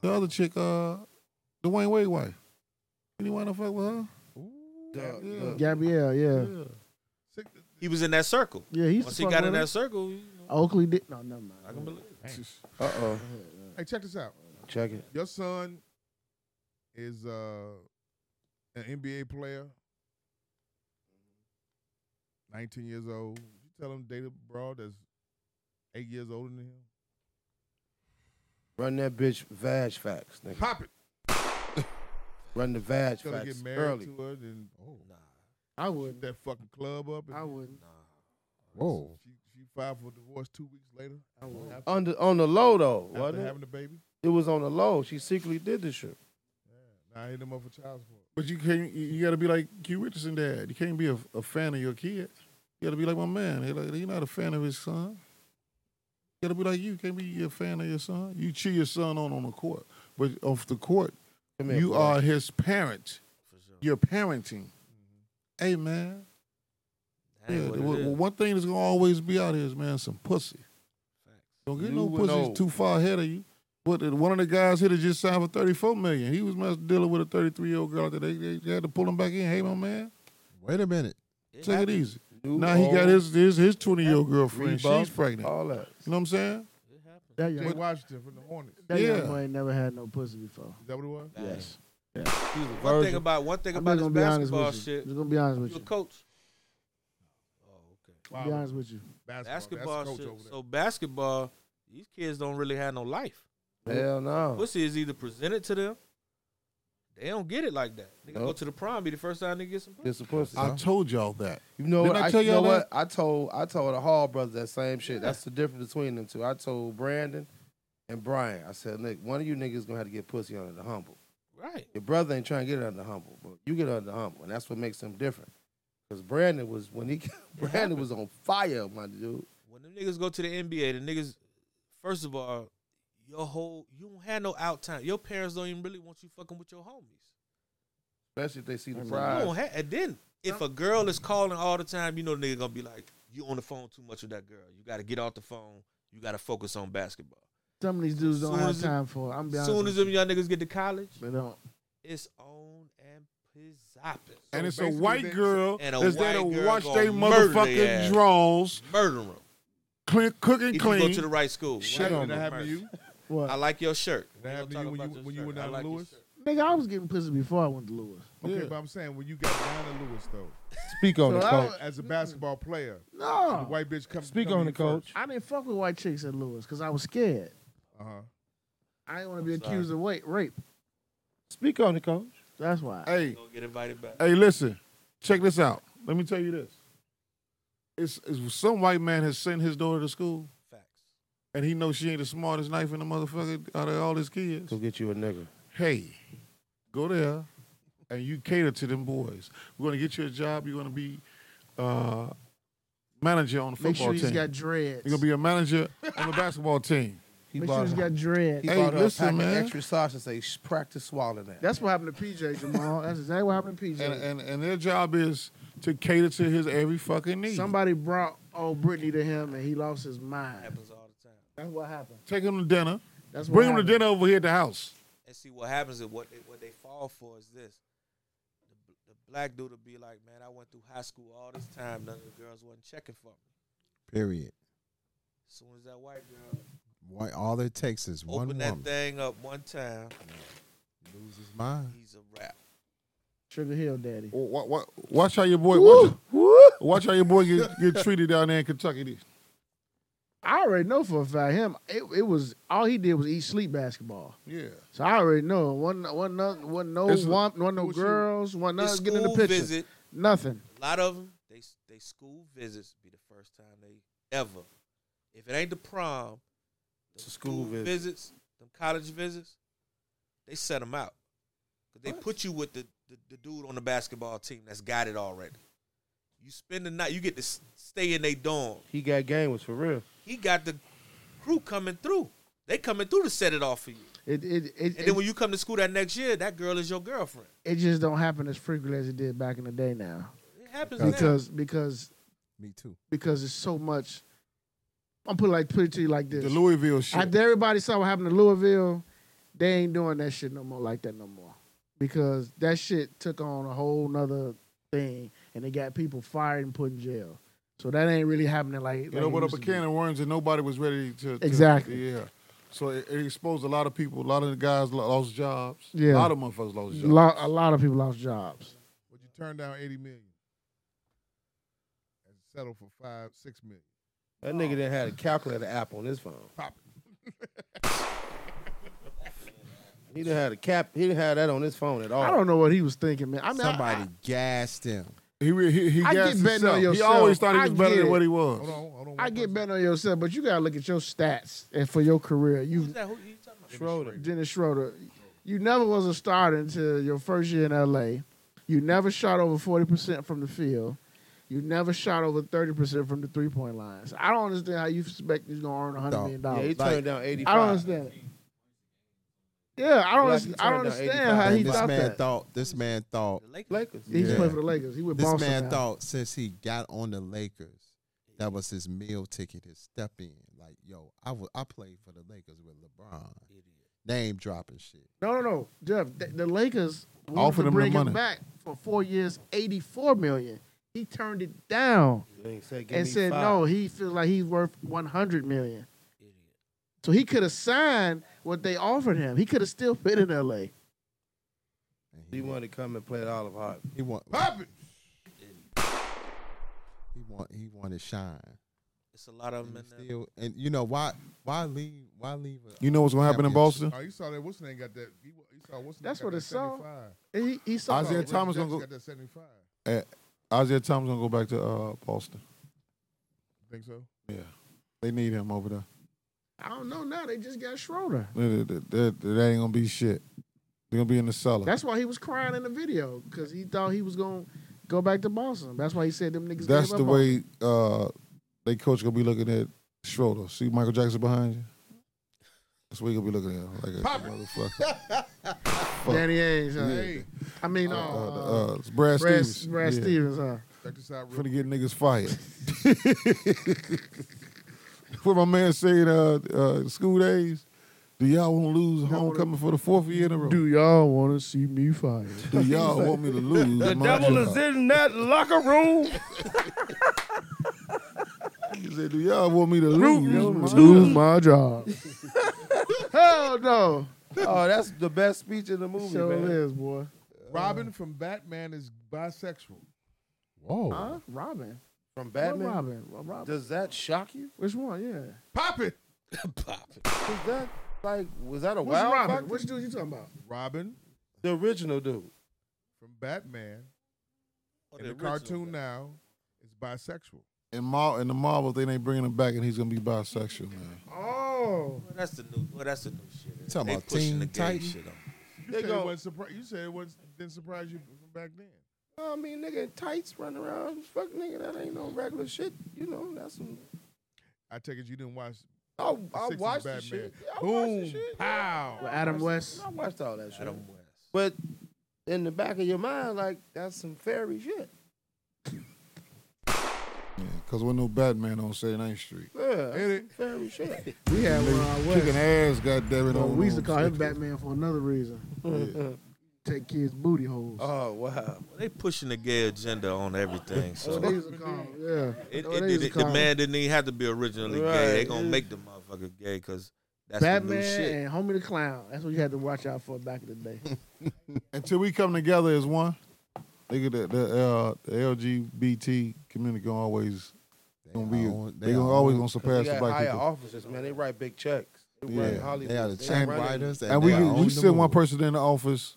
C: The other chick, uh, Dwayne Wade wife. Did he wound up fuck with her?
D: Dog,
C: Yeah.
D: look.
B: Gabrielle, yeah,
E: Six,
A: he was in that circle.
B: yeah. He's
A: Once he got in that circle, you know,
B: Oakley did. No, never mind.
A: I can believe. it.
D: Uh-oh.
E: hey, check this out.
D: Check it.
E: Your son is uh, an NBA player,
D: Mm-hmm.
E: 19 years old. You tell him date a broad that's eight years older than him.
D: Run that bitch Vag facts, nigga.
E: Pop it.
D: Run the Vag
E: He's gonna
D: facts
E: get married
D: early.
E: to her, then
A: Nah,
B: I
E: shoot
B: wouldn't.
E: that fucking club up. And
B: I wouldn't.
A: nah.
F: Whoa.
E: She, she filed for divorce two weeks later.
B: I wouldn't.
E: After,
D: On the on the low though,
E: after
D: wasn't it?
E: having the baby.
D: It was on the low. She secretly did this shit.
E: Now I hit him up for child support.
C: But you can't. You, you got to be like Q Richardson, Dad. You can't be a, a fan of your kid. You got to be like my man. He like, You're not a fan of his son. You got to be like you. Can't be a fan of your son. You cheer your son on on the court, but off the court,
D: Come here,
C: you
D: boy.
C: are his parent.
A: for sure. Mm-hmm.
C: You're parenting. Hey man,
A: That ain't
C: Yeah,
A: what
C: well,
A: it is.
C: well, one thing that's gonna always be out here is man, some pussy. Don't get no
D: You would
C: pussies
D: know.
C: too far ahead of you. But uh, one of the guys here that just signed for thirty four million. He was mess- dealing with a thirty three year old girl that they, they, they had to pull him back in. Hey, my man,
F: Wait a minute.
A: It
C: take it
A: happens.
C: easy.
D: New
C: Now he got
D: old
C: his his his twenty year old girlfriend.
D: Reebok,
C: She's pregnant.
D: All that.
C: You know what I'm saying?
A: It happens.
B: That
E: Jay
B: young,
E: Washington from the Hornets.
B: that
C: yeah.
B: young boy ain't never had no pussy before.
E: Is that what it was?
A: Nah.
B: Yes.
D: He was a
A: One thing
D: virgin.
A: about one thing
B: I'm
A: about
B: not
A: this
B: gonna be honest
A: basketball
B: with you.
A: shit.
B: I'm gonna be honest with
A: You a
B: you.
A: coach? Oh, okay.
E: Wow.
B: Be honest with you.
E: Basketball.
A: Basketball
E: That's the
A: shit.
E: coach over there.
A: So basketball, these kids don't really have no life.
D: Hell no.
A: Pussy is either presented to them. They don't get it like that. They go
D: Nope.
A: to the prom, be the first time they get some pussy.
D: It's a pussy.
C: I told y'all that.
D: You know
C: Didn't
D: what?
C: I
D: I,
C: tell
D: you know
C: y'all
D: what? I told I told the Hall brothers that same shit. That's the difference between them two. I told Brandon and Brian. I said, look, one of you niggas gonna have to get pussy under the humble.
A: Right.
D: Your brother ain't trying to get it under humble, but you get it under humble, and that's what makes them different. Cause Brandon was when he Brandon was on fire, my dude.
A: When them niggas go to the NBA, the niggas, first of all, your whole you don't have no out time. Your parents don't even really want you fucking with your homies.
D: Especially if they see the
A: You
D: prize.
B: Uh,
A: don't have, and then if a girl is calling all the time, you know the nigga gonna be like, "You on the phone too much with that girl. You got to get off the phone. You got to focus on basketball."
B: Some of these dudes don't
A: Soon
B: have
A: as it-
B: time for. It. I'm be
A: As
B: honest.
A: soon
B: with
A: as them young niggas get to college,
B: you. they don't.
A: it's on and pizzapping.
C: and it's a
E: basically
C: white
E: they-
C: girl
A: And a
C: that's there to
A: white girl
C: wash
A: gonna
C: they
A: murder their
C: motherfucking
A: ass.
C: draws,
A: Murder them.
C: clean, cook and
A: If
C: clean.
A: you go to the right school,
E: Shit
A: Right
E: on
A: the
E: that happened to
A: merch.
E: you.
B: What?
A: I like your shirt.
E: That
A: We
E: happened to
A: gonna
E: you
A: talk
E: when
A: about
E: you
A: your
E: when you
A: shirt.
E: went
A: I
E: down
A: like
E: to
A: your
E: Lewis.
A: shirt.
B: Nigga, I was getting pussy before I went to Lewis.
E: Okay,
C: Yeah.
E: but I'm saying when you got down to Lewis though,
D: Speak on
B: So
D: it,
B: I
D: coach.
B: was-
E: as a basketball player, the
B: No,
E: white bitch comes.
D: Speak
E: come
D: on
E: to
D: it,
E: you first.
D: coach.
B: I didn't fuck with white chicks at Lewis because I was scared.
E: Uh-huh.
B: I didn't want to be
A: I'm sorry.
B: accused of wait, rape.
D: Speak on it, coach.
B: That's why.
C: hey,
A: You gonna get invited back.
C: Hey, listen, check this out. Let me tell you this. It's, it's some white man has sent his daughter to school,
A: Facts.
C: and he knows she ain't the smartest knife in the motherfucker out of all his kids.
D: Go get you a nigga.
C: Hey, go there, and you cater to them boys. We're gonna get you a job. You're gonna be uh, manager on the football
B: Make sure he's
C: team.
B: got dreads.
C: You're gonna be a manager on the basketball team.
D: He
B: Make sure he's
D: her-
B: got
D: he
B: dreads.
C: Hey,
D: bought her
C: listen,
D: a pack
C: man.
D: of extra sauce and say, "Shh, practice swallowing that.
B: That's what happened to PJ Jamal. That's exactly what happened to PJ.
C: And, and and their job is to cater to his every fucking need.
B: Somebody brought old Brittany to him and he lost his mind.
A: Happens all the time.
B: That's what happened.
C: take him to dinner.
B: That's what
C: Bring him
B: happened.
C: to dinner over here at the house.
A: And see what happens is what they what they fall for is this. The, b- the black dude will be like, man, I went through high school all this time. None of the girls wasn't checking for me.
F: Period.
A: As soon as that white girl
F: Why, all it takes is one
A: open
F: woman.
A: that thing up one time,
F: Loses mind.
A: he's a rap.
B: Sugar Hill Daddy.
C: Wa- wa- Watch how your boy. watch- Watch how your boy get, get treated down there in Kentucky. This-
B: I already know for a fact him. It, it was all he did was eat sleep basketball.
C: Yeah.
B: So I already know. One one no one no
C: It's a-
B: wump, one no
C: what you-
B: girls, one
A: The
B: no get in the
A: school
B: picture.
A: visit,
B: Nothing.
A: a lot of them, they s- they school visits be the first time they ever. If it ain't the prom,
D: It's a school visit.
A: visits, them college visits, they set them out. 'Cause they put you with the, the, the dude on the basketball team that's got it already. You spend the night, you get to s- stay in their dorm.
D: He got game was for real.
A: He got the crew coming through. They coming through to set it off for you.
B: It it it,
A: And then
B: it,
A: when you come to school that next year, that girl is your girlfriend.
B: it just don't happen as frequently as it did back in the day now.
A: It happens now.
B: Because because
F: Me too.
B: because it's so much. I'm put it like put it to you like this.
C: The Louisville shit.
B: After everybody saw what happened to Louisville, they ain't doing that shit no more like that no more. Because that shit took on a whole nother thing and they got people fired and put in jail. So that ain't really happening like,
C: It
B: like it
C: opened up
B: used
C: a
B: to be.
C: can of worms and nobody was ready to. to-
B: Exactly.
C: Yeah. So it, it exposed a lot of people. A lot of the guys lo- lost jobs.
B: Yeah.
C: A lot of motherfuckers lost jobs.
B: A lot, a lot of people lost jobs.
E: But you turned down eighty million and settled for five, six million.
D: That nigga didn't had a calculator app on his phone.
E: Pop it.
D: He didn't had a cap. He didn't have that on his phone at all.
B: I don't know what he was thinking, man. I mean,
F: Somebody
B: I,
F: gassed him.
C: He re- he, he
B: I
C: gassed
B: get betting on
C: himself. He
B: yourself.
C: always thought he
B: I
C: was better
B: get
C: than
B: it.
C: what he was.
E: Hold on, hold on.
B: I, I
E: one
B: get
E: person.
B: better on yourself, but you gotta look at your stats and for your career. You
A: Who's that? Who you talking about?
D: Schroeder.
B: Dennis Schroeder, you never was a starter until your first year in LA. You never shot over 40% from the field. You never shot over 30% from the three point line. So I don't understand how you suspect he's going to earn
F: No.
B: $100 million.
D: Yeah, he
B: dollars.
D: turned
F: Like-
D: down eighty.
B: I don't understand it. Yeah, I don't,
D: Like,
B: understand,
D: he
B: I don't
D: turned down
B: understand how
F: And
B: he
F: this
B: thought
F: man
B: that.
F: thought. This man thought.
A: The Lakers.
D: Lakers.
B: He used to
F: Yeah.
B: play for the Lakers. He with
F: This
B: Boston
F: man
B: now.
F: thought since he got on the Lakers, that was his meal ticket, his step in. Like, yo, I wa- I played for the Lakers with LeBron. Name dropping shit.
B: No, no, no, Jeff. The, the Lakers wanted
C: Offered
B: to
C: him the
B: bring him
C: money.
B: back for four years, $84 million. He turned it down.
D: They said, give
B: and
D: me
B: said
D: five.
B: no, he feels like he's worth one hundred million. So he could have signed what they offered him. He could have still fit in L.A.
F: And
D: He wanted to come and play at Olive Hart.
F: he want
E: Pop it.
F: he want he wanted shine.
A: It's a lot of
F: And,
A: them
F: he
A: in there.
F: still, and you know why why leave why leave a,
C: You know what's gonna happen in
F: Championship.
C: Boston?
E: Oh, you saw that what's his name got that? He, you saw what's his name
B: That's
E: got
B: what
E: that Oh,
B: it saw.
E: 75.
B: And he, he saw
C: Isaiah
E: Reggie
C: Thomas gonna
E: Jackson
C: go-
E: got that seventy five.
C: Isaiah Thomas gonna go back to uh, Boston.
E: Think so?
C: Yeah. They need him over there.
B: I don't know now. They just got Schroeder.
C: That, that- that- that ain't gonna be shit. They're gonna be in the cellar.
B: That's why he was crying in the video because he thought he was gonna go back to Boston. That's why he said them niggas.
C: That's
B: gave
C: the
B: up on him.
C: way uh, they coach gonna be looking at Schroeder. See Michael Jackson behind you. That's what he gonna be looking at him, like a motherfucker.
B: Danny Ainge. huh?
E: Hey,
B: I mean, uh,
C: Uh, uh, it's Brad,
B: Brad
C: Stevens.
B: Brad
C: yeah.
B: Stevens. Huh?
E: check this out real
C: Finna get niggas fired. what my man said uh, uh, school days. Do y'all want to lose homecoming for the fourth year in a row? Do,
B: Do y'all want to see me fired?
C: y'all want me to lose?
D: The devil is in that locker room.
C: He said, "Do y'all want me to lose?"
B: Lose my job. Hell no.
D: oh, that's the best speech in the movie,
B: Sure
D: man.
B: is, boy.
E: Robin from Batman is bisexual.
F: Whoa.
B: Huh? Robin.
D: From
B: Batman.
D: Batman.
B: Robin. What Robin?
D: Does that shock you?
B: Which one? Yeah.
E: Pop it.
D: Was that like was that a
B: Which
D: wild
B: Robin?
D: factor?
B: Which dude you talking about?
E: Robin
D: the original dude?
E: from Batman
A: Oh,
E: in the
A: original
E: cartoon
A: guy.
E: now is bisexual.
C: And Mar- and the Marvel thing, they bringing him back, and he's gonna be bisexual, man.
B: Oh.
A: Well, that's the new. Well, that's the new shit.
F: You talking
A: They
F: about
A: pushing
F: Teen
A: the gay
F: Titan?
A: shit on.
E: You
D: They
E: said,
D: go-
E: it wasn't surpri- you said it was didn't surprise you from back then.
D: I mean, nigga in tights running around. Fuck, nigga, that ain't no regular shit. You know, that's some.
E: I take it you didn't watch
D: I,
E: the
D: I
E: 60s
D: watched the
E: Batman.
D: shit. I
E: Boom,
D: watched the shit.
E: pow.
B: With Adam West.
D: I watched all that shit.
A: Adam West.
D: But in the back of your mind, like that's some fairy shit.
C: Yeah, Cause when no Batman on Saint Street,
D: Yeah,
E: Hit it.
D: fairy shit.
B: We had Ron
C: kicking
B: West.
C: ass, goddamn it!
B: But
C: on
B: we used to call him
C: Sixth.
B: Batman for another reason. Take kids' booty holes.
D: oh wow.
A: Well, they pushing the gay agenda on everything. So
B: They used to call him, yeah.
A: it, it,
B: What they
A: did-
B: used to
A: the
B: call him.
A: man didn't even have to be originally gay. They
D: Right,
A: gonna
D: yeah.
A: make the motherfucker gay because that's the new
B: Batman
A: shit.
B: and Homie the Clown. That's what you had to watch out for back in the day.
C: Until we come together as one, nigga, the the, uh, the LGBT community gonna always
F: They
C: gonna be.
F: are on-
C: they
F: are
C: gonna always
F: on-
C: gonna
D: They
C: surpass the
D: got
C: black
D: higher
C: people.
D: officers, man. They write big checks. They run
C: Yeah,
D: Hollywood.
F: They are the
D: They
F: chain
D: running.
F: writers, and,
C: And
F: they
C: we
F: are
C: could-
F: on
C: we
F: the
C: send one
F: move.
C: person in the office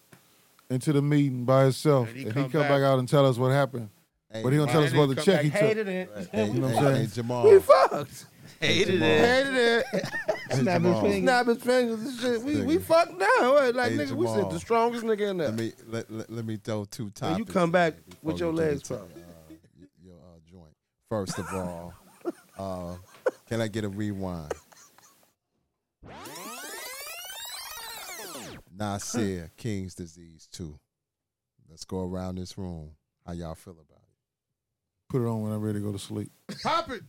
C: into the meeting by himself, and he come, back, out and tell us what happened.
F: Hey,
C: But he don't tell us about the check he took.
D: Hated it.
F: Hey,
C: You know what I'm
F: hey,
C: saying?
F: hey, Jamal.
D: Fucked.
A: Hated
F: Jamal.
A: it.
D: Hated it.
F: Hey,
B: Snap his
F: Jamal.
B: fingers.
D: Snap his fingers and shit. We we
F: Nigga.
D: fucked down. Right? Like
F: Hey,
D: nigga, we said
F: Jamal.
D: the strongest nigga in there.
F: Let me let, let, let me throw two topics.
D: When you come back
F: before
D: with your
F: we get
D: legs
F: into,
D: crossed.
F: uh, y- your uh, joint. First of all, uh, can I get a rewind? Nasir, King's disease too. Let's go around this room. How y'all feel about it?
C: Put it on when I'm ready to go to sleep.
E: Pop it.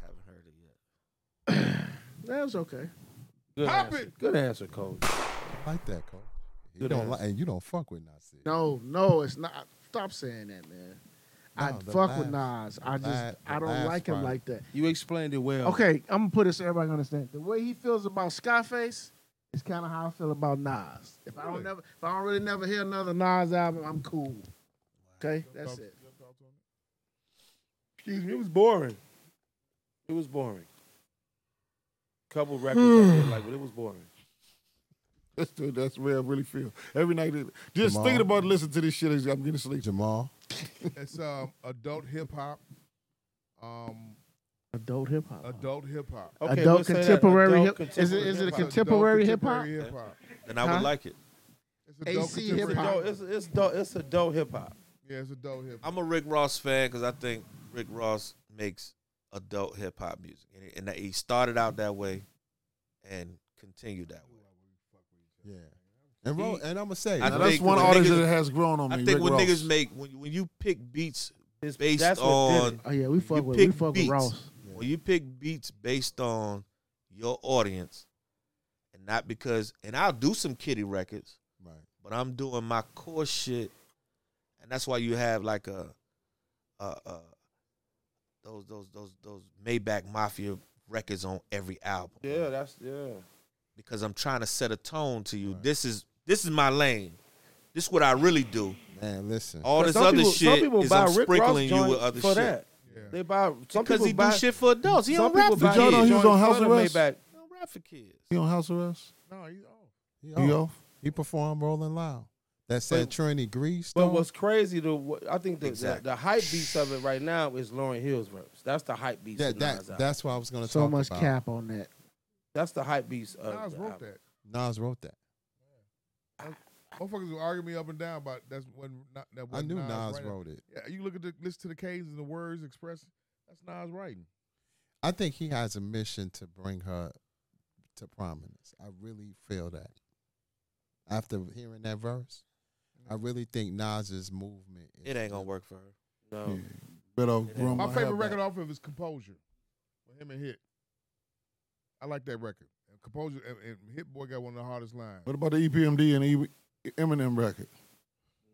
A: haven't heard it yet.
B: That was okay.
D: Good
E: Pop
D: answer.
E: it.
D: Good answer, coach.
F: I like that, coach. He
D: Good
F: don't
D: answer.
F: like, and you don't fuck with Nasir.
B: No, no, it's not. Stop saying that, man. I
F: No, the
B: fuck with
F: last-
B: Nas.
F: the
B: I just
F: la-
B: I
F: the
B: don't
F: last
B: like him
F: part.
B: like that.
D: You explained it well.
B: Okay, I'm gonna put this so everybody can understand. The way he feels about Scarface is kind of how I feel about Nas. If I don't never, if I don't really never hear another Nas album, I'm cool. Okay, that's it.
D: Excuse me. It was boring. It was boring. Couple records I did like, but it was boring.
C: That's the, that's the way I really feel. Every night, it- just
F: Jamal.
C: thinking about listening to this shit, as I'm getting sleep.
F: Jamal,
E: It's um adult hip hop. Um
B: Adult hip hop.
E: adult hip hop.
D: Okay,
B: Adult
D: we'll say that.
B: contemporary
D: Adult
B: hip- is it-
D: contemporary
B: is it a
D: hip-hop.
B: contemporary Contemporary hip
E: Hip
B: hop?
E: hop.
A: Then I
B: Huh?
A: would like it.
E: It's adult
B: AC
E: contemporary
B: hip-hop.
D: Adult- It's it's adult, it's adult hip hop.
E: Yeah, it's adult hip hop.
A: I'm a Rick Ross fan because I think Rick Ross makes adult hip hop music, and, and that he started out that way, and continued that way.
F: yeah. And, Ro-
A: He-
F: and I'm gonna say,
A: I
C: Now,
A: think
C: that's one
A: when
C: artist
A: niggas-
C: that has grown on me.
A: I think
C: Rick
A: when
C: Ross.
A: niggas make when you, when you pick beats
D: It's,
A: Based
D: that's what did it.
B: Oh yeah, we fuck
A: You
B: with we
A: pick
B: fuck
A: beats.
B: with Ross.
A: when you pick beats based on your audience, and not because and I'll do some kitty records,
F: right,
A: but I'm doing my core shit, and that's why you have like a, a, a those those those those Maybach Mafia records on every album.
D: Yeah, that's yeah.
A: because I'm trying to set a tone to you.
F: Right.
A: This is this is my lane. This is what I really do.
F: man. Listen,
A: All
D: But
A: this
D: some
A: other
D: people- some
A: shit
D: people
A: is
D: buy
A: I'm
D: Rick Ross
A: sprinkling you
D: joints
A: with other
D: for
A: shit.
D: That.
E: Yeah.
D: They buy
A: Because
D: some people
A: he
D: buy,
A: do shit for adults. He
D: some
A: don't rap
D: people
A: for
D: buy
A: kids.
C: Did y'all know
D: his
C: he was
D: joints
C: on House
D: for the
C: Arrest?
D: Maybach.
A: He don't rap for kids.
C: He on house arrest?
E: No, oh, he's off.
F: he,
C: He
F: off.
C: off?
F: He performed Rolling Loud. That Santorini Grease.
D: But
F: dog.
D: what's crazy to what I think the,
A: Exactly.
D: the, the hype beats of it right now is Lauren Hill's verse. That's the hype beats.
F: Yeah,
D: of Nas
F: that,
D: album.
F: that's what I was gonna
B: So
F: talk
B: much
F: about.
B: cap on that.
D: that's the hype beats of
E: Nas
D: the
E: wrote
D: album.
E: that.
F: Nas wrote that.
E: Motherfuckers will argue me up and down about that's when not, that
F: I
E: wasn't
F: knew
E: Nas,
F: Nas
E: writing.
F: wrote it.
E: Yeah, you look at the listen to the cadence and the words expressed. That's Nas writing.
F: I think he has a mission to bring her to prominence. I really feel that. After hearing that verse, I really think Nas's movement. is-
A: It ain't gonna work for her.
D: No.
C: Better
A: Yeah.
C: grow
E: My,
C: my hair
E: favorite record
C: back.
E: off of is Composure, with him and Hit. I like that record. And Composure and, and Hit Boy got one of the hardest lines.
C: What about the E EPMD and the Eminem record?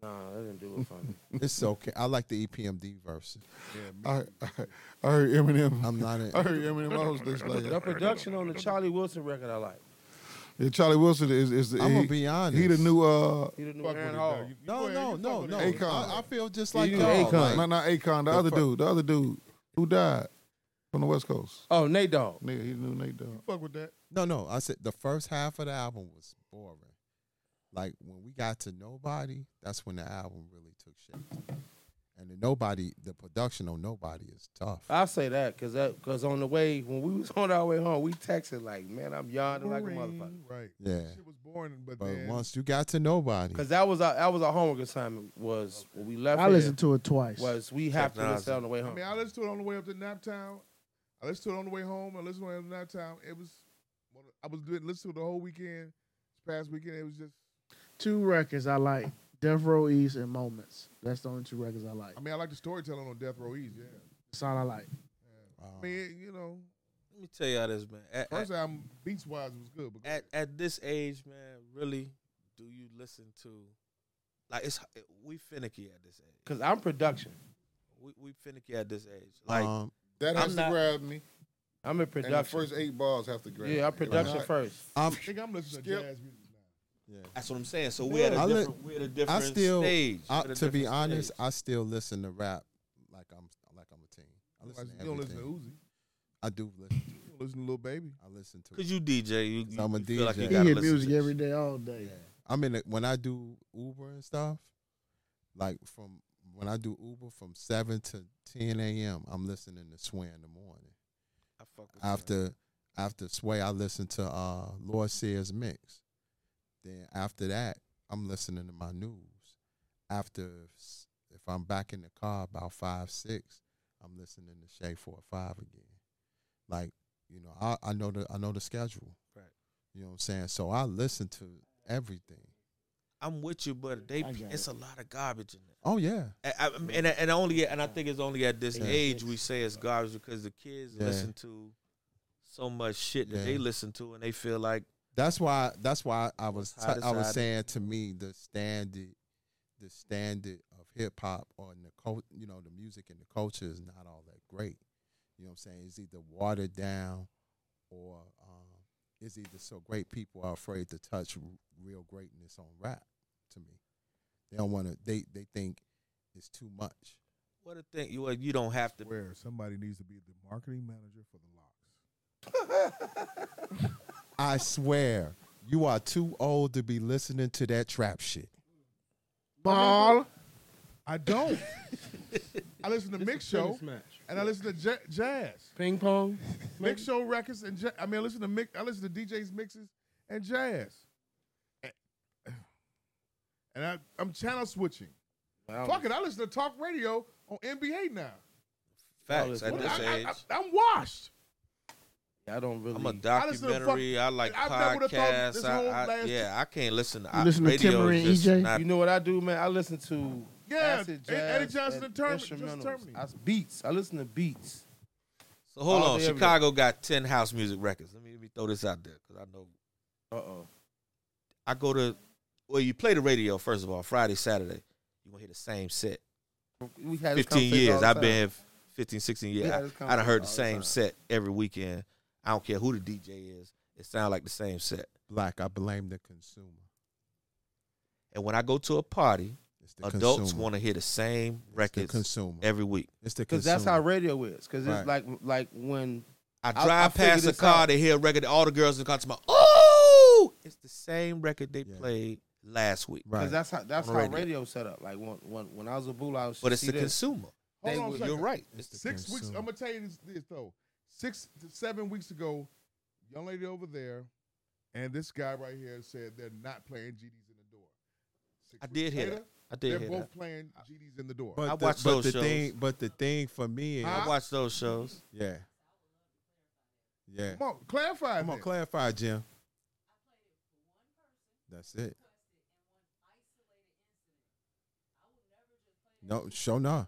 D: No, that didn't do it for me.
F: It's okay. I like the E EPMD verses.
E: Yeah, me-
C: I, I, I heard Eminem.
F: I'm not in.
C: I heard Eminem. I was just like,
D: the production on the Charlie Wilson record I like.
C: yeah, Charlie Wilson is, is the.
F: I'm
C: he,
F: gonna be honest.
C: He the new. uh
D: He the new
E: fuck with
D: Aaron
E: it,
D: Hall.
E: though. You- you
F: No,
E: go ahead,
F: no,
E: you
F: no,
E: fuck
F: no.
E: with it.
C: Akon.
F: I, I feel just like
D: You
F: y'all.
D: Akon.
F: like-
C: Not not Akon, the,
F: The
C: other
F: fir-
C: dude, the other dude who died from the West Coast.
D: Oh, Nate Dogg.
C: Nigga, he knew Nate Dogg.
E: Fuck with that.
F: no, no. I said the first half of the album was boring. Like when we got to Nobody, that's when the album really took shape. And the Nobody, the production on Nobody is tough.
D: I say that because that because on the way when we was on our way home, we texted like, man, I'm yawning like a motherfucker.
E: Right.
F: yeah.
E: Shit was boring, but,
F: But
E: then
F: once you got to Nobody,
D: Because that was our that was our homework assignment was when we left.
B: I
D: here,
B: listened to it twice.
D: was we have to
A: Nas.
D: listen on the way
E: I
D: home.
E: mean, I listened to it on the way up to Naptown. I listened to it on the way home. I listened to it on Naptown. It was, one of- I was doing listening to it the whole weekend. This past weekend, it was just.
B: two records I like: Death Row East and Moments. That's the only two records I like.
E: I mean, I like the storytelling on Death Row East. Yeah.
B: That's all I like.
E: I
F: wow.
E: mean, you know,
A: Let me tell y'all this, man. At,
E: first
A: at,
E: album beats wise was good, but
A: at, at this age, man, really, do you listen to? Like it's we finicky at this age.
D: Because I'm production.
A: We, we finicky at this age. Like
F: um,
C: That
A: has I'm to not-
C: grab me.
D: I'm in production.
C: eight bars have to grab
D: yeah, I'm production
F: Right.
D: first.
F: I'm,
E: I think I'm listening
C: Skip.
E: to jazz music now.
A: that's what I'm saying. So we had
F: I
A: a
F: li-
A: different, we had a
F: I
A: different
F: still,
A: stage.
F: I,
A: We at a
F: to be
A: different
F: honest,
A: stage.
F: I still listen to rap like I'm like I'm a teen. I listen
E: Otherwise,
F: to
E: you don't listen to Uzi.
F: everything. I do listen.
E: You don't listen to Lil Baby.
F: I listen to.
A: Cause you DJ, you, you
F: I'm a
A: you feel like you
F: DJ.
B: He
A: gotta
B: hear
A: listen
B: music
A: to
B: every
A: shit.
B: day, all day.
F: I'm in it when I do Uber and stuff. Like from when I do Uber from seven to ten a.m. I'm listening to Sway in the morning.
A: I fuck with you.
F: After after Sway, I listen to uh Lord Sears mix. Then after that, I'm listening to my news. After s- if I'm back in the car about five six, I'm listening to Shay Four Five again. Like you know, I, I know the I know the schedule.
A: Right.
F: You know what I'm saying? So I listen to everything.
A: I'm with you, but they
B: I get
A: it's a lot of garbage in there.
F: Oh yeah.
A: I- I, and and only and I think it's only at this
F: Yeah.
A: age we say it's garbage because the kids
F: Yeah.
A: listen to so much shit that
F: Yeah.
A: they listen to and they feel like
F: That's why that's why I was
A: High
F: t- I was
A: society.
F: saying to me the standard the standard of hip hop or in the cul- you know the music and the culture is not all that great. You know what I'm saying? It's either watered down or um, it's either so great people are afraid to touch r- real greatness on rap to me. They don't want to they they think it's too much.
A: what a thing you well, you don't have to
E: Where somebody needs to be the marketing manager for the locks.
F: I swear, you are too old to be listening to that trap shit.
B: Ball.
E: I don't. I listen to Mix Show
D: match.
E: and I listen to ja- jazz.
D: Ping pong.
E: Mix Show records and ja- I mean I listen to mix I listen to DJs mixes and jazz. And I, I'm channel switching.
D: Wow.
E: Fuck it, I listen to talk radio on NBA now.
A: facts
D: listen,
A: at
E: What-
A: this
E: I,
A: age.
E: am washed.
D: I don't really.
A: I'm a
E: I listen to fuck-
A: documentary. I, like
E: I've never would've thought
A: podcasts.
E: this
A: I,
E: whole
A: I-
E: last-
A: yeah, I can't listen to
B: You listen to
A: radio.
B: Timber
A: is
B: and
A: just
B: EJ?
A: not-
D: E you know what I do, man? I listen to
E: Yeah,
D: acid,
E: Ed-
D: jazz,
E: Eddie Johnson and Termin- Justin
D: instrumentals.
E: Termin.
D: I, beats. I listen to beats.
A: so hold
D: all
A: on.
D: day, every day.
A: Chicago got ten house music records. Let me let me throw this out there because I know
D: Uh oh.
A: I go to well, you play the radio first of all Friday, Saturday. You gonna hear the same set.
D: We had this
A: 15
D: conversation all
A: years.
D: the
A: I've
D: time.
A: been here 15, 16 years.
D: Yeah,
A: I,
D: this
A: I done heard the
D: conversation all the
A: same
D: time.
A: set every weekend. I don't care who the DJ is. It sounds like the same set.
F: Black, I blame the consumer.
A: And when I go to a party,
F: It's the
A: adults
F: consumer.
A: want to hear the same
F: It's the
A: records
F: consumer.
A: every week.
F: It's the
D: Cause
F: consumer.
D: that's how radio is. Cause
F: Right.
D: it's like like when
A: I
D: I- I
A: drive
D: figured
A: past a
D: this
A: car,
D: out.
A: they hear a record. All the girls in the car talking about, oh, it's the same record they
F: Yeah.
A: played last week.
F: right.
D: cause that's how that's
A: On
D: how
A: the
D: radio.
A: radio.
D: set up. Like when when when I was a bull, I was.
A: But it's
D: see
A: the
D: this.
A: consumer.
E: Hold
D: They
E: on a
D: would-
E: second.
A: You're right. It's the-
E: Six weeks.
F: consumer.
E: I'm gonna tell you this, this though. Six to seven weeks ago, young lady over there, and this guy right here said they're not playing GDs in the door. Six
A: I
E: weeks
A: did hear
E: later,
A: that. I
E: They're
A: did hear
E: both
A: that.
E: playing GDs in the door.
F: But
A: I
F: the,
A: watch
F: but
A: those
F: the
A: shows.
F: thing, but the thing for me is,
E: Huh?
A: I watched those shows.
F: yeah, yeah.
E: Come on, clarify.
F: Come on,
E: that.
F: clarify, Jim. That's it. No, show no.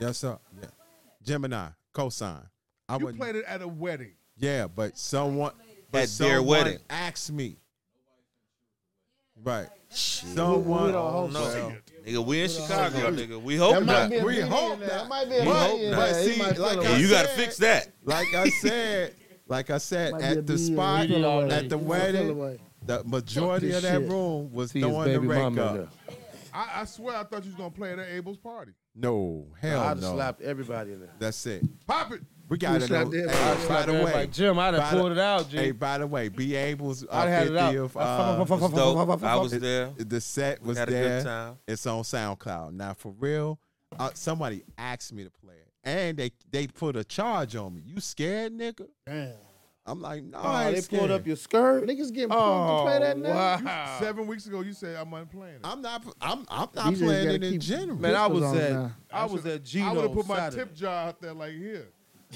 F: Yes, sir. Yeah. Gemini, cosign. I
E: you
F: would.
E: played it at a wedding.
F: Yeah, but someone, but
A: At their
F: someone
A: wedding.
F: asked me. Right.
A: Shit.
F: Someone.
A: Oh, no. Nigga, we in Chicago, nigga. We hope
B: That might
A: not.
B: be a
F: We
B: meaning in
F: hope
B: there.
F: not.
B: That might be a
A: We
B: meaning
A: hope
B: in
A: not.
B: there.
F: But
B: He
F: see,
B: might feel
F: like
B: a
A: Yeah,
F: I
B: way.
A: you got to
F: said-
A: fix that.
F: Like I said, like I said,
B: Might be a
F: at the
B: being,
F: spot,
B: feel a way.
F: at the
B: He might feel a
F: wedding,
B: way.
F: the majority
B: this
F: of that
B: shit.
F: room was
D: See his
F: throwing the
D: baby
F: rake
D: mama in
F: up.
D: there.
E: I, I swear, I thought you was gonna play it at Abel's party.
F: No,
D: I'd
F: hell
D: have
F: no.
D: slapped everybody in there.
F: That's it.
E: Pop it.
F: We got to know.
B: slapped
F: Hey,
B: everybody. I'd
F: by the way,
D: Jim, I'd
F: by the-
D: out,
F: hey, by the way, B Abel's uh,
D: I'd had it out.
F: 50th.
D: I-
F: Uh,
A: It's dope. I was there.
F: the set was
A: Had a
F: there.
A: good time.
F: It's on SoundCloud. Now, for real, uh, somebody asked me to play it, and they they put a charge on me. You scared, nigga?
B: Damn.
F: I'm like, no, I
D: Oh,
F: ain't
D: they
F: scared.
D: pulled up your skirt.
B: Niggas getting pumped
D: Oh,
B: to play that now.
A: Uh,
D: wow.
E: Seven weeks ago, you said I'm not playing it.
F: I'm not. I'm. I'm not
B: You just
F: playing
B: gotta
F: it in
B: keep-
F: general.
D: Man, I was
B: on
D: at
B: now.
D: I was at
E: I would
D: Gino
E: have put my
D: Saturday.
E: tip jar out there like here.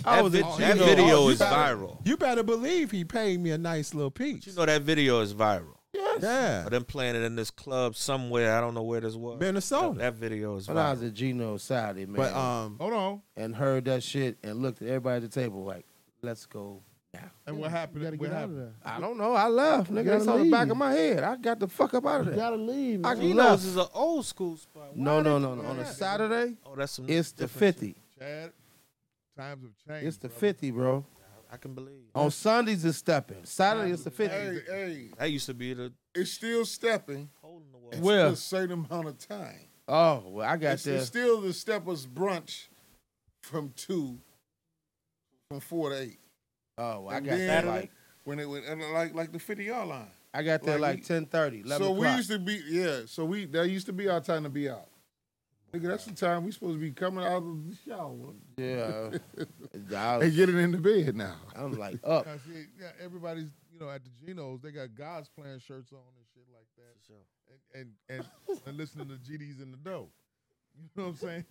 D: I
A: That
D: was
A: vi-
D: at
A: that
D: Gino.
A: video
F: Oh, you
A: is
F: better-
A: viral.
F: you better believe he paid me a nice little piece.
A: You know that video is viral.
F: yeah,
A: But them playing it in this club somewhere. I don't know where this was.
F: Minnesota.
A: That, that video is
D: When I was
A: viral.
D: at Gino Saturday, man,
F: but um,
E: Hold on.
D: and heard that shit and looked at everybody at the table like, let's go.
E: And what
B: You
E: happened?
B: gotta
E: What
B: get out of
E: happened?
B: there.
D: I don't know. I left, nigga.
B: gotta
D: That's on the back
B: leave.
D: of my head. I got the fuck up out of
B: You
D: there.
B: gotta leave.
D: I
B: man.
D: can-
A: Geno's is an old school spot.
D: No,
A: Why
D: no,
A: they-
D: no, no. On a Saturday,
A: Oh, that's
H: Mm-hmm.
A: some.
D: it's the
A: different shit.
D: fifty.
E: Chad, times have changed.
D: It's the
E: brother.
D: fifty, bro.
A: I can believe.
D: On Sundays it's stepping. Saturday it's the
H: Hey,
D: fifty.
H: hey,
A: That used to be the
H: it's still stepping
A: hole in the wall.
D: Well,
H: a certain amount of time.
D: oh, well, I got
H: It's,
D: there.
H: it's still the steppers brunch from two, from four to eight.
D: Oh, well, I
H: And
D: got there
H: then-
D: like
H: When it went and like like the fifty yard line.
D: I got there
H: like
D: like
H: we-
D: 10, 11
H: so we
D: o'clock.
H: used to be yeah. So we that used to be our time to be out. Nigga, that's the time we supposed to be coming out of the shower
D: yeah, I,
H: and getting in the bed now.
D: am like up.
E: Now, see, yeah, everybody's you know at the Geno's, they got God's plan shirts on and shit like that, and and and, and listening to GDs in the dough. You know what I'm saying?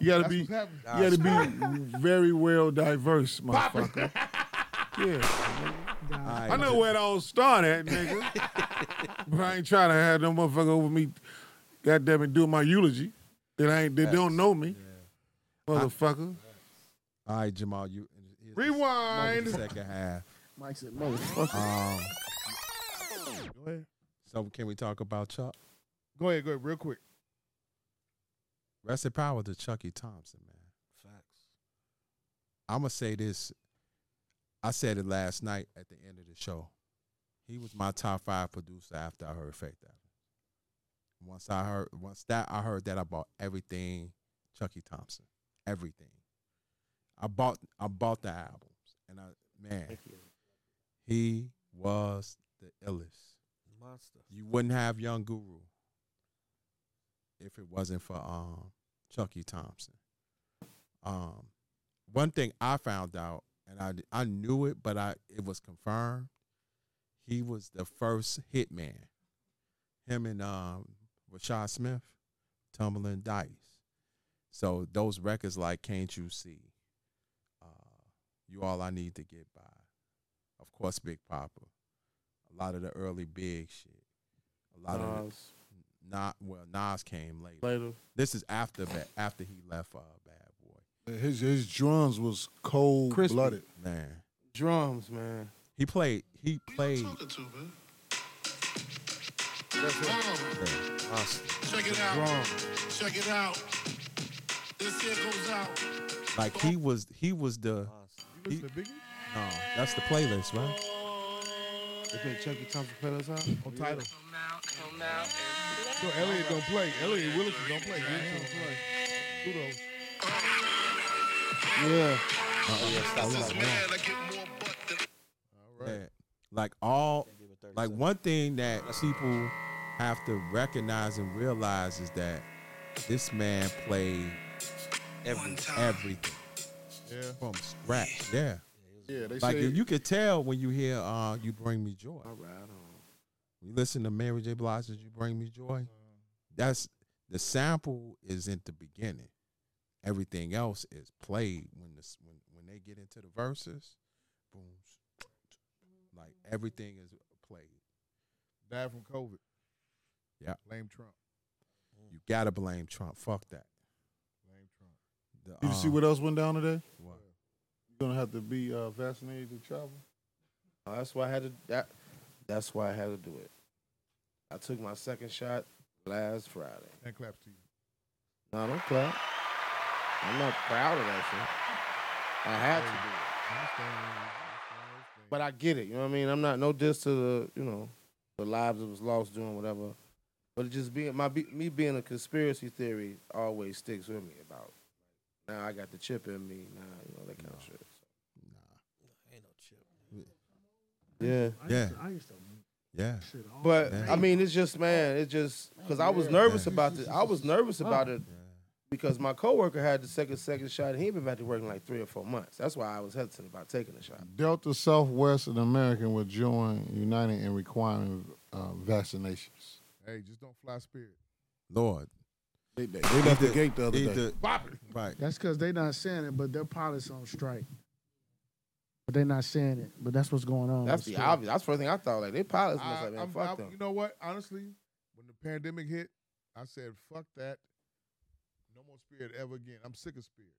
C: You gotta
E: That's
C: be,
E: what's happening.
A: Nah,
C: you gotta be very well diverse, motherfucker. yeah,
B: God.
C: I know where it all started, nigga. but I ain't trying to have no motherfucker over me, goddamn it, doing my eulogy. That I ain't, they don't know me, motherfucker.
F: All right, Jamal, you here's the
E: Rewind.
F: second half.
B: Mike said, motherfucker.
F: Um,
E: Go ahead.
F: so can we talk about Chuck?
E: Go ahead. Go ahead. Real quick.
F: Rest in power to Chucky Thompson, man. Facts. I'm gonna say this. I said it last night at the end of the show. He was my top five producer after I heard Faith Adams. Once I heard, once that I heard that, I bought everything Chucky Thompson. Everything. I bought, I bought the albums, and I man, he was the illest.
A: Monster.
F: You wouldn't have Young Guru if it wasn't for um Chucky Thompson. Um, one thing I found out, and I I knew it, but I it was confirmed. He was the first hitman. Him and um Rashad Smith, Tumbling Dice. So those records like Can't You See, uh, You All I Need to Get By, of course Big Papa, a lot of the early big shit, a lot of the-
D: Nas,
F: not well Nas came later.
D: later.
F: This is after Ba- after he left uh, Bad Boy.
C: His his drums was cold
D: Crispy.
C: blooded.
F: Man,
D: Drums, man.
F: he played he played
I: Check it out. Check it out. This here goes out.
F: like he was he was the
E: You
F: He-
E: listen to Biggie
F: no that's the playlist right.
D: They play Chucky Thompson Pelos out.
E: on title. No, Elliot don't play. Elliot Willis don't play. He don't play. Kudos.
D: Yeah.
F: Yeah. Like all like one thing that people have to recognize and realize is that this man played
A: Every
F: everything
E: Yeah.
F: from scratch. Yeah,
H: Yeah, they
F: like
H: say
F: you could tell when you hear uh "You Bring Me Joy."
D: All right. on.
F: You listen to Mary J. Blige's "You Bring Me Joy."
D: Mm-hmm.
F: That's the sample is at the beginning. Everything else is played when this when when they get into the verses, boom, like
D: Mm-hmm.
F: everything is played.
E: Died from COVID.
F: Yeah.
E: Lame Trump.
F: You gotta blame Trump. Fuck that.
E: Lame Trump.
F: The,
C: Did you see
F: um,
C: what else went down today?
F: what-
C: You're gonna have to be uh, vaccinated to travel.
D: Oh, That's why I had to. That, that's why I had to do it. I took my second shot last Friday.
E: And claps to you.
D: No, don't clap. I'm not proud of that shit. I had to do it,
E: I understand. I understand.
D: but I get it. You know what I mean? I'm not no diss to the you know the lives that was lost doing whatever. But it just being my be- me being a conspiracy theory always sticks with me about. Now I got the chip in me. Now you know that kind of shit. Yeah.
B: I
F: Yeah.
B: used to, I used to
F: Yeah,
B: shit all
D: But
F: Man.
D: I mean, it's just man, it's just because I was nervous about this. I was nervous about it because my coworker had the second second shot. He ain't been back to work in like three or four months. That's why I was hesitant about taking the shot.
C: Delta, Southwest, and American will join United in requiring uh, vaccinations.
E: Hey, just don't fly spirit.
F: Lord,
C: They, they, they left the
F: Either-
C: gate the other day.
F: either
E: Bop it.
F: right.
B: That's because they're not saying it, but their pilots on strike. But they're not saying it. But that's what's going on.
D: That's the
B: So,
D: obvious. That's the first thing I thought. Like they pilots must
E: I,
D: have been
E: I'm-
D: fuck
E: I'm-
D: them.
E: You know what? Honestly, when the pandemic hit, I said, fuck that. No more spirit ever again. I'm sick of spirit.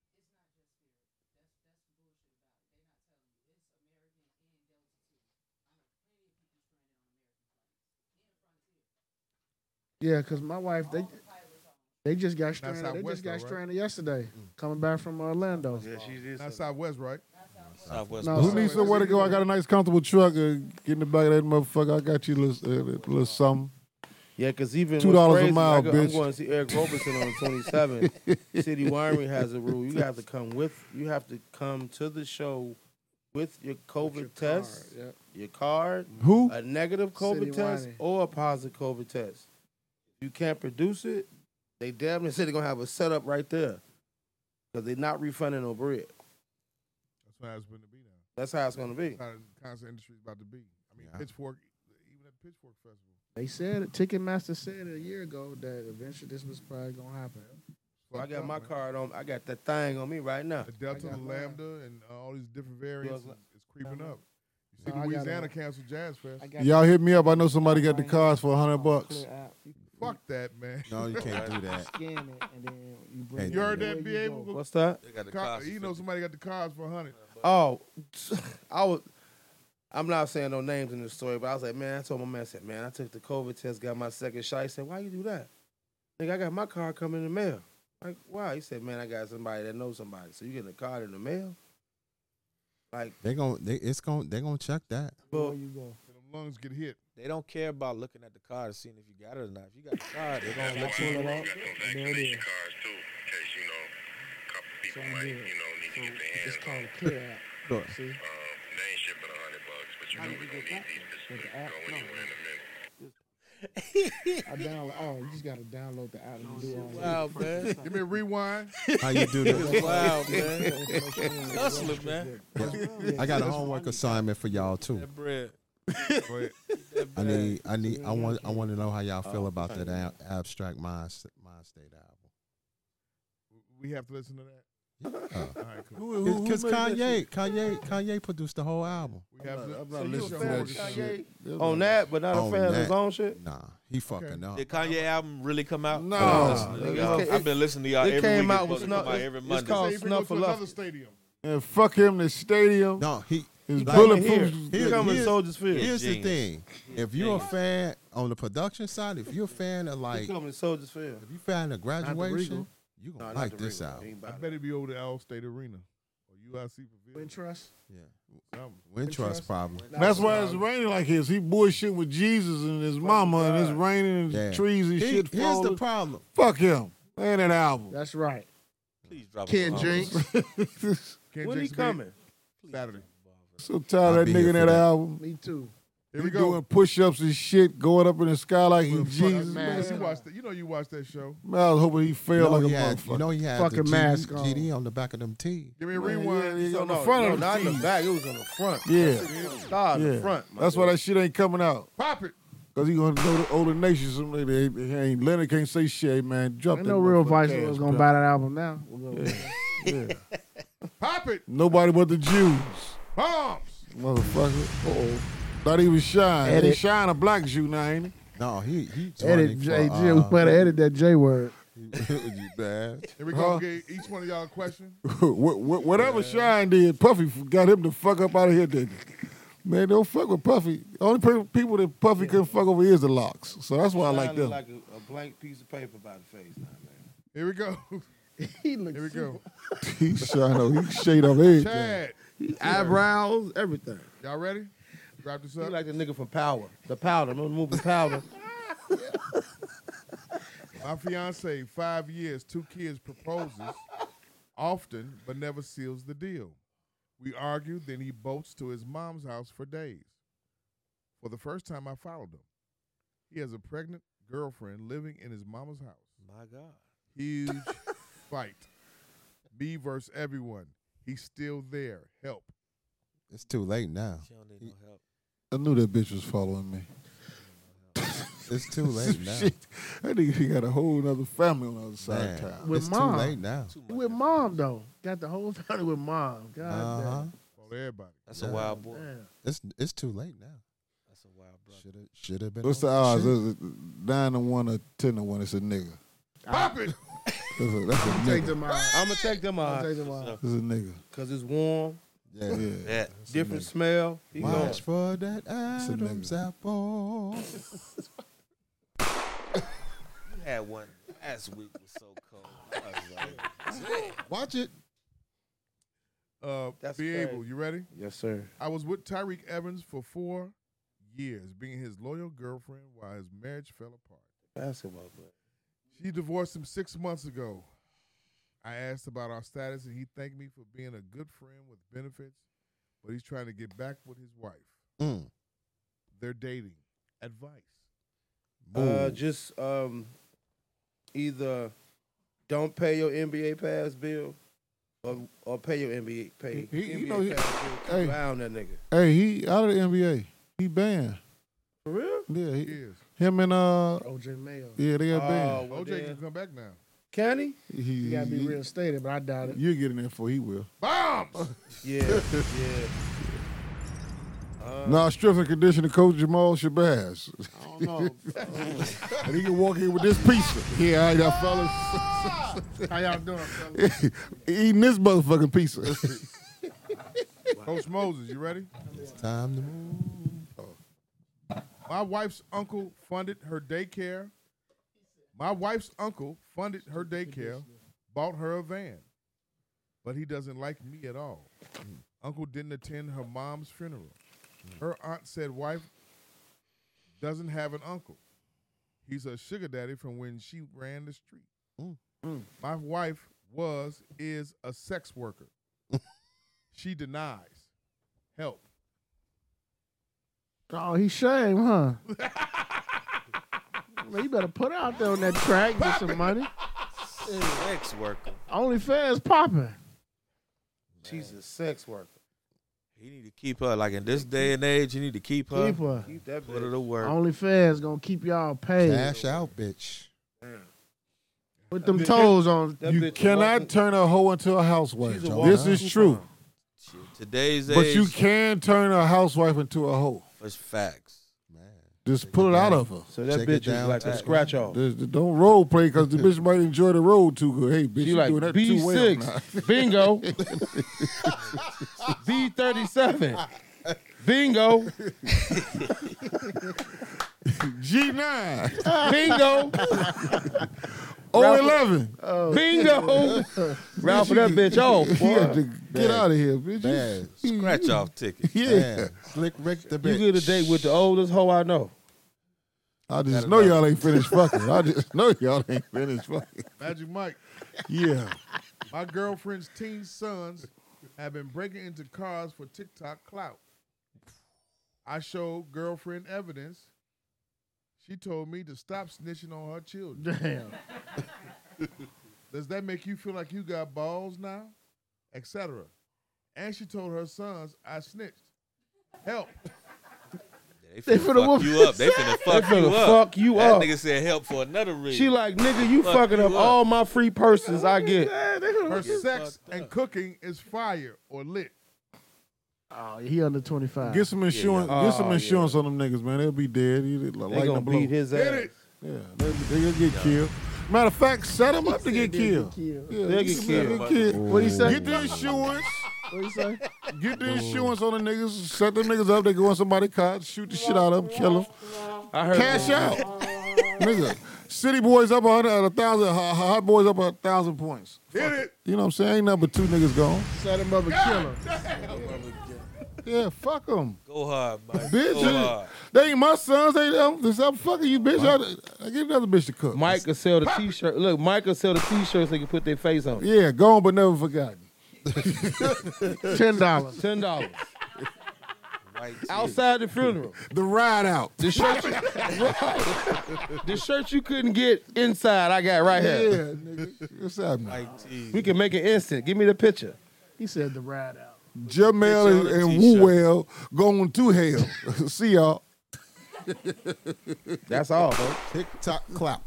B: Yeah, because my wife they they just got stranded. They
E: Southwest
B: just got
E: though, right?
B: stranded yesterday, coming back from Orlando.
E: Not Southwest, right?
A: Southwest.
B: No.
C: Who needs somewhere to go? I got a nice, comfortable truck. Uh, get in the back of that motherfucker. I got you a little, uh, little something.
D: Yeah, because even
C: $2
D: what's
C: a
D: crazy,
C: mile,
D: I go, I'm
C: bitch.
D: going to see Eric Robertson on the 27th. City Winery has a rule: you have to come with. You have to come to the show with your COVID test, your card,
C: Who?
D: a negative COVID
B: City
D: test
B: winery.
D: or a positive COVID test. You can't produce it. They damn near said they're gonna have a setup right there because they're not refunding no bread.
E: That's what I was going to be now.
D: That's how it's gonna be.
E: That's how the concert industry is about to be. I mean,
F: Yeah.
E: Pitchfork, even at Pitchfork Festival,
B: They said it. Ticketmaster said it a year ago that eventually this was probably gonna happen.
D: I
E: fucked
D: got
E: up,
D: my
E: man.
D: card on. I got that thing on me right now.
E: The Delta,
B: I
E: the
B: got mine.
E: Lambda, and all these different variants is,
D: like-
E: is creeping up. You See,
B: I got
E: Louisiana
B: a-
E: canceled Jazz Fest.
B: I got
C: Y'all hit me up. I know somebody got the cards for a hundred bucks.
B: Clear app. You
E: Fuck that, man.
F: No, you can't do that.
B: scan it and then you bring.
F: Hey,
B: it
E: You heard
B: where
E: that? Be
B: you
E: able
B: go.
E: to.
D: What's that?
A: They got the
E: Car,
A: cost
E: you
A: of
E: know
A: 50.
E: somebody got the cars for a hundred.
D: Oh, I was. I'm not saying no names in this story, but I was like, man, I told my man, I said, man, I took the COVID test, got my second shot. He said, why you do that? Nigga, I got my card coming in the mail. Like, why? He said, man, I got somebody that knows somebody. So you getting a card in the mail? Like,
F: They gon' they it's gon' they gonna check that.
B: Where
D: well,
B: you go?
E: And them lungs get hit.
A: They don't care about looking at the card and seeing if you got it or not. If you got the card, they're gonna let you
B: Pull it
A: know.
B: out. There it is.
I: Cars too, in case you know, a couple people
B: Sound
I: might,
B: good.
I: you know, need to get their
B: It's
I: hands on.
B: called a clear
A: Sure.
B: app. See,
I: Um, they ain't shipping a hundred bucks, but you
B: How
I: know
B: did
I: we
B: you
I: gonna need
B: get that?
I: these to
B: With the app?
I: go
B: No.
I: anywhere in a minute.
B: I download. Oh, you just gotta download the app and do it.
A: Wow, man.
E: Give me a rewind.
F: How you do that?
A: Wow, man. Hustler, man.
F: I got a homework assignment for y'all too.
A: That bread.
F: I need I need
A: Mm-hmm.
F: I want I want to know how y'all feel about that ab- abstract mind s- mind state album.
E: We have to listen to that.
F: Uh,
E: All right, cool.
F: Because Kanye Kanye Kanye produced the whole album.
E: We have to.
C: I'm not
E: you
C: listening
E: a fan
C: to
E: of
C: that shit.
D: on that, but not a
F: On
D: fan of his
F: that.
D: own shit.
F: Nah, he fucking up.
A: Did Kanye album really come out?
C: No.
A: I've been listening to
D: Nah.
A: y'all. I've been listening to y'all
D: It
A: every
D: came
A: week.
D: out
A: It's
D: with
A: supposed to
D: no-
A: come out every
D: it's
A: Monday.
D: called-
E: Say if we go to
D: Snuffleupagus.
E: another stadium.
C: And fuck him. The stadium
F: No, he
C: is
F: like-
C: bulletproof.
F: Here-
D: He coming
F: here's-
D: Soldiers Field.
F: Here's the
A: genius.
F: thing: if you're a fan on the production side, if you're a fan of
D: He
F: like, if
D: coming Soldiers Field.
F: you fan of graduation,
B: Regal.
F: you
D: Nah,
F: gonna
D: not
F: like
D: the
F: this
D: Ringo.
F: album.
D: He ain't
E: I
D: about it.
E: bet it be over the Al State Arena or UIC Pavilion.
B: Trust.
F: Yeah,
E: something.
F: Wintrust problem.
C: That's why it's raining like this. He bullshitting with Jesus and his mama, and it's raining and
F: Yeah.
C: trees and
F: He-
C: shit.
F: here's the
C: falling.
F: problem.
C: fuck him. Man, that album.
B: That's right.
A: Please drop a
B: Ken
A: bomb.
B: Jinx.
E: Can't
D: When
E: Jackson
D: he
E: Maine-
D: coming?
E: Saturday.
C: So tired
F: I'll
C: of
F: be
C: that
F: here
C: nigga
F: for
C: in that,
F: that.
C: album.
B: Me too.
E: Here
C: He
E: we go.
C: doing push ups and shit, going up in the sky like he
E: Fuck,
C: Jesus.
E: man,
C: Man.
E: You watched that. You know you watched that show.
C: Man, I was hoping he
F: You
C: fell
F: know,
C: like a
F: he had,
C: motherfucker.
F: Oh, you know he had the
B: Fucking
F: GD,
B: mask on.
F: GD on the back of them T.
E: Give me a
C: Man,
E: rewind.
C: yeah, he's
D: So
C: on the
D: no,
C: front
D: no,
C: of the
D: not in the
C: team.
D: back. It was on the front.
C: Yeah,
D: Star in
C: yeah.
D: the front. my
C: That's
D: dude.
C: why that shit ain't coming out.
E: Pop it.
C: Cause he gonna go to older nations. Some nigga, they- they ain't Leonard can't say shit. Hey, man, drop
B: Ain't
C: that
B: no real
C: motherfucking
B: vice
C: ass,
B: was gonna
C: bro.
B: buy that album now.
C: Yeah.
E: Pop it.
C: Nobody but the Jews,
E: Bombs.
C: motherfucker. Uh-oh. Thought he was shine. They
B: Edit.
C: shine a black Jew now, ain't he?
F: No, he he.
B: Edit
F: joined
B: J.
F: it
B: J. We
F: for,
B: better edit that J word.
F: uh, you bad.
E: Here we go.
C: Huh?
E: Give each one of y'all a question.
C: Wha- wha- Whatever Shine did, Puffy got him to fuck up out of here, didn't he? Man, don't fuck with Puffy. Only pe- people that Puffy couldn't fuck over is the locks. So that's why I
D: Star
C: like
D: look
C: them.
D: Like a, a blank piece of paper by the face now, man.
E: Here we go.
B: He looks.
E: Here we go.
C: he shine up. He shade off everything.
E: Chad,
D: Eyebrows, everything.
E: y'all ready? Wrap this
D: He
E: up.
D: like the nigga from Power. The Powder. Remember the movie Powder?
E: My fiance, five years, two kids, proposes often, but never seals the deal. We argue, then he bolts to his mom's house for days. For the first time, I followed him. He has a pregnant girlfriend living in his mama's house.
A: My God.
E: Huge fight. Me versus everyone. He's still there. Help.
F: It's too late now.
A: She don't need no help.
C: I knew that bitch was following me.
F: It's too late now.
C: Shit. That nigga he got a whole other family on the other side
F: Man,
C: of town.
B: With
F: it's
B: mom.
F: too late now.
A: Too much.
B: With mom though, got the whole family with mom. God
F: Uh-huh.
E: For everybody.
A: That's a wild boy.
B: damn. Damn.
F: It's it's too late now.
A: That's a wild brother.
F: Should have should have been.
C: What's the
F: on-
C: odds?
F: should-
C: Is it Nine to one or ten to one. It's a nigga.
E: Pop it.
C: That's a, that's a
B: Take
C: nigga.
B: them out.
D: I'm going to take them
B: I'll
D: out
B: take them out.
C: That's a nigga.
D: because it's warm,
F: Yeah.
C: Yeah.
A: Yeah.
D: different smell. He going.
F: Watch for that
C: a nigga.
F: Adam's apple.
A: You had one last week was so cold. I was like,
F: Watch it.
E: Uh,
D: That's
E: be
D: crazy.
E: able. You ready?
D: Yes, sir.
E: I was with Tyreek Evans for four years, being his loyal girlfriend while his marriage fell apart.
D: Basketball player.
E: She divorced him six months ago. I asked about our status, and he thanked me for being a good friend with benefits, but he's trying to get back with his wife.
F: Mm.
E: They're dating. Advice.
D: Uh,
F: Boom.
D: just um, either don't pay your NBA pass bill, or, or pay your NBA pay.
C: He- he-
D: NBA
C: you know, he-
D: pass bill. Keep
C: hey.
D: an eye on that nigga.
C: Hey, he out of the NBA. He banned.
D: For real?
C: Yeah. He,
E: Years.
C: Him and uh,
B: OJ Mayo.
C: yeah, they got banned.
D: Uh, well,
E: OJ can
D: then-
E: come back now.
D: Can he?
C: He,
B: You gotta be reinstated, but I doubt it.
C: You get in there for he will.
E: Bombs!
D: Yeah, yeah.
C: nah, strength and conditioning coach Jamal Shabazz.
H: I don't know.
C: and he can walk in with this pizza. Yeah, all right, y'all fellas.
H: How y'all doing, fellas?
C: Eating this motherfucking pizza.
E: Coach Moses, you ready?
F: It's time to move.
E: My wife's uncle funded her daycare. My wife's uncle funded her daycare, bought her a van, but he doesn't like me at all. Uncle didn't attend her mom's funeral. Her aunt said wife doesn't have an uncle. He's a sugar daddy from when she ran the street. My wife was is a sex worker. she denies help.
B: Oh, he shame, huh? Man, you better put out there on that track, get some money.
A: Sex worker.
B: OnlyFans popping.
D: She's a sex worker.
A: He need to keep her. Like in this day and age, you need to keep her.
B: Keep her.
D: Keep that
A: Put her
D: bitch.
A: to work.
B: OnlyFans gonna keep y'all paid.
F: Cash out, bitch.
B: Put them toes on.
D: That
C: you
D: bitch a
C: cannot
D: walking-
C: turn a hoe into a housewife.
D: she's a
F: This
D: walking
C: This is true.
D: coupon.
A: Shit, Today's age.
C: But you can turn a housewife into a hoe.
A: It's facts.
F: Man.
C: Just pull it out of her.
D: So that
F: Check it
D: bitch is
F: down
D: like
F: to-
D: a scratch off.
C: There's- Don't role play because the bitch might enjoy the road too good. Hey, bitch,
D: She
C: you
D: like
C: doing that too well.
D: B6,
C: now.
D: bingo. B37, bingo,
C: G9,
D: bingo,
C: 011.
D: bingo. Round for that bitch off.
C: Yeah,
D: boy.
C: to get out of here, bitch. You-
F: Bad.
A: Scratch off ticket.
C: Yeah.
F: Bad. Slick Rick the
D: You
F: bitch.
D: get a date with the oldest hoe I know.
C: I just know y'all ain't finished fucking. I just know y'all ain't finished fucking.
E: Magic Mike,
C: Yeah.
E: my girlfriend's teen sons have been breaking into cars for TikTok clout. I showed girlfriend evidence. She told me to stop snitching on her children.
B: Damn.
E: Does that make you feel like you got balls now? Etc. And she told her sons, I snitched. Help.
A: They
B: finna
A: finna fuck
B: whoop
A: you up. They finna fuck
D: finna
A: you up.
D: fuck you
A: that
D: up.
A: nigga said help for another reason.
D: She like, nigga, you
A: Fuck
D: fucking
A: you
D: up
A: up.
D: all my free purses I get.
B: Yeah, they gonna-
E: Her sex and cooking is fire or lit.
B: Oh, he under twenty five.
C: Get some insurance. Get
D: Oh,
C: some
D: yeah.
C: insurance on them niggas, man. They'll be dead. They
D: They gonna beat his
E: Get
D: ass.
E: it?
C: Yeah, they'll, they'll get killed. Matter of fact, set them up to get killed. Yeah,
D: They'll
C: you
D: get
C: can
D: killed.
B: What he say?
C: Get the insurance.
B: What you say?
C: Get the insurance on the niggas. Set them niggas up. They go in somebody's car, shoot the shit out of them, kill them.
D: I heard
C: Cash out. Nigga, City boys up a hundred, a thousand. Hot hot boys up a thousand points.
E: Get it?
C: You know what I'm saying? Ain't nothing but two niggas gone.
B: Set him up and kill him.
C: Yeah, fuck them.
A: go hard, Mike.
C: Bitch,
A: Go hard.
C: they, they ain't my sons. They them. This I'm fucking you, bitch. I, I get another bitch to cook.
D: Mike could sell the t-shirt. Look, Mike could sell the t-shirts they can put their face on. it.
C: Yeah, gone but never forgotten.
B: Ten dollars.
D: Ten dollars
A: Mike,
D: outside the funeral.
C: The ride out.
D: The shirt, you, Right. the shirt you couldn't get inside, I got right
C: Yeah,
D: here.
C: nigga. What's happening?
A: Mike T.
D: We can make it instant. Give me the picture.
B: He said the ride out.
C: Jamel
A: Bitch on
C: and,
A: a
C: and
A: t-shirt.
C: Woo-Well going to hell. See y'all.
D: That's all, bro.
F: TikTok clap.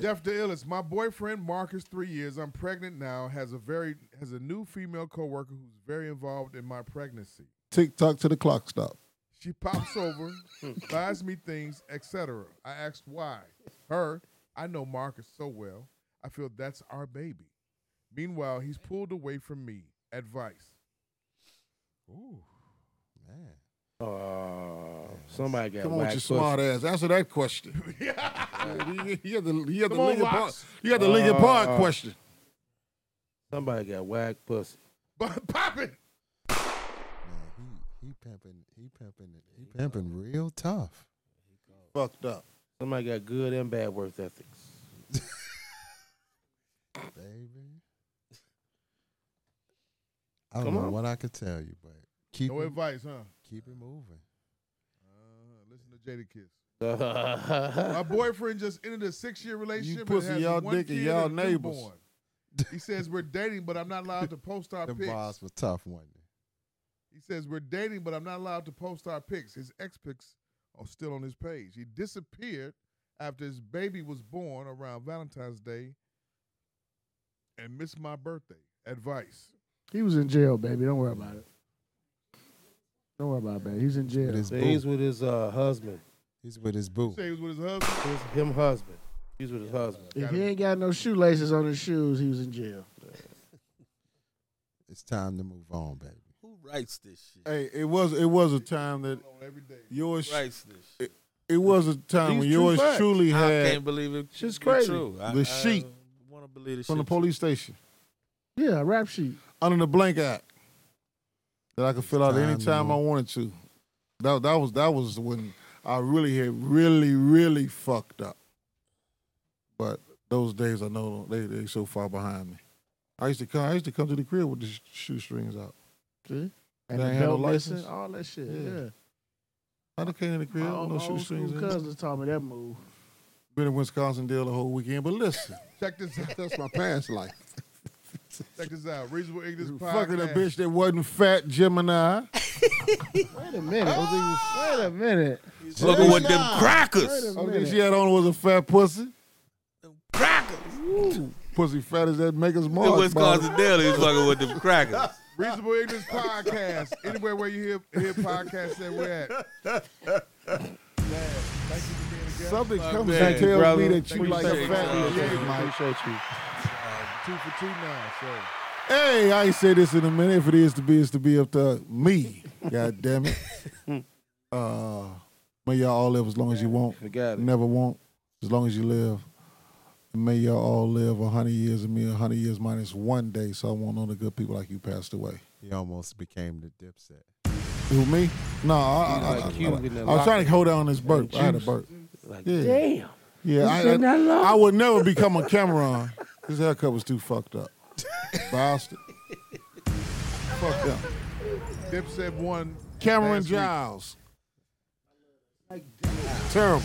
E: Jeff the illest. My boyfriend Marcus, three years. I'm pregnant now. Has a very has a new female coworker who's very involved in my pregnancy.
C: TikTok to the clock stop.
E: She pops over, buys me things, etc. I asked why. Her, I know Marcus so well. I feel that's our baby. Meanwhile, he's pulled away from me. Advice.
F: Ooh, man.
D: Oh, somebody got
C: Come on, with your
D: waxed.
C: smart ass. Answer that question. You got the, you got the
E: Come on,
C: Lincoln Park.
E: Watts.
C: You got the Lincoln Park question.
D: Somebody got whack pussy.
E: But pop it.
F: Man, he he pimping he pimping he pimping real tough.
C: Fucked up.
D: Somebody got good and bad worth ethics.
F: baby. I don't
D: Come
F: know
D: on.
F: what I could tell you, but keep
E: No
F: it,
E: advice, huh?
F: keep it moving.
E: Uh, listen to Jada Kiss.
D: That's
E: My boyfriend just ended a six-year relationship. and
C: pussing
E: has
C: y'all
E: one
C: dick in
E: kid
C: y'all
E: and a
C: neighbors.
E: newborn. He says we're dating, but I'm not allowed to post our
F: Them
E: pics.
F: bars were tough, wasn't they?
E: He says we're dating, but I'm not allowed to post our pics. His ex pics are still on his page. He disappeared after his baby was born around Valentine's Day and missed my birthday. Advice.
B: He was in jail, baby. Don't worry about it. Don't worry about that. He's in jail.
F: With his
D: So
F: boo.
D: he's with his uh, husband.
F: He's with his boo.
E: Say he was with his husband.
D: His, him husband. He's with his husband.
B: If he ain't got no shoelaces on his shoes, he was in jail.
F: It's time to move on, baby.
A: Who writes this shit?
C: Hey, it was it was a time that yours
A: Who writes this shit?
C: it was a
D: These
C: time when
D: true
C: yours
D: facts.
C: truly
A: I
C: had
A: can't believe it.
C: Shit's
A: be
C: crazy.
A: True. I,
C: The sheet.
A: want to believe this
C: from the
A: shit.
C: police station
B: Yeah, rap sheet.
C: under the blank act that I could fill out
F: Time
C: any
F: to
C: time I
F: move.
C: wanted to. That that was that was when I really had really really fucked up. But those days I know they they so far behind me. I used to come I used to come to the crib with the sh- shoestrings out.
B: See? And
C: They
B: the
C: ain't had no
B: belt missing,
C: license?
B: all that shit.
C: Yeah.
B: Yeah.
C: I done came to the crib
B: My
C: with
B: old- my
C: no
B: old school
C: shoestrings. in.
B: cousins taught me that move.
C: Been in Wisconsin Dale the whole weekend, but listen,
E: Check this out.
C: that's my past life.
E: Check this out. Reasonable Ignorance Podcast.
C: Fucking a bitch that wasn't fat, Gemini.
B: Wait a minute. Wait a minute.
A: Look at what them
B: Wait
A: crackers.
B: a
C: Only thing
B: minute.
C: she had on was a fat pussy.
A: Crackers.
C: Pussy fat as that maker's
A: In
C: mark. brother.
A: Wisconsin Delhi is fucking with them crackers.
E: Reasonable Ignorance Podcast. Anywhere where you hear, hear podcasts that we're at. Man, thank you for being a guest.
C: Something comes
A: man.
C: and
A: Thank you,
C: tells me
D: brother.
C: that
E: Thank
C: you
E: you,
C: like
E: thank
C: a
E: you,
C: fat
E: brother.
C: bitch.
E: Yeah, Uh,
D: I appreciate you.
E: Two for two now. So.
C: Hey, I ain't say this in a minute. If it is to be, it's to be up to me. God damn it. Uh, may y'all all live as long as you want.
D: Forgot it.
C: Never won't. As long as you live. And may y'all all live a 100 years and me a 100 years minus one day so I won't know the good people like you passed away.
F: He almost became the dipset.
C: Who, me? No, I, I, I,
D: Like
C: I,
D: you
C: I,
D: in the
C: I was trying
D: locker.
C: to hold down this burp. I had a
D: Juice.
C: burp.
D: Like,
C: Yeah.
D: damn.
C: Yeah, I, I, I would never become a Cameron. His haircut was too fucked up. Bastard. Fuck up.
E: Dipset one.
C: Cameron
E: Last week.
C: Giles. Terrible.